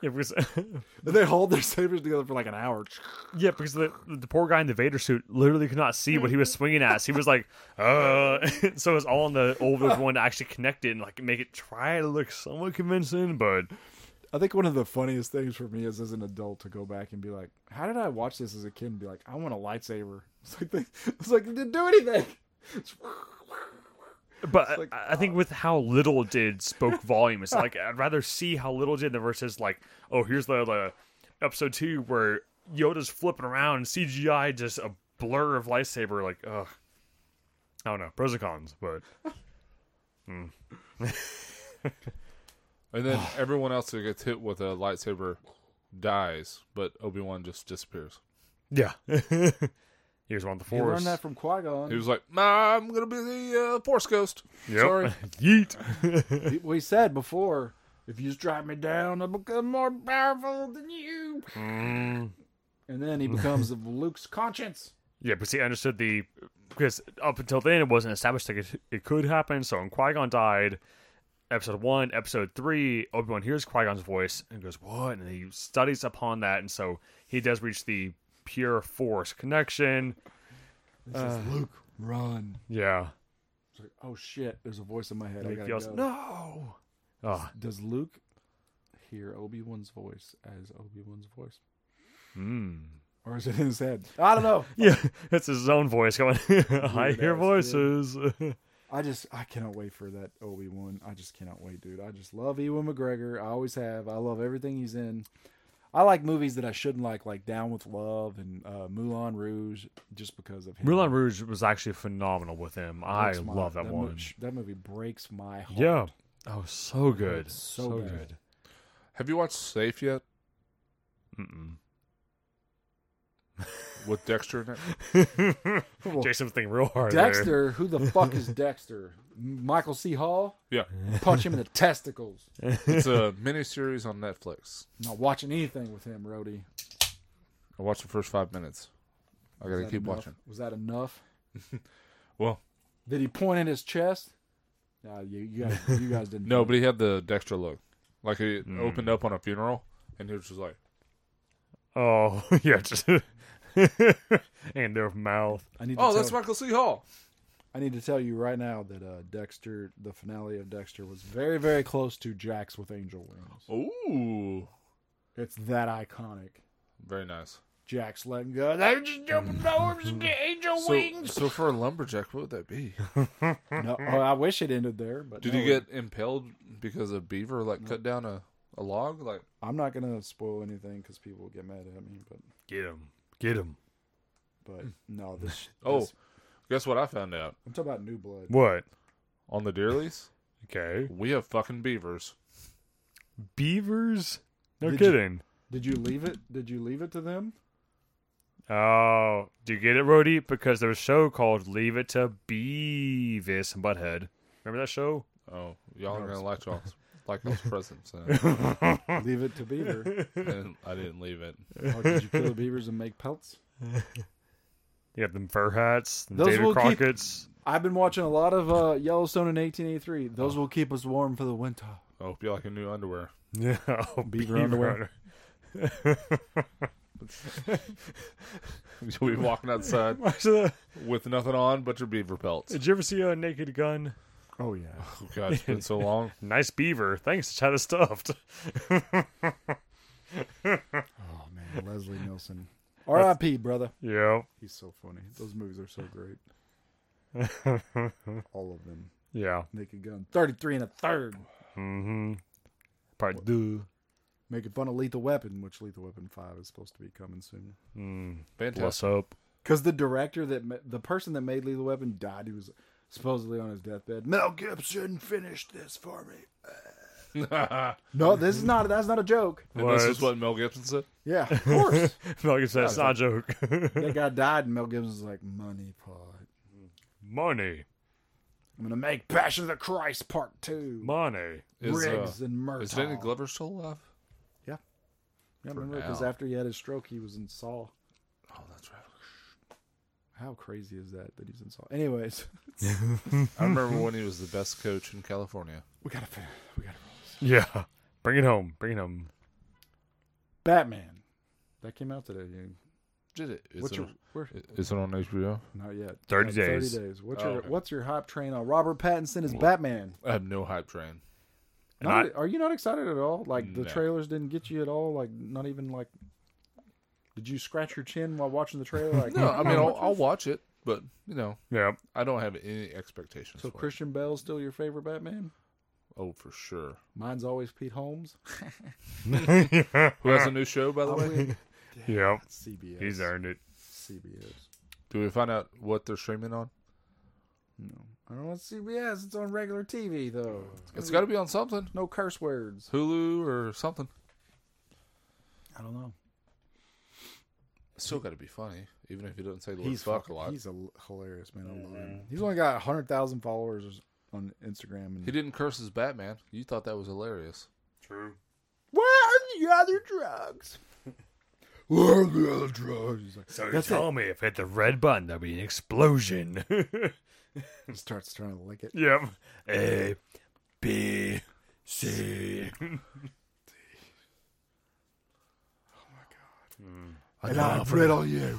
[SPEAKER 1] Yeah, because,
[SPEAKER 2] And they hold their sabers together for like an hour.
[SPEAKER 1] yeah, because the, the poor guy in the Vader suit literally could not see what he was swinging at. So he was like, uh. so it was all on the old one to actually connect it and like make it try to look somewhat convincing, but
[SPEAKER 2] I think one of the funniest things for me is as an adult to go back and be like, "How did I watch this as a kid?" and be like, "I want a lightsaber." It's like they, it's like it didn't do anything.
[SPEAKER 1] But
[SPEAKER 2] like, uh,
[SPEAKER 1] I, I think with how little it did spoke volume. It's like I'd rather see how little it did than versus like, oh, here's the, the episode two where Yoda's flipping around and CGI just a blur of lightsaber. Like, ugh. I don't know pros and cons, but
[SPEAKER 3] And then everyone else that gets hit with a lightsaber dies, but Obi Wan just disappears.
[SPEAKER 1] yeah. Here's one with the
[SPEAKER 2] You
[SPEAKER 1] force.
[SPEAKER 2] learned that from Qui Gon.
[SPEAKER 3] He was like, nah, "I'm gonna be the uh, Force Ghost."
[SPEAKER 1] Yep.
[SPEAKER 3] Sorry.
[SPEAKER 1] Yeet.
[SPEAKER 2] He- we said before, if you strike me down, I'll become more powerful than you.
[SPEAKER 1] Mm.
[SPEAKER 2] And then he becomes of Luke's conscience.
[SPEAKER 1] Yeah, because he understood the because up until then it wasn't established that it, it could happen. So when Qui Gon died, episode one, episode three, Obi Wan hears Qui Gon's voice and goes, "What?" And he studies upon that, and so he does reach the pure Force connection.
[SPEAKER 2] This
[SPEAKER 1] Uh.
[SPEAKER 2] is Luke, run.
[SPEAKER 1] Yeah,
[SPEAKER 2] It's like, oh shit, there's a voice in my head. I
[SPEAKER 1] Luke
[SPEAKER 2] gotta
[SPEAKER 1] yells,
[SPEAKER 2] go.
[SPEAKER 1] "No!" Oh,
[SPEAKER 2] Does Luke hear Obi Wan's voice as Obi Wan's voice?
[SPEAKER 1] mm.
[SPEAKER 2] Or is it in his head? I don't know.
[SPEAKER 1] yeah, it's his own voice going. I
[SPEAKER 2] Weird
[SPEAKER 1] hear
[SPEAKER 2] ass
[SPEAKER 1] voices.
[SPEAKER 2] I just, I cannot wait for that Obi Wan. I just cannot wait, dude. I just love Ewan McGregor. I always have. I love everything he's in. I like movies that I shouldn't like, like Down with Love and uh, Moulin Rouge, just because of him.
[SPEAKER 1] Moulin Rouge was actually phenomenal with him. I
[SPEAKER 2] breaks my-
[SPEAKER 1] love that,
[SPEAKER 2] mo-
[SPEAKER 1] one.
[SPEAKER 2] that movie breaks my heart.
[SPEAKER 1] yeah, oh, so good,
[SPEAKER 2] It's so, bad.
[SPEAKER 1] good.
[SPEAKER 3] Have you watched Safe yet
[SPEAKER 1] Mm-mm.
[SPEAKER 3] with Dexter in it?
[SPEAKER 2] Well,
[SPEAKER 1] Jason's thinking real hard. There.
[SPEAKER 2] Dexter, who the fuck is Dexter? Michael C. Hall?
[SPEAKER 3] Yeah,
[SPEAKER 2] Punch him in the testicles.
[SPEAKER 3] it's a miniseries on Netflix.
[SPEAKER 2] Not watching anything with him, Rhodey.
[SPEAKER 3] I watched the first five minutes. I
[SPEAKER 2] Was
[SPEAKER 3] gotta
[SPEAKER 2] that
[SPEAKER 3] keep
[SPEAKER 2] enough?
[SPEAKER 3] watching.
[SPEAKER 2] Was that enough?
[SPEAKER 3] Well,
[SPEAKER 2] Did he point at his chest? Nah, you, you guys, you guys didn't.
[SPEAKER 3] no, but he had the Dexter look, like he opened up on a funeral, and he was just like,
[SPEAKER 1] Oh, yeah. Just and their mouth.
[SPEAKER 2] I need. To
[SPEAKER 3] "Oh, that's
[SPEAKER 2] tell,
[SPEAKER 3] Michael C. Hall."
[SPEAKER 2] I need to tell you right now that uh, Dexter, the finale of Dexter, was very, very close to Jax with angel wings.
[SPEAKER 3] Ooh,
[SPEAKER 2] It's that iconic.
[SPEAKER 3] very nice.
[SPEAKER 2] Jax letting go. They just open doors and get angel
[SPEAKER 3] So,
[SPEAKER 2] wings.
[SPEAKER 3] so for a lumberjack, what would that be?
[SPEAKER 2] No, oh, I wish it ended there, but
[SPEAKER 3] Did
[SPEAKER 2] no,
[SPEAKER 3] he get impaled because a beaver like cut down a, a log? Like
[SPEAKER 2] I'm not gonna spoil anything because people will get mad at me, but
[SPEAKER 1] Get him. Get him.
[SPEAKER 2] but no, this.
[SPEAKER 3] Hmm. Oh.
[SPEAKER 2] this-
[SPEAKER 3] guess what I found out
[SPEAKER 2] I'm talking about New Blood.
[SPEAKER 1] What?
[SPEAKER 3] on the deer lease?
[SPEAKER 1] Okay.
[SPEAKER 3] we have fucking beavers.
[SPEAKER 1] Beavers? No
[SPEAKER 2] Did you-
[SPEAKER 1] kidding.
[SPEAKER 2] Did you leave it? Did you leave it to them?
[SPEAKER 1] Oh, do you get it, Rhodey? Because there's a show called Leave It to Beavis and Butthead. Remember that show?
[SPEAKER 3] Oh, y'all are gonna like y'all like y'all's presents. So. Hmm.
[SPEAKER 2] leave it to Beaver.
[SPEAKER 3] and I didn't leave it.
[SPEAKER 2] Or did you kill the beavers and make pelts?
[SPEAKER 1] You have them fur hats, them
[SPEAKER 2] Those
[SPEAKER 1] David
[SPEAKER 2] will keep-
[SPEAKER 1] Crockett's.
[SPEAKER 2] I've been watching a lot of uh, Yellowstone in 1883. Those will keep us warm for the winter.
[SPEAKER 3] I hope you like your new underwear.
[SPEAKER 1] Yeah. Oh,
[SPEAKER 2] Beaver underwear.
[SPEAKER 3] You'll be walking outside
[SPEAKER 1] underwear.
[SPEAKER 3] with nothing on but your beaver pelts.
[SPEAKER 1] Did you ever see a naked gun?
[SPEAKER 2] Oh yeah.
[SPEAKER 3] Oh God, it's been so long.
[SPEAKER 1] Nice beaver. Thanks, it's had it stuffed.
[SPEAKER 2] Oh man, Leslie Nielsen. R.I.P. brother.
[SPEAKER 1] Yeah.
[SPEAKER 2] He's so funny. Those movies are so great. All of them.
[SPEAKER 1] Yeah.
[SPEAKER 2] Naked Gun. 33 and a third.
[SPEAKER 1] Mm-hmm. Part two.
[SPEAKER 2] Making fun of Lethal Weapon, which Lethal Weapon 5 is supposed to be coming soon.
[SPEAKER 1] Mm,
[SPEAKER 3] Fantastic.
[SPEAKER 1] bless up.
[SPEAKER 2] Because the director that, ma- the person that made Lethal Weapon died. He was supposedly on his deathbed. Mel Gibson finished this for me. No, this is not, that's not a joke.
[SPEAKER 3] and this is
[SPEAKER 1] What?
[SPEAKER 3] what Mel Gibson said.
[SPEAKER 2] Yeah, of course.
[SPEAKER 1] Like I said, it's not a joke.
[SPEAKER 2] that guy died, and Mel Gibson's like, money pot.
[SPEAKER 1] Money.
[SPEAKER 2] I'm gonna make Passion of the Christ Part Two.
[SPEAKER 1] Money.
[SPEAKER 3] Is, uh,
[SPEAKER 2] Riggs and Murtaugh.
[SPEAKER 3] is Danny Glover still alive?
[SPEAKER 2] Yeah,
[SPEAKER 3] for
[SPEAKER 2] remember because
[SPEAKER 3] now.
[SPEAKER 2] after he had his stroke, he was in Saw.
[SPEAKER 3] Oh, that's right.
[SPEAKER 2] How crazy is that that he's in Saw? Anyways,
[SPEAKER 3] I remember when he was the best coach in California.
[SPEAKER 2] we gotta fin- we gotta roll this.
[SPEAKER 1] Yeah. Bring it home. Bring it home.
[SPEAKER 2] Batman. That came out today. dude.
[SPEAKER 3] Did it? Is,
[SPEAKER 2] What's
[SPEAKER 3] it,
[SPEAKER 2] your where,
[SPEAKER 3] is it on HBO?
[SPEAKER 2] not yet?
[SPEAKER 1] 30
[SPEAKER 2] Got
[SPEAKER 1] days.
[SPEAKER 2] Thirty days. What's
[SPEAKER 3] Oh,
[SPEAKER 2] your
[SPEAKER 3] okay.
[SPEAKER 2] What's your hype train on Robert Pattinson as Batman?
[SPEAKER 3] I have no hype train.
[SPEAKER 1] And
[SPEAKER 2] Not-
[SPEAKER 1] I-
[SPEAKER 2] are you not excited at all? Like the
[SPEAKER 3] No.
[SPEAKER 2] trailers didn't get you at all. Like not even like. Did you scratch your chin while watching the trailer? Like,
[SPEAKER 3] No, I
[SPEAKER 2] "Hmm,
[SPEAKER 3] mean, I'll,
[SPEAKER 2] what's
[SPEAKER 3] I'll
[SPEAKER 2] this?"
[SPEAKER 3] watch it, but, you know,
[SPEAKER 1] Yeah.
[SPEAKER 3] I don't have any expectations.
[SPEAKER 2] So
[SPEAKER 3] for it.
[SPEAKER 2] Christian Bale's still your favorite Batman?
[SPEAKER 3] Oh, for sure.
[SPEAKER 2] Mine's always Pete Holmes.
[SPEAKER 3] Who has a new show, by the way?
[SPEAKER 1] Yep.
[SPEAKER 2] CBS.
[SPEAKER 1] He's earned it.
[SPEAKER 2] CBS.
[SPEAKER 3] Do we find out what they're streaming on?
[SPEAKER 2] No, I don't want CBS. It's on regular TV though.
[SPEAKER 3] It's got to be on something.
[SPEAKER 2] no curse words.
[SPEAKER 3] Hulu or something.
[SPEAKER 2] I don't know.
[SPEAKER 3] It's still got to be funny, even if you don't say the word
[SPEAKER 2] He's
[SPEAKER 3] fuck a lot. Mm-hmm.
[SPEAKER 2] He's a l- hilarious man. I love him. He's only got hundred thousand followers on Instagram. And
[SPEAKER 3] He didn't curse his Batman. You thought that was hilarious.
[SPEAKER 1] True.
[SPEAKER 2] Where are the other drugs? Where are the other drugs? He's like,
[SPEAKER 1] So
[SPEAKER 2] That's
[SPEAKER 1] you tell me if I hit the red button, there'll be an explosion.
[SPEAKER 2] he starts trying to lick it.
[SPEAKER 1] yep. A, B, C.
[SPEAKER 3] I
[SPEAKER 2] And I riddle you.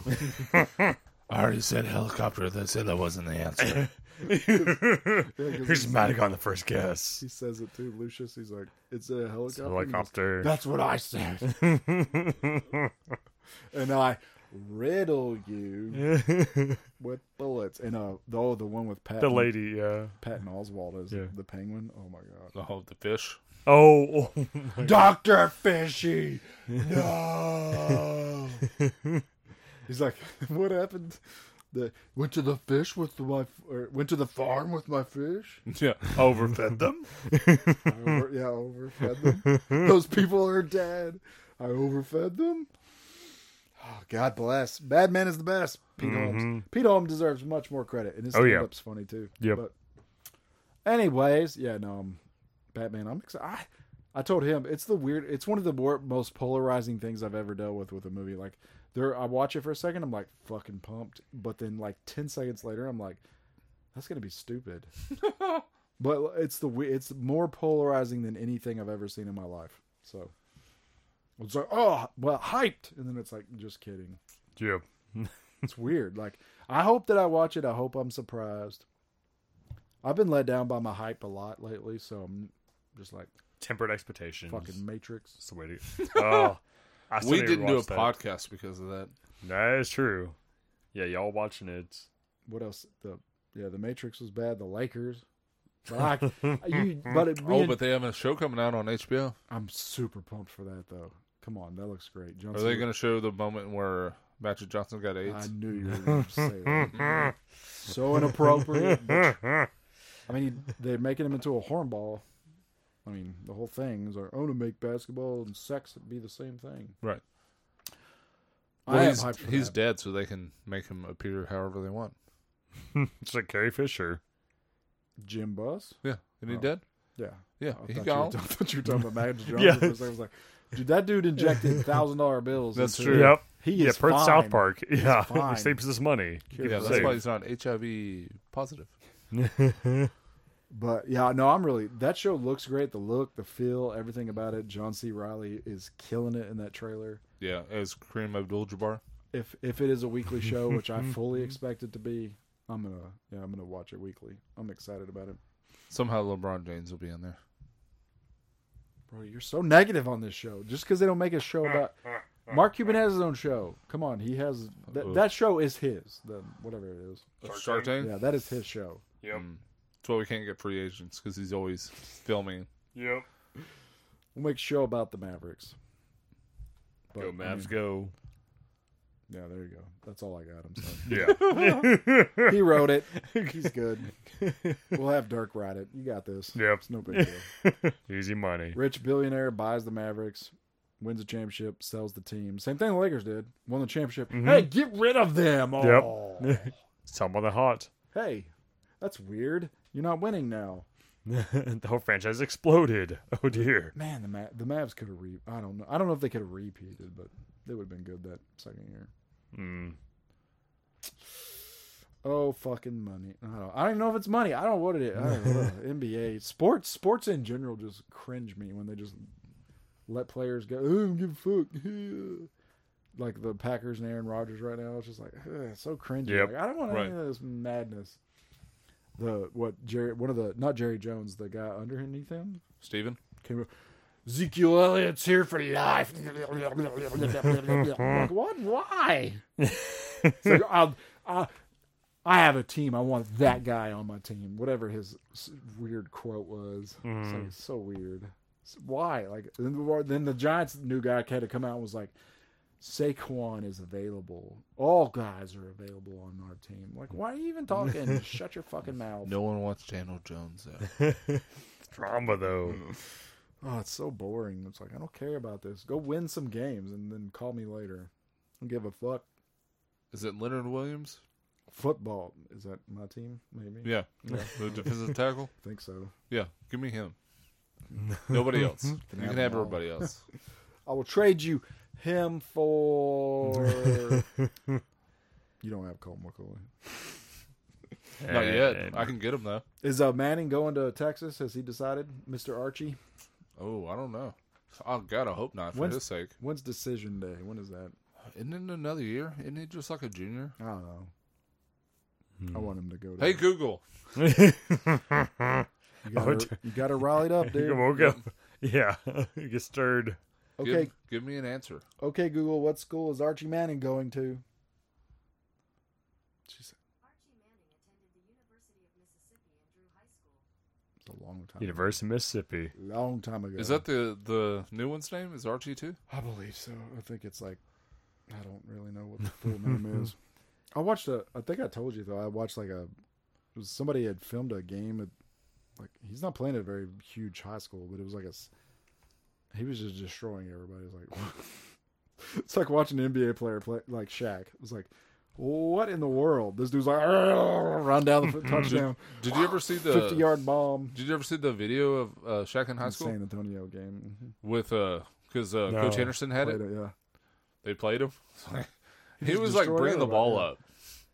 [SPEAKER 3] I already said helicopter. They said that wasn't the answer.
[SPEAKER 1] Who's Matic on the first guess?
[SPEAKER 2] He says it too, Lucius. He's like, it's a helicopter. He goes,
[SPEAKER 1] Helicopter.
[SPEAKER 2] That's what I said. and I riddle you
[SPEAKER 1] the
[SPEAKER 2] with bullets. And uh, the, oh, the one with Pat
[SPEAKER 1] lady, yeah.
[SPEAKER 2] Patton Oswald as
[SPEAKER 1] Yeah.
[SPEAKER 2] the penguin. Oh my god.
[SPEAKER 3] oh, the fish.
[SPEAKER 1] Oh, oh
[SPEAKER 2] Dr. Fishy. No. He's like, what happened? The, went to the fish with my, f- or went to the farm with my fish.
[SPEAKER 3] Yeah, overfed them.
[SPEAKER 2] I over, yeah, I overfed them. Those people are dead. I overfed them. Oh, God bless. Bad man is the best. Pete Holmes. Pete Holmes deserves much more credit, and his
[SPEAKER 1] Mm-hmm. Oh, yeah.
[SPEAKER 2] stand-up's funny too.
[SPEAKER 1] Yep.
[SPEAKER 2] But anyways, yeah, no, um, Batman. I'm excited. I, I told him it's the weird. It's one of the more, most polarizing things I've ever dealt with with a movie. Like there, I watch it for a second. I'm like fucking pumped, but then like ten seconds later, I'm like, that's gonna be stupid. But it's the we- it's more polarizing than anything I've ever seen in my life. So it's like, oh, well, hyped, and then it's like, just kidding.
[SPEAKER 1] yeah.
[SPEAKER 2] It's weird. Like, I hope that I watch it. I hope I'm surprised. I've been let down by my hype a lot lately, so I'm just like
[SPEAKER 1] Tempered expectations.
[SPEAKER 2] fucking Matrix.
[SPEAKER 1] That's the way to Oh, I still
[SPEAKER 3] We
[SPEAKER 1] need to
[SPEAKER 3] didn't do a
[SPEAKER 1] watch that.
[SPEAKER 3] podcast because of that.
[SPEAKER 1] That is true. Yeah, y'all watching it.
[SPEAKER 2] What else? The yeah, the Matrix was bad. The Lakers. But I, you, but it,
[SPEAKER 3] Oh, but they have a show coming out on HBO.
[SPEAKER 2] I'm super pumped for that though. Come on, that looks great.
[SPEAKER 3] Are
[SPEAKER 2] Johnson,
[SPEAKER 3] they going to show the moment where Magic Johnson got
[SPEAKER 2] I
[SPEAKER 3] AIDS?
[SPEAKER 2] knew you were going to say that. so inappropriate. but- I mean, he- they're making him into a hornball. I mean, the whole thing is like, oh, to make basketball and sex be the same thing.
[SPEAKER 3] Right.
[SPEAKER 2] I
[SPEAKER 3] Well,
[SPEAKER 2] am
[SPEAKER 3] he's
[SPEAKER 2] hyped for
[SPEAKER 3] he's
[SPEAKER 2] that.
[SPEAKER 3] dead, so they can make him appear however they want.
[SPEAKER 1] It's like Carrie Fisher.
[SPEAKER 2] Jim Buss.
[SPEAKER 3] Yeah, and he
[SPEAKER 2] Oh.
[SPEAKER 3] dead.
[SPEAKER 2] Yeah,
[SPEAKER 3] Yeah,
[SPEAKER 2] I
[SPEAKER 3] he
[SPEAKER 2] thought,
[SPEAKER 3] gone.
[SPEAKER 2] You were, I thought you were talking about Magic Johnson.
[SPEAKER 1] Yeah.
[SPEAKER 2] for a second. I was like, dude, that dude injected thousand dollar bills.
[SPEAKER 3] That's
[SPEAKER 2] into-
[SPEAKER 3] true.
[SPEAKER 1] Yep.
[SPEAKER 2] He
[SPEAKER 1] yeah,
[SPEAKER 2] is
[SPEAKER 1] per
[SPEAKER 2] fine.
[SPEAKER 1] South Park. yeah,
[SPEAKER 2] fine.
[SPEAKER 1] he saves his money.
[SPEAKER 2] Yeah,
[SPEAKER 3] Yeah,
[SPEAKER 1] Keeps it
[SPEAKER 3] that's
[SPEAKER 1] safe.
[SPEAKER 3] why he's not HIV positive.
[SPEAKER 2] But yeah, no, I'm really that show looks great. The look, the feel, everything about it. John C. Riley is killing it in that trailer.
[SPEAKER 3] Yeah, as Kareem Abdul-Jabbar.
[SPEAKER 2] if if it is a weekly show, which I fully
[SPEAKER 1] Mm-hmm.
[SPEAKER 2] expect it to be, I'm gonna yeah, I'm gonna watch it weekly. I'm excited about it.
[SPEAKER 3] Somehow LeBron James will be in there.
[SPEAKER 2] Bro, you're so negative on this show. Just because they don't make a show about Mark Cuban has his own show. Come on, he has that that show is his. The whatever it is.
[SPEAKER 3] Shark Tank.
[SPEAKER 2] Yeah, that is his show.
[SPEAKER 1] Yep.
[SPEAKER 3] Mm. That's why we can't get free agents because he's always filming.
[SPEAKER 1] Yep.
[SPEAKER 2] We'll make a show about the Mavericks. But,
[SPEAKER 1] Go
[SPEAKER 2] I
[SPEAKER 1] Mavs,
[SPEAKER 2] mean,
[SPEAKER 1] go.
[SPEAKER 2] yeah, there you go. That's all I got. I'm sorry.
[SPEAKER 1] Yeah.
[SPEAKER 2] he wrote it. He's good. We'll have Dirk write it. You got this.
[SPEAKER 1] yep.
[SPEAKER 2] It's no big deal.
[SPEAKER 1] Easy money.
[SPEAKER 2] Rich billionaire buys the Mavericks, wins a championship, sells the team. Same thing the Lakers did. Won the championship. Hey, get rid of them all.
[SPEAKER 1] Someone that hot.
[SPEAKER 2] hey, that's weird. You're not winning now.
[SPEAKER 1] the whole franchise exploded. Oh dear.
[SPEAKER 2] Man, the Ma- the Mavs could have re. I don't know. I don't know if they could have repeated, but they would have been good that second year.
[SPEAKER 1] Mm.
[SPEAKER 2] Oh fucking money! I don't, know. I don't even know if it's money. I don't know what it is. I don't know. NBA sports, sports in general, just cringe me when they just let players go. Oh, give a fuck. like the Packers and Aaron Rodgers right now. It's just like ugh, it's so cringy.
[SPEAKER 1] Yep.
[SPEAKER 2] Like, I don't want
[SPEAKER 3] Right.
[SPEAKER 2] any of this madness. The what Jerry? One of the not Jerry Jones, the guy underneath him
[SPEAKER 3] Steven?
[SPEAKER 2] came up. Ezekiel Elliott's here for life. like, what? Why? It's like, I'll, I, I have a team. I want that guy on my team. Whatever his s- weird quote was. It's like, it's so weird. It's- why? Like then the, then the Giants new guy had to come out and was like, Saquon is available. All guys are available on our team. Like, why are you even talking? Shut your fucking mouth.
[SPEAKER 3] No one wants Daniel Jones, though.
[SPEAKER 1] Drama though.
[SPEAKER 2] Oh, it's so boring. It's like I don't care about this. Go win some games and then call me later. I don't give a fuck.
[SPEAKER 3] Is it Leonard Williams?
[SPEAKER 2] Football is that my team? Maybe.
[SPEAKER 3] Yeah. The defensive tackle?
[SPEAKER 2] I think so.
[SPEAKER 3] Yeah. Give me him. Nobody else. You can
[SPEAKER 2] have
[SPEAKER 3] have
[SPEAKER 2] them all.
[SPEAKER 3] everybody else.
[SPEAKER 2] I will trade you him for. you don't have Colt McCoy.
[SPEAKER 3] Not yet. I can get him, though.
[SPEAKER 2] Is uh, Manning going to Texas? Has he decided, Mister Archie?
[SPEAKER 3] Oh, I don't know. Oh, God, I hope not for
[SPEAKER 2] When's-
[SPEAKER 3] his sake.
[SPEAKER 2] When's decision day? When is that?
[SPEAKER 3] Isn't it another year? Isn't he just like a junior?
[SPEAKER 2] I don't know.
[SPEAKER 1] Mm.
[SPEAKER 2] I want him to go. To
[SPEAKER 3] Hmm. Hey, Google.
[SPEAKER 2] you got
[SPEAKER 3] Oh,
[SPEAKER 2] her, you got her rallied up,
[SPEAKER 1] You
[SPEAKER 2] dude.
[SPEAKER 1] woke up. Yeah. you get stirred.
[SPEAKER 2] Okay,
[SPEAKER 3] Give, give me an answer.
[SPEAKER 2] okay, Google. What school is Archie Manning going to? She's
[SPEAKER 4] Archie Manning attended the University of Mississippi and Drew High School.
[SPEAKER 2] It's a long time.
[SPEAKER 1] University of Mississippi.
[SPEAKER 2] Long time ago.
[SPEAKER 3] Is that the the new one's name? Is Archie too?
[SPEAKER 2] I believe so. I think it's like I don't really know what the full name is. I watched a. I think I told you though. I watched like a. It was somebody had filmed a game at, like he's not playing at a very huge high school, but it was like a. s- He was just destroying everybody. It was like, it's like watching an NBA player play like Shaq. It was like, what in the world? This dude's like, run down the f- touchdown,
[SPEAKER 3] Did you ever see the
[SPEAKER 2] fifty yard bomb.
[SPEAKER 3] Did you ever see the video of uh, Shaq in high school
[SPEAKER 2] San Antonio game. Mhm.
[SPEAKER 3] with uh because uh,
[SPEAKER 1] No.
[SPEAKER 3] Coach Henderson had
[SPEAKER 2] Played
[SPEAKER 3] it?
[SPEAKER 2] it, yeah.
[SPEAKER 3] They played him. he
[SPEAKER 2] just
[SPEAKER 3] was like
[SPEAKER 2] destroyed
[SPEAKER 3] bringing the
[SPEAKER 2] everybody,
[SPEAKER 3] ball
[SPEAKER 2] yeah.
[SPEAKER 3] up.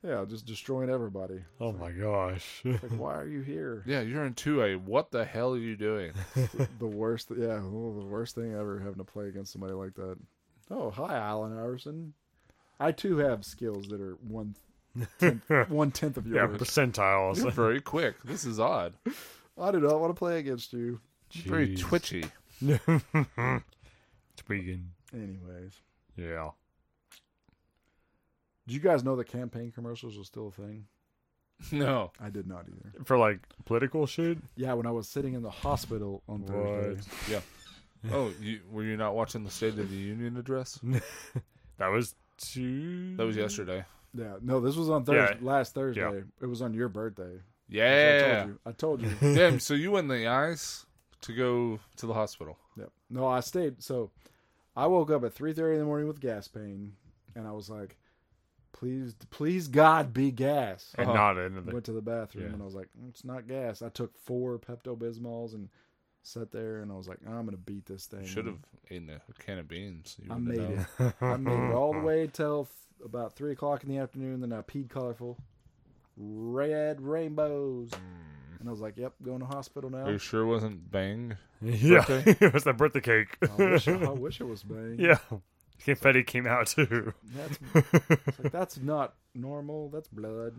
[SPEAKER 2] Yeah, just destroying everybody.
[SPEAKER 1] Oh my gosh.
[SPEAKER 2] Like, why are you here?
[SPEAKER 3] Yeah, you're in two A. What the hell are you doing?
[SPEAKER 2] The worst, yeah, oh, the worst thing ever having to play against somebody like that. Oh, hi, Alan Iverson. I too have skills that are one tenth, one tenth of
[SPEAKER 1] Yeah,
[SPEAKER 2] yours.
[SPEAKER 3] You're
[SPEAKER 1] percentiles.
[SPEAKER 3] very quick. This is odd.
[SPEAKER 2] I do not want to play against you.
[SPEAKER 3] Very
[SPEAKER 1] Jeez.
[SPEAKER 3] twitchy.
[SPEAKER 1] Tweaking.
[SPEAKER 2] Anyways,
[SPEAKER 1] Yeah.
[SPEAKER 2] do you guys know that campaign commercials are still a thing?
[SPEAKER 3] No,
[SPEAKER 2] I did not either.
[SPEAKER 1] For like political shit?
[SPEAKER 2] Yeah, when I was sitting in the hospital on Thursday,
[SPEAKER 1] What?
[SPEAKER 3] yeah. Oh, you, were you not watching the State of the Union address?
[SPEAKER 1] That was two.
[SPEAKER 3] That was yesterday.
[SPEAKER 2] yeah, no, this was on Thursday,
[SPEAKER 1] Yeah.
[SPEAKER 2] last Thursday. It was on your birthday.
[SPEAKER 3] Yeah.
[SPEAKER 2] I told you. I told you.
[SPEAKER 3] Damn. So you went in the ice to go to the hospital.
[SPEAKER 2] Yep. No, I stayed. So I woke up at three thirty in the morning with gas pain, and I was like, "Please, please, God, be gas."
[SPEAKER 1] And
[SPEAKER 3] Uh-huh.
[SPEAKER 1] not another.
[SPEAKER 2] Went to the bathroom
[SPEAKER 1] Yeah.
[SPEAKER 2] and I was like, "Mm, "It's not gas." I took four Pepto Bismols and sat there, and I was like, "I'm gonna beat this thing."
[SPEAKER 3] Should have eaten a can of beans. You
[SPEAKER 2] I
[SPEAKER 3] wouldn't
[SPEAKER 2] made
[SPEAKER 3] have known.
[SPEAKER 2] it. I made it all the way till f- about three o'clock in the afternoon. Then I peed colorful, red rainbows,
[SPEAKER 1] Mm.
[SPEAKER 2] and I was like, "Yep, going to hospital now."
[SPEAKER 3] Are you sure it wasn't Bang?
[SPEAKER 1] Yeah.
[SPEAKER 3] birthday?
[SPEAKER 1] it was the birthday cake.
[SPEAKER 2] I wish, I wish it was bang.
[SPEAKER 1] yeah. Confetti came out too.
[SPEAKER 2] That's it's like, that's not normal. That's blood.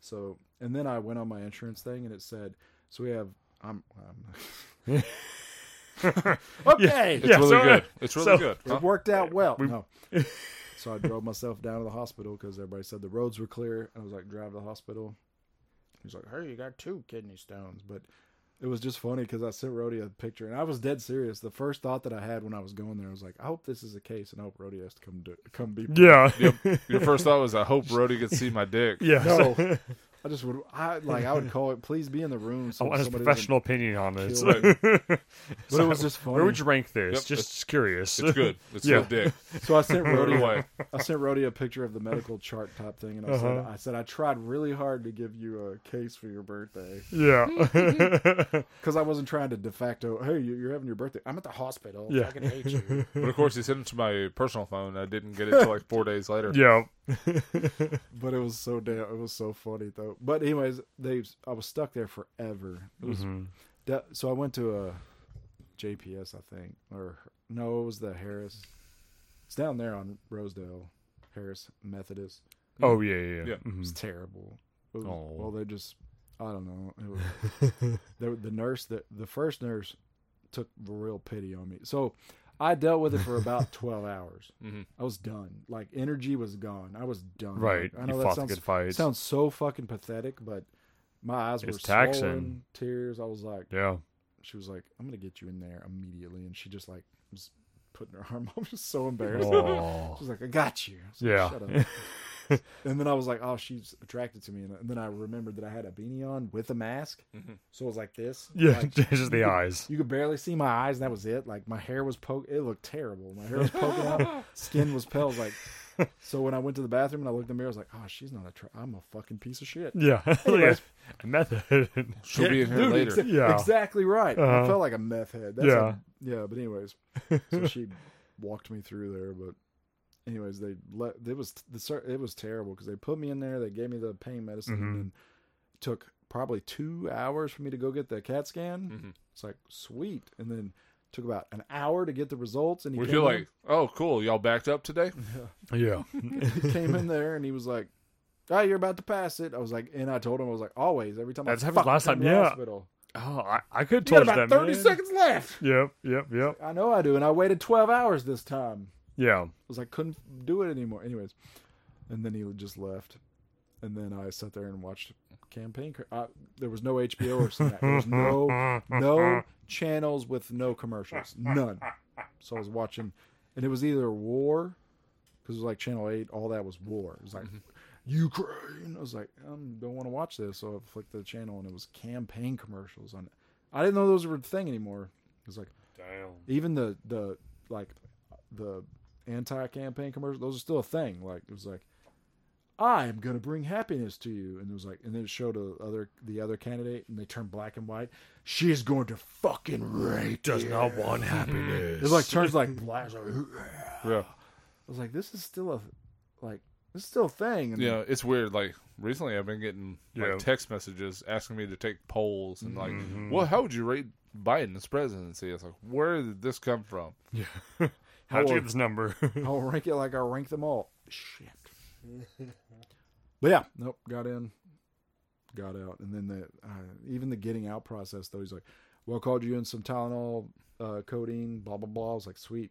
[SPEAKER 2] so, and then I went on my insurance thing, and it said, "So we have." I'm. I'm okay.
[SPEAKER 3] It's
[SPEAKER 1] Yeah,
[SPEAKER 3] really
[SPEAKER 1] so-
[SPEAKER 3] good. It's really
[SPEAKER 1] so-
[SPEAKER 3] good.
[SPEAKER 2] It
[SPEAKER 3] Huh?
[SPEAKER 2] worked out well. No. so I drove myself down to the hospital because everybody said the roads were clear. I was like, drive to the hospital. He's like, hey, you got two kidney stones. But it was just funny because I sent Roddy a picture and I was dead serious. The first thought that I had when I was going there, I was like, I hope this is the case and I hope Roddy has to come do, come be.
[SPEAKER 1] Yeah.
[SPEAKER 3] Your first thought was, I hope Brody could see my dick.
[SPEAKER 1] Yeah.
[SPEAKER 2] No. I just would. I like. I would call it. Please be in the room.
[SPEAKER 1] I
[SPEAKER 2] So
[SPEAKER 1] want Oh, his
[SPEAKER 2] somebody doesn't-"
[SPEAKER 1] professional opinion on this.
[SPEAKER 2] kill
[SPEAKER 3] it.
[SPEAKER 2] But it was just funny.
[SPEAKER 1] Where would you rank this?
[SPEAKER 3] Yep,
[SPEAKER 1] Just curious.
[SPEAKER 3] It's good. It's
[SPEAKER 1] Yeah.
[SPEAKER 3] good dick.
[SPEAKER 2] So I sent
[SPEAKER 3] Throw it
[SPEAKER 2] Roddy.
[SPEAKER 3] away.
[SPEAKER 2] I sent Roddy a picture of the medical chart type thing, and I said,
[SPEAKER 1] Uh-huh.
[SPEAKER 2] "I said I tried really hard to give you a case for your birthday
[SPEAKER 1] Yeah.
[SPEAKER 2] because I wasn't trying to de facto. Hey, you- you're having your birthday. I'm at the hospital.
[SPEAKER 1] Yeah.
[SPEAKER 2] fucking hate you.
[SPEAKER 3] But of course, he sent it to my personal phone. I didn't get it till like four days later.
[SPEAKER 1] yeah.
[SPEAKER 2] But it was so damn. It was so funny though. But anyways, they. I was stuck there forever. It was
[SPEAKER 1] Mhm.
[SPEAKER 2] That, so I went to a JPS, I think, or no, it was the Harris. It's down there on Rosedale, Harris Methodist.
[SPEAKER 1] Oh yeah, yeah.
[SPEAKER 3] Yeah.
[SPEAKER 1] yeah.
[SPEAKER 2] It was
[SPEAKER 1] Mhm.
[SPEAKER 2] terrible. It was-
[SPEAKER 1] Oh.
[SPEAKER 2] Well, they just, I don't know. It was, they, were- the nurse that the first nurse took real pity on me, so I dealt with it for about twelve hours.
[SPEAKER 3] Mhm.
[SPEAKER 2] I was done. Like energy was gone. I was done.
[SPEAKER 1] Right.
[SPEAKER 2] Like, I know
[SPEAKER 1] you
[SPEAKER 2] that
[SPEAKER 1] fought the
[SPEAKER 2] sounds
[SPEAKER 1] good fights.
[SPEAKER 2] sounds so fucking pathetic, but my eyes were
[SPEAKER 1] It's taxing.
[SPEAKER 2] swollen, tears. I was like
[SPEAKER 1] yeah.
[SPEAKER 2] she was like, "I'm gonna get you in there immediately," and she just like was putting her arm. I was so embarrassed.
[SPEAKER 1] Oh.
[SPEAKER 2] She was like, "I got you." I was like,
[SPEAKER 1] Yeah.
[SPEAKER 2] Shut up. and then I was like, "Oh, she's attracted to me," and and then I remembered that I had a beanie on with a mask,
[SPEAKER 3] Mhm.
[SPEAKER 2] so it was like this.
[SPEAKER 1] Yeah.
[SPEAKER 2] Like,
[SPEAKER 1] Just the eyes.
[SPEAKER 2] you could barely see my eyes, and that was it. Like my hair was poke. It looked terrible. My hair was poking out. Skin was pale. I was Like so, when I went to the bathroom and I looked in the mirror, I was like, "Oh, she's not attracted. I'm a fucking piece of shit."
[SPEAKER 1] Yeah. yeah.
[SPEAKER 2] Anyways.
[SPEAKER 1] Method.
[SPEAKER 3] She'll be in here
[SPEAKER 2] Dude,
[SPEAKER 3] later.
[SPEAKER 2] exa-
[SPEAKER 1] Yeah.
[SPEAKER 2] exactly right.
[SPEAKER 1] Uh-huh.
[SPEAKER 2] I felt like a meth head. That's
[SPEAKER 1] Yeah.
[SPEAKER 2] a- yeah. But anyways, so she walked me through there. But anyways, they let it was the sur- it was terrible because they put me in there. They gave me the pain medicine
[SPEAKER 1] Mhm.
[SPEAKER 2] and it took probably two hours for me to go get the CAT scan.
[SPEAKER 3] Mhm.
[SPEAKER 2] It's like sweet, and then took about an hour to get the results. And he
[SPEAKER 3] We
[SPEAKER 2] came
[SPEAKER 3] feel
[SPEAKER 2] in-
[SPEAKER 3] like, oh, cool. Y'all backed up today?
[SPEAKER 1] yeah.
[SPEAKER 2] he came in there and he was like. Oh, you're about to pass it. I was like, and I told him I was like, always every time.
[SPEAKER 1] That's
[SPEAKER 2] I
[SPEAKER 1] happened
[SPEAKER 2] fucking
[SPEAKER 1] last
[SPEAKER 2] come
[SPEAKER 1] time,
[SPEAKER 2] to the
[SPEAKER 1] yeah.
[SPEAKER 2] Hospital.
[SPEAKER 1] Oh, I, I could
[SPEAKER 2] You
[SPEAKER 1] have told
[SPEAKER 2] got
[SPEAKER 1] you
[SPEAKER 2] about
[SPEAKER 1] that.
[SPEAKER 2] thirty
[SPEAKER 1] man.
[SPEAKER 2] seconds left.
[SPEAKER 1] Yep. Yep. Yep.
[SPEAKER 2] I know I do, and I waited 12 hours this time.
[SPEAKER 1] Yeah.
[SPEAKER 2] I was like, couldn't do it anymore. Anyways, and then he just left, and then I sat there and watched campaign. cr- I, there was no HBO or something. There was no no channels with no commercials, none. So I was watching, and it was either war, because it was like Channel Eight. All that was war. It was like. Ukraine. I was like, I don't want to watch this. So I flicked the channel and it was campaign commercials on. I didn't know those were a thing anymore. It was like
[SPEAKER 1] Damn.
[SPEAKER 2] even the the like the anti campaign commercial those are still a thing like it was like i am going to bring happiness to you and it was like and then it showed a other the other candidate and they turned black and white she is going to fucking rape
[SPEAKER 1] Does
[SPEAKER 2] you.
[SPEAKER 1] not want happiness.
[SPEAKER 2] it like turns like black It's like,
[SPEAKER 3] Yeah.
[SPEAKER 2] i was like this is still a like this is still a thing and
[SPEAKER 3] Yeah, it's weird. Like recently, I've been getting
[SPEAKER 1] Yeah. Mm-hmm.
[SPEAKER 3] like text messages asking me to take polls and like, well, how would you rate Biden's presidency? It's like, where did this come from?
[SPEAKER 1] Yeah. How'd you get this number?
[SPEAKER 2] i'll rank it like i rank them all shit but yeah nope got in got out and then the uh, even the getting out process though he's like well called you in some tylenol uh, codeine blah blah blah i was like sweet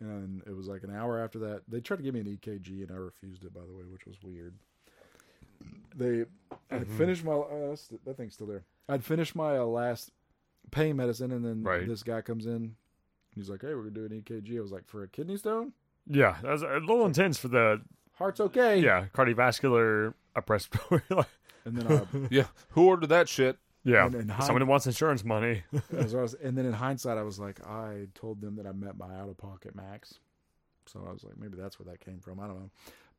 [SPEAKER 2] and it was like an hour after that they tried to give me an ekg and i refused it by the way which was weird they i'd finished my uh, that's- that thing's still there i'd finished my uh, last pain medicine and then
[SPEAKER 1] Right.
[SPEAKER 2] this guy comes in he's like hey we're gonna do an ekg i was like for a kidney stone
[SPEAKER 1] yeah, that was a little intense for the
[SPEAKER 2] heart's okay
[SPEAKER 1] yeah cardiovascular oppressed.
[SPEAKER 2] and then i
[SPEAKER 3] Yeah, who ordered that shit?
[SPEAKER 1] yeah,
[SPEAKER 2] And- and
[SPEAKER 1] someone
[SPEAKER 2] hide-
[SPEAKER 1] who wants insurance money.
[SPEAKER 2] As I was- and then in hindsight, I was like, I told them that I met my out of pocket max. So I was like, maybe that's where that came from. I don't know.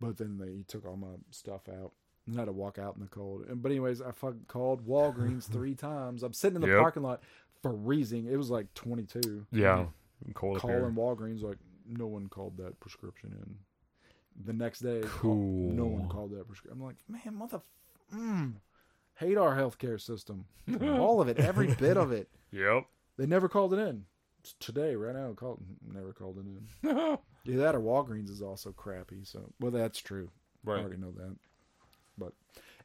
[SPEAKER 2] But then they took all my stuff out. And I had to walk out in the cold. And, but, anyways, I fucking called Walgreens three times. I'm sitting in the
[SPEAKER 1] Yep.
[SPEAKER 2] parking lot freezing. It was like 22.
[SPEAKER 1] Yeah, cold. up here.
[SPEAKER 2] Calling Walgreens, like, no one called that prescription in. The next day, call-
[SPEAKER 1] Cool.
[SPEAKER 2] no one called that prescription. I'm like, man, mother. Mm, hate our healthcare system. all of it, every bit of it.
[SPEAKER 1] Yep.
[SPEAKER 2] They never called it in. It's today, right now, called never called it in. yeah, that or Walgreens is also crappy. So, well, that's true. I
[SPEAKER 3] Right.
[SPEAKER 2] already know that. But,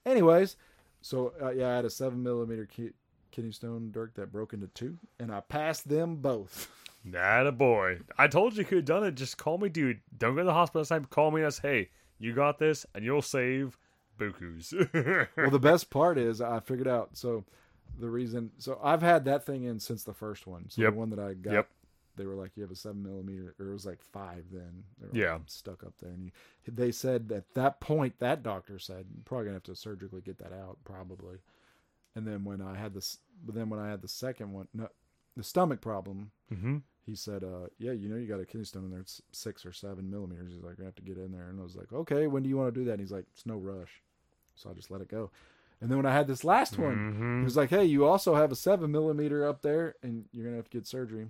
[SPEAKER 2] anyways, so uh, yeah, I had a seven millimeter ki- kidney stone, Dirk, that broke into two, and I passed them both.
[SPEAKER 1] That a boy. I told you you could have done it. Just call me, dude. Don't go to the hospital this time. Call me. and Us. Hey, you got this, and you'll save bukus.
[SPEAKER 2] well, the best part is I figured out. So, the reason, so I've had that thing in since the first one. So
[SPEAKER 1] Yep.
[SPEAKER 2] the one that I got
[SPEAKER 1] Yep.
[SPEAKER 2] they were like, "You have a seven millimeter," or it was like five then. They were like,
[SPEAKER 1] Yeah.
[SPEAKER 2] stuck up there, and you, they said at that point that doctor said "You're probably gonna have to surgically get that out, probably. And then when I had this, but then when I had the second one, no, the stomach problem,
[SPEAKER 1] Mm-hmm.
[SPEAKER 2] he said, uh, "Yeah, you know, you got a kidney stone in there. It's six or seven millimeters." He's like, "I have to get in there." And I was like, "Okay, when do you want to do that?" And he's like, "It's no rush." So I just let it go. And then when I had this last one, he
[SPEAKER 1] Mm-hmm.
[SPEAKER 2] was like, "Hey, you also have a seven millimeter up there, and you're gonna have to get surgery."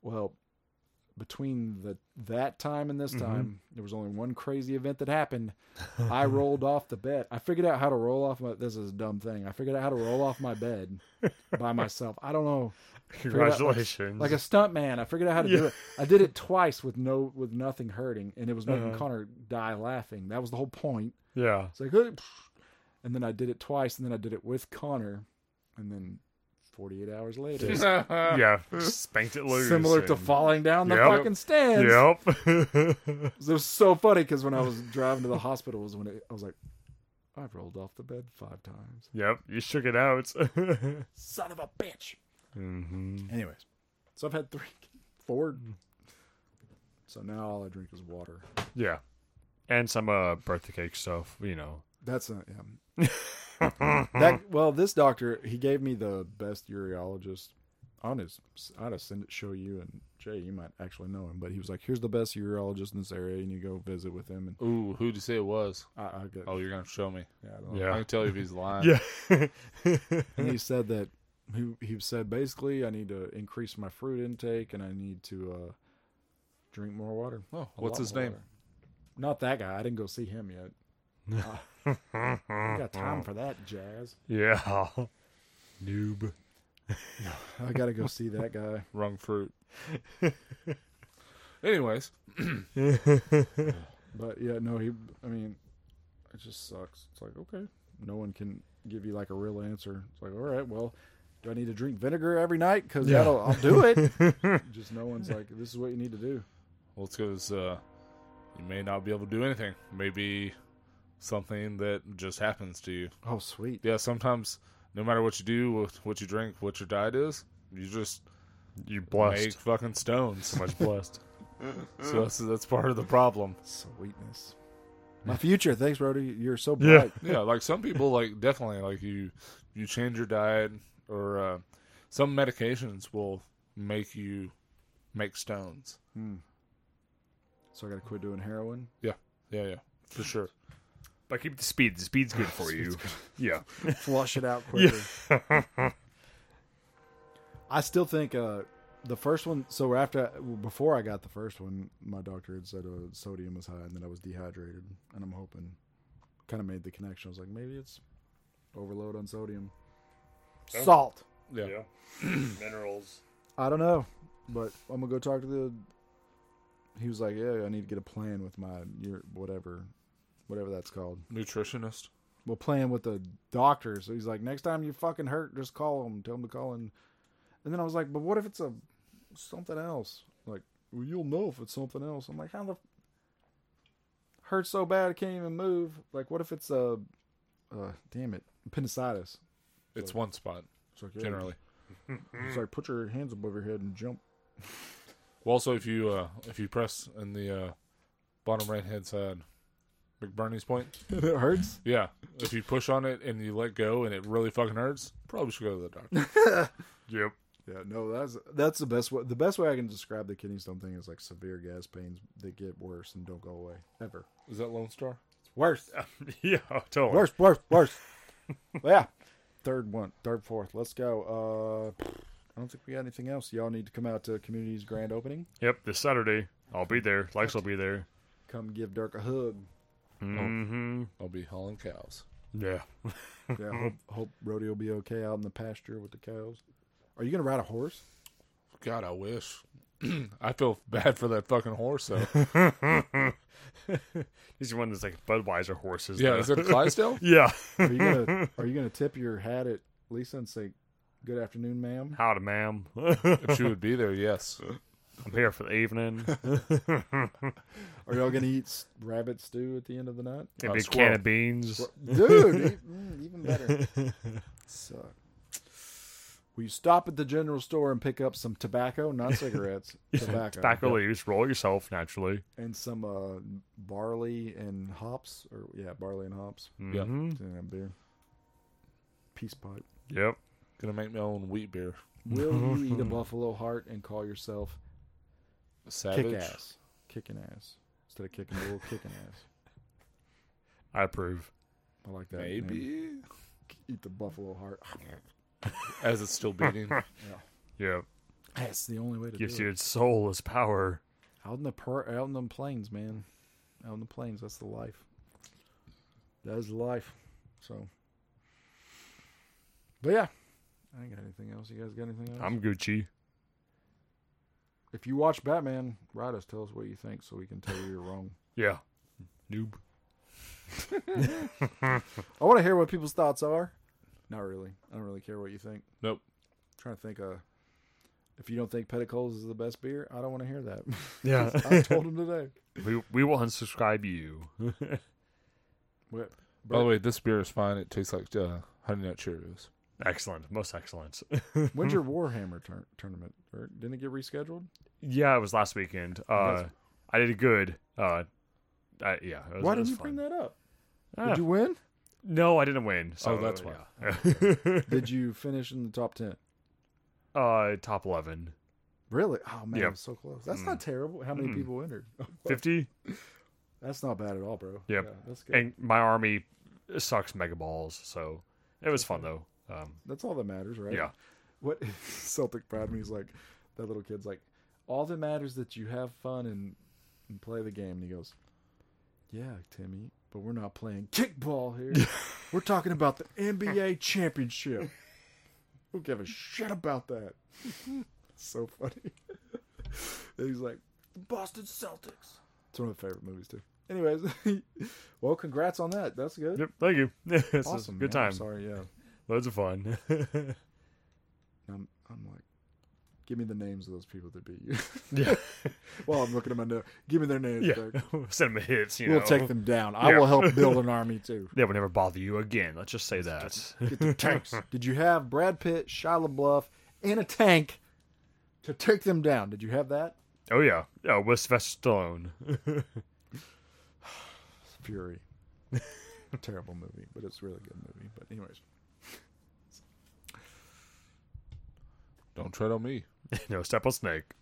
[SPEAKER 2] Well, between the that time and this time, there was only one crazy event that happened. I rolled off the bed. I figured out how to roll off my. This is a dumb thing. I figured out how to roll off my bed by myself. I don't know
[SPEAKER 1] Congratulations.
[SPEAKER 2] like a stunt man. I figured out how to do
[SPEAKER 1] Mm-hmm. Yeah.
[SPEAKER 2] it. I did it twice with no with nothing hurting, and it was making
[SPEAKER 1] Uh-huh.
[SPEAKER 2] Connor die laughing. That was the whole point.
[SPEAKER 1] yeah.
[SPEAKER 2] It's like, "Hey," and then I did it twice, and then I did it with Connor, and then forty eight hours later,
[SPEAKER 1] Yeah. Spanked it loose.
[SPEAKER 2] uh, similar to
[SPEAKER 1] and-
[SPEAKER 2] falling down the
[SPEAKER 1] Yep.
[SPEAKER 2] fucking stands.
[SPEAKER 1] Yep.
[SPEAKER 2] It was so funny because when I was driving to the hospital, was when it, I was like, I've rolled off the bed five times.
[SPEAKER 1] yep. You shook it out.
[SPEAKER 2] Son of a bitch.
[SPEAKER 1] mm-hmm.
[SPEAKER 2] Anyways, so I've had three, four.
[SPEAKER 1] Mm.
[SPEAKER 2] So now all I drink is water.
[SPEAKER 1] Yeah. And some uh, birthday cake stuff, you know.
[SPEAKER 2] That's not him. that well, this doctor he gave me the best urologist. On his, I'd have send it show you and Jay. You might actually know him, but he was like, "Here's the best urologist in this area," and you go visit with him. And
[SPEAKER 3] Ooh, who'd you say it was?
[SPEAKER 2] I, I got,
[SPEAKER 3] Oh, you're gonna show me.
[SPEAKER 2] yeah, Oh, I don't know.
[SPEAKER 1] Yeah.
[SPEAKER 3] I can tell you if he's lying.
[SPEAKER 1] Yeah.
[SPEAKER 2] And he said that he he said basically, I need to increase my fruit intake and I need to uh, drink more water.
[SPEAKER 3] Oh,
[SPEAKER 2] A lot
[SPEAKER 3] what's his
[SPEAKER 2] more
[SPEAKER 3] name?
[SPEAKER 2] water. Not that guy. I didn't go see him yet. I got time for that jazz.
[SPEAKER 1] yeah. Noob.
[SPEAKER 2] I gotta go see that guy.
[SPEAKER 3] Wrong fruit. Anyways,
[SPEAKER 2] But yeah, no, he. I mean, it just sucks. It's like okay, no one can give you like a real answer. It's like all right, well, do I need to drink vinegar every night? Because
[SPEAKER 1] Yeah.
[SPEAKER 2] that'll I'll do it. just no one's like, this is what you need to do.
[SPEAKER 3] well, it's because uh, you may not be able to do anything. Maybe something that just happens to you.
[SPEAKER 2] Oh sweet,
[SPEAKER 3] Yeah, sometimes no matter what you do, what- what you drink, what your diet is, you just
[SPEAKER 1] You
[SPEAKER 3] make
[SPEAKER 1] blessed.
[SPEAKER 3] fucking stones.
[SPEAKER 1] Much blessed.
[SPEAKER 3] so that's, that's part of the problem.
[SPEAKER 2] sweetness. My future. Thanks, Rody. You're so
[SPEAKER 1] Yeah.
[SPEAKER 2] bright.
[SPEAKER 3] yeah like some people like definitely like you you change your diet or uh, some medications will make you make stones
[SPEAKER 2] Hmm. So I gotta quit doing heroin.
[SPEAKER 3] yeah yeah for sure
[SPEAKER 1] But keep the speed. The speed's good for you. Yeah.
[SPEAKER 2] Flush it out quicker. I still think uh, the first one. So after, before I got the first one, my doctor had said uh, sodium was high and that I was dehydrated, and I'm hoping. Kind of made the connection. I was like, maybe it's overload on sodium, salt.
[SPEAKER 3] yeah,
[SPEAKER 1] Minerals.
[SPEAKER 2] I don't know, but I'm gonna go talk to the. He was like, yeah, I need to get a plan with my your whatever, whatever that's called.
[SPEAKER 3] nutritionist
[SPEAKER 2] well playing with the doctor so he's like next time you fucking hurt just call him tell him to call in and then i was like but what if it's a something else like well you'll know if it's something else i'm like how the hurt so bad i can't even move like what if it's a uh damn it appendicitis
[SPEAKER 3] it's one spot
[SPEAKER 2] it's like, yeah.
[SPEAKER 3] generally
[SPEAKER 2] it's like put your hands above your head and jump
[SPEAKER 3] well also if you uh if you press in the uh bottom right hand side mcburney's point
[SPEAKER 2] it hurts
[SPEAKER 3] yeah if you push on it and you let go and it really fucking hurts probably should go to the doctor
[SPEAKER 1] Yep.
[SPEAKER 2] yeah no that's that's the best way the best way i can describe the kidney stone thing is like severe gas pains that get worse and don't go away ever
[SPEAKER 3] is that lone star
[SPEAKER 2] it's worse
[SPEAKER 1] Yeah, totally.
[SPEAKER 2] Worse, worse, worse. yeah. Third one, third, fourth. Let's go. Uh, I don't think we got anything else. Y'all need to come out to community's grand opening.
[SPEAKER 1] Yep, this Saturday. I'll be there. Lex will be there.
[SPEAKER 2] Come give Dirk a hug.
[SPEAKER 1] Mm-hmm.
[SPEAKER 3] i'll be hauling cows
[SPEAKER 1] Yeah.
[SPEAKER 2] Yeah, hope, hope Rodeo will be okay out in the pasture with the cows. Are you gonna ride a horse?
[SPEAKER 3] God, I wish. I feel bad for that fucking horse. Though.
[SPEAKER 1] He's the one that's like Budweiser horses.
[SPEAKER 3] yeah,
[SPEAKER 1] though.
[SPEAKER 3] is it a Clydesdale?
[SPEAKER 1] yeah.
[SPEAKER 2] Are you gonna Are you gonna tip your hat at Lisa and say, "Good afternoon, ma'am"?
[SPEAKER 1] Howdy, ma'am. I'm
[SPEAKER 3] if she would be there, yes.
[SPEAKER 1] here for the evening.
[SPEAKER 2] Are y'all gonna eat s- rabbit stew at the end of the night?
[SPEAKER 1] A
[SPEAKER 3] Uh,
[SPEAKER 1] big
[SPEAKER 3] squirrel.
[SPEAKER 1] can of beans.
[SPEAKER 2] Dude, e- mm, even better. Suck. Will you stop at the general store and pick up some tobacco, not cigarettes, tobacco,
[SPEAKER 1] Tobacco leaves, roll yourself naturally.
[SPEAKER 2] and some uh, barley and hops, or yeah, barley and hops
[SPEAKER 3] Yeah.
[SPEAKER 1] Mhm.
[SPEAKER 2] in a beer. Peace pipe.
[SPEAKER 1] Yep.
[SPEAKER 3] Gonna make my own wheat beer.
[SPEAKER 2] Will you eat a buffalo heart and call yourself
[SPEAKER 3] Savage.
[SPEAKER 2] kick ass, kicking ass instead of kicking a little kicking ass?
[SPEAKER 1] I approve.
[SPEAKER 2] I like that. name.
[SPEAKER 3] Maybe.
[SPEAKER 2] eat the buffalo heart.
[SPEAKER 3] As it's still beating.
[SPEAKER 1] Yep.
[SPEAKER 2] That's the only way to
[SPEAKER 1] Gives
[SPEAKER 2] do
[SPEAKER 1] you
[SPEAKER 2] it.
[SPEAKER 1] its soul, its power.
[SPEAKER 2] Out in the per- out in them plains, man. Out in the plains, that's the life. That is life. So, but yeah, I ain't got anything else. You guys got anything else?
[SPEAKER 1] I'm Gucci.
[SPEAKER 2] if you watch Batman, write us. Tell us what you think, so we can tell you you're wrong.
[SPEAKER 1] Yeah. Noob.
[SPEAKER 2] I want to hear what people's thoughts are. Not really. I don't really care what you think.
[SPEAKER 3] nope.
[SPEAKER 2] trying to think. Uh, if you don't think Petticoats is the best beer, I don't want to hear that.
[SPEAKER 1] Yeah.
[SPEAKER 2] I told him today.
[SPEAKER 1] we we will unsubscribe you.
[SPEAKER 2] What?
[SPEAKER 3] By the way, this beer is fine. It tastes like uh, Honey Nut Cheerios.
[SPEAKER 1] Excellent. Most excellent.
[SPEAKER 2] When's your Warhammer tur- tournament? Or didn't it get rescheduled?
[SPEAKER 1] yeah, it was last weekend. Uh,
[SPEAKER 2] That's-
[SPEAKER 1] I did good. Uh, I, yeah. It was,
[SPEAKER 2] Why
[SPEAKER 1] it was
[SPEAKER 2] didn't you
[SPEAKER 1] fun.
[SPEAKER 2] bring that up?
[SPEAKER 1] Ah,
[SPEAKER 2] Did you win?
[SPEAKER 1] No, I didn't win. So
[SPEAKER 3] Oh, that's why.
[SPEAKER 1] why.
[SPEAKER 2] Did you finish in the top ten?
[SPEAKER 1] uh, top 11.
[SPEAKER 2] Really? Oh man,
[SPEAKER 1] Yep.
[SPEAKER 2] it was so close.
[SPEAKER 1] Mm.
[SPEAKER 2] That's not terrible. How many
[SPEAKER 1] Mm-mm.
[SPEAKER 2] people entered?
[SPEAKER 1] 50.
[SPEAKER 2] That's not bad at all, bro.
[SPEAKER 1] Yep.
[SPEAKER 2] Yeah, that's good.
[SPEAKER 1] And my army sucks mega balls. So it was fun, though. Um,
[SPEAKER 2] that's all that matters, right?
[SPEAKER 1] Yeah.
[SPEAKER 2] What Celtic Pride me's like that little kid's like, all that matters that you have fun and, and play the game. And he goes, Yeah, Timmy, but we're not playing kickball here. we're talking about the NBA championship. Who give a shit about that? so funny. And he's like, the Boston Celtics. It's one of my favorite movies too. Anyways, well, congrats on that. That's good.
[SPEAKER 1] Yep, thank you. this was
[SPEAKER 2] Awesome.
[SPEAKER 1] a good
[SPEAKER 2] man. I'm
[SPEAKER 1] time.
[SPEAKER 2] sorry, yeah.
[SPEAKER 1] Loads of fun.
[SPEAKER 2] And I'm, I'm like, give me the names of those people that beat you.
[SPEAKER 1] yeah.
[SPEAKER 2] While I'm looking at my note, give me their names.
[SPEAKER 1] Yeah.
[SPEAKER 2] Doug.
[SPEAKER 1] Send them hits. You
[SPEAKER 2] We'll
[SPEAKER 1] know.
[SPEAKER 2] take them down. I
[SPEAKER 1] Yeah.
[SPEAKER 2] will help build an army too.
[SPEAKER 1] They will never bother you again. Let's just say that.
[SPEAKER 2] Get the tanks. Did you have Brad Pitt, Shia LaBeouf in a tank to take them down? Did you have that?
[SPEAKER 1] oh yeah. Yeah. With Sylvester Stallone.
[SPEAKER 2] Fury. Terrible movie, but it's a really good movie. But anyways,
[SPEAKER 3] Don't tread on me.
[SPEAKER 1] no, step on snake.